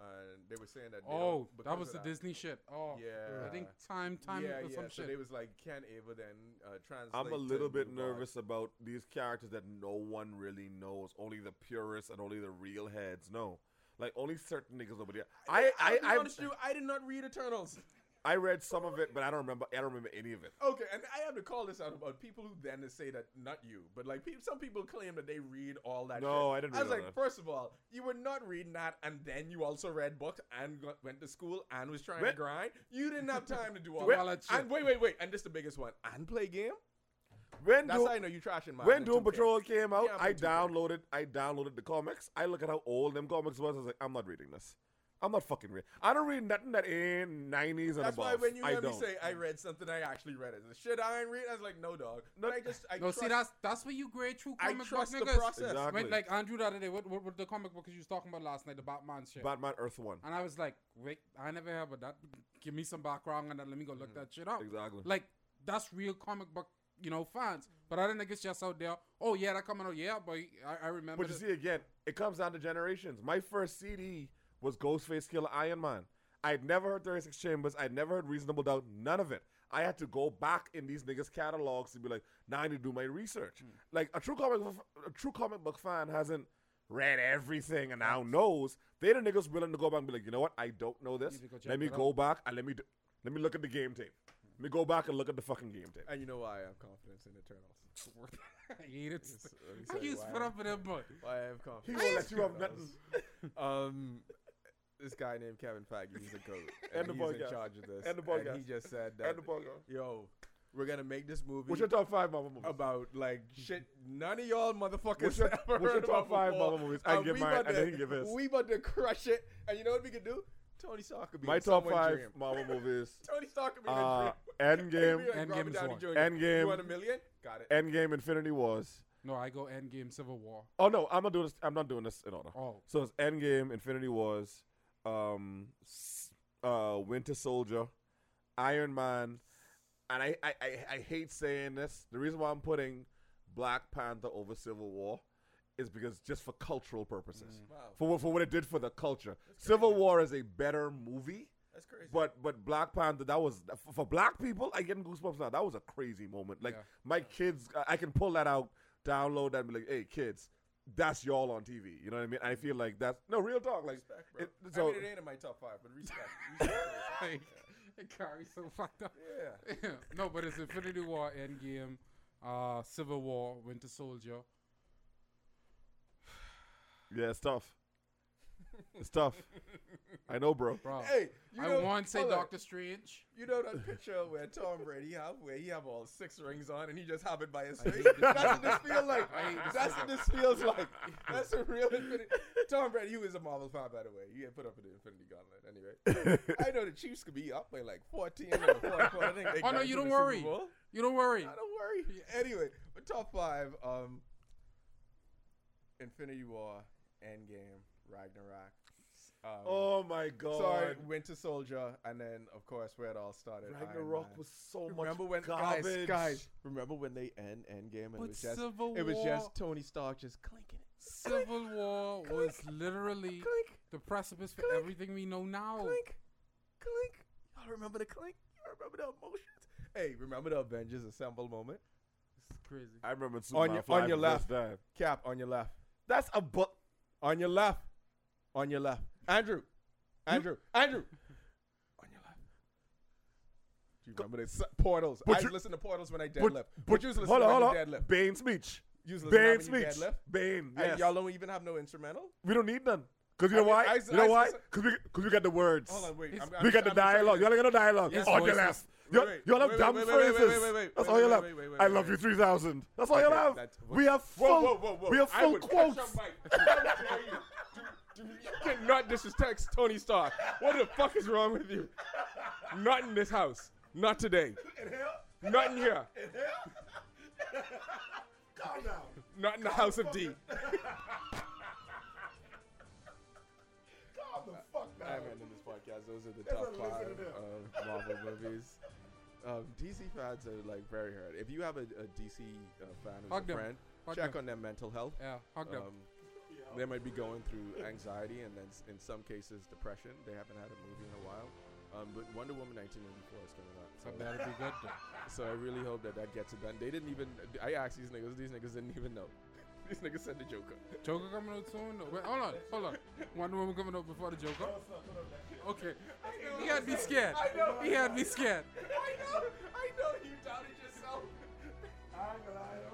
and they were saying that. they
Oh,
don't- because
that was
of
the Disney shit. Oh,
Yeah.
I think time, time
yeah,
or
yeah.
some
so
shit.
they was like, can Ava then uh, translate?
I'm
to
a little bit
New
nervous
Gods?
about these characters that no one really knows. Only the purists and only the real heads know. Like only certain niggas over there. I I
I'll be
I,
honest with you, I did not read Eternals.
I read some of it, but I don't remember. I don't remember any of it.
Okay, and I have to call this out about people who then say that not you, but like pe- some people claim that they read all that.
No,
shit.
I didn't
I was
read all
like,
that.
first of all, you were not reading that, and then you also read books and got, went to school and was trying
Wait.
to grind. You didn't have time to do all
Wait.
that. And wait, wait, wait, and this is the biggest one, and play game.
When
That's
Doom,
how I know you trashing my.
when Doom Patrol came out,
Yeah, I'm
I
in 2K.
downloaded I downloaded the comics. I look at how old them comics was. I was like, I'm not reading this. I'm not fucking reading. I don't read nothing that in 90s and
That's why
above.
when you
I
hear me
don't.
say I read something, I actually read it. The shit I ain't read, I was like, no, dog. No, I just I
no, see,
trust-
that's that's where you grade true
I
comic book
trust the
niggas.
process.
Exactly.
When, like Andrew the other day, what, what, what the comic book you was talking about last night, the Batman shit.
Batman Earth One.
and I was like, wait, I never heard about that. Give me some background and then let me go look that shit up.
Mm-hmm. Exactly.
Like, that's real comic book, you know, fans. But other niggas just out there, oh, yeah, that coming out. Yeah, but I, I remember.
But you
the-
see, again, it comes down to generations. My first CD was Ghostface Killer Iron Man. I'd never heard 36 Chambers. I'd never heard Reasonable Doubt. None of it. I had to go back in these niggas' catalogs and be like, now I need to do my research.
Hmm.
Like a true comic, book- a true comic book fan hasn't read everything and now knows. They the niggas willing to go back and be like, you know what? I don't know this.
Need to go check
Let me
that
go back and let me do, let me look at the game tape. Let me go back and look at the fucking game tape.
and you know why I have confidence in Eternals.
I hate it.
Let me
uh,
I
tell you
used
why I
to put
have
up with them, but
Why I have
He
confidence.
won't let you have nothing.
um, this guy named Kevin Feige, he's a goat, and,
And the
he's in
podcast.
charge of this.
And the podcast.
he just said that,
And the bug out.
yo, we're gonna make this movie
What's your top five Marvel movies?
about like shit. None of y'all motherfuckers
What's your-
ever
what's your
heard
top
about
five
before.
Marvel movies? I
And
give
we
mine,
about
and
to-
then he give his.
We about to crush it, and you know what we could do? Tony Stark could be
My
in
top
someone's
five
dream.
Marvel movies:
Tony Stark could be in a
uh,
dream. It'd
Endgame,
be like
Endgame
Robert
is
Downey
one.
Jr.
Endgame.
You want a million? Got it.
Endgame, Infinity Wars.
no, I go Endgame Civil War.
Oh no, I'm not doing this. I'm not doing this in order.
Oh,
So it's Endgame, Infinity Wars, um, s- uh, Winter Soldier, Iron Man, and I, I, I, I hate saying this. The reason why I'm putting Black Panther over Civil War is because just for cultural purposes,
Wow,
for what for what it did for the culture.
That's
Civil
crazy.
War is a better movie.
that's crazy.
But but Black Panther, that was for, for black people. I getting goosebumps now. That was a crazy moment. Like
Yeah.
my kids, I- I can pull that out, download that, and be like, "Hey, kids, that's y'all on TV." You know what I mean? I feel like that's no real talk. Like
respect, bro.
it- so-
I mean, it ain't in my top five, but respect. respect
like, Kari's so fucked up.
yeah.
no, but it's Infinity War, Endgame, uh, Civil War, Winter Soldier.
Yeah, it's tough. It's tough. I know, bro.
Bro,
Hey, you
Oh, I
know,
want to say
hold on.
Doctor Strange.
You know that picture where Tom Brady have where he have all six rings on and he just have it by his
I hate
face?
this
That's what
nigga.
this feels like.
I hate this
That's
nigga.
what this feels like. That's a real Infinity. Tom Brady, who is a Marvel fan by the way, you get put up in the Infinity Gauntlet anyway. I know the Chiefs could be up by like fourteen in the fourth quarter. I think they
Oh, no,
got
you
to
don't
the Super
worry.
Bowl.
You don't worry.
I don't worry. Anyway, but top five: um, Infinity War, Endgame, Ragnarok. Um,
oh my god.
Sorry, Winter Soldier, and then of course where it all started. Iron
Ragnarok
Man.
was so
remember
much
when
garbage.
guys, guys, remember when they end Endgame and it
But
was just
Civil
it was
War,
just Tony Stark just clinking it,
Civil War
Click.
was literally
clink,
the precipice for
Click.
everything we know
Oh.
now.
clink, clink. Y'all remember the clink? Y'all remember the emotions? Hey, remember the Avengers Assemble moment?
It's crazy.
I remember
On
Superman
your-
flying
on your
for the first
left.
time.
Cap on your left,
That's a book.
on your left, on your left. Andrew, Andrew, Andrew, on your left. Do you
Go-
remember the s- portals?
But
I
you-
listened to portals when I deadlift.
But,
But,
but
you was listening
hold on,
when
hold
you
on.
deadlift.
Bane speech.
You was listening
Bane
when you
speech.
deadlift.
Bane.
And
Yes.
y'all don't even have no instrumental.
we don't need none. Cause you
I
know
mean,
why?
I s-
you know
I
why?
s-
Cause we, cause we got the words.
Hold on, wait.
It's-
I'm,
we
I'm-
got the
I'm sorry.
dialogue. Y'all ain't got no dialogue.
Yes,
all you
voices.
left.
Wait,
Y'all,
wait,
y'all have
wait,
dumb
wait, wait, wait,
phrases.
wait, wait, wait,
That's
wait,
all you
wait,
left.
wait, wait, wait,
I
wait,
love
wait.
you three thousand. That's all you
Okay,
left.
that's-
We have full.
Whoa, whoa, whoa, whoa.
We have
I
full
would cut your
quotes.
mic. How dare you? Do- do- You cannot disrespect Tony Stark. What the fuck is wrong with you? Not in this house. Not today. Not in here.
Calm down.
Not in the house of D.
Calm the fuck
I haven't ended this podcast. Those are the top
Everyone
five
listen to them.
of Marvel movies. Um, DC fans are like very hurt. If you have a, a DC uh, fan who's
Hug
a
them.
friend,
Hug
check on
them.
their mental health.
Yeah, hug them.
Um, they might be going through anxiety and then s- in some cases depression. They haven't had a movie in a while. Um, but Wonder Woman 1984 is coming out, so,
That better be good. Though.
so I really hope that that gets it done. They didn't even. I asked these niggas. These niggas didn't even know. These niggas said the Joker.
Joker coming out soon. No, Wait, hold on, hold on. Wonder Woman coming out before the Joker. Okay, he had me scared.
I know.
He had me scared.
I know. I know. You doubted yourself.
I ain't gonna lie, uh,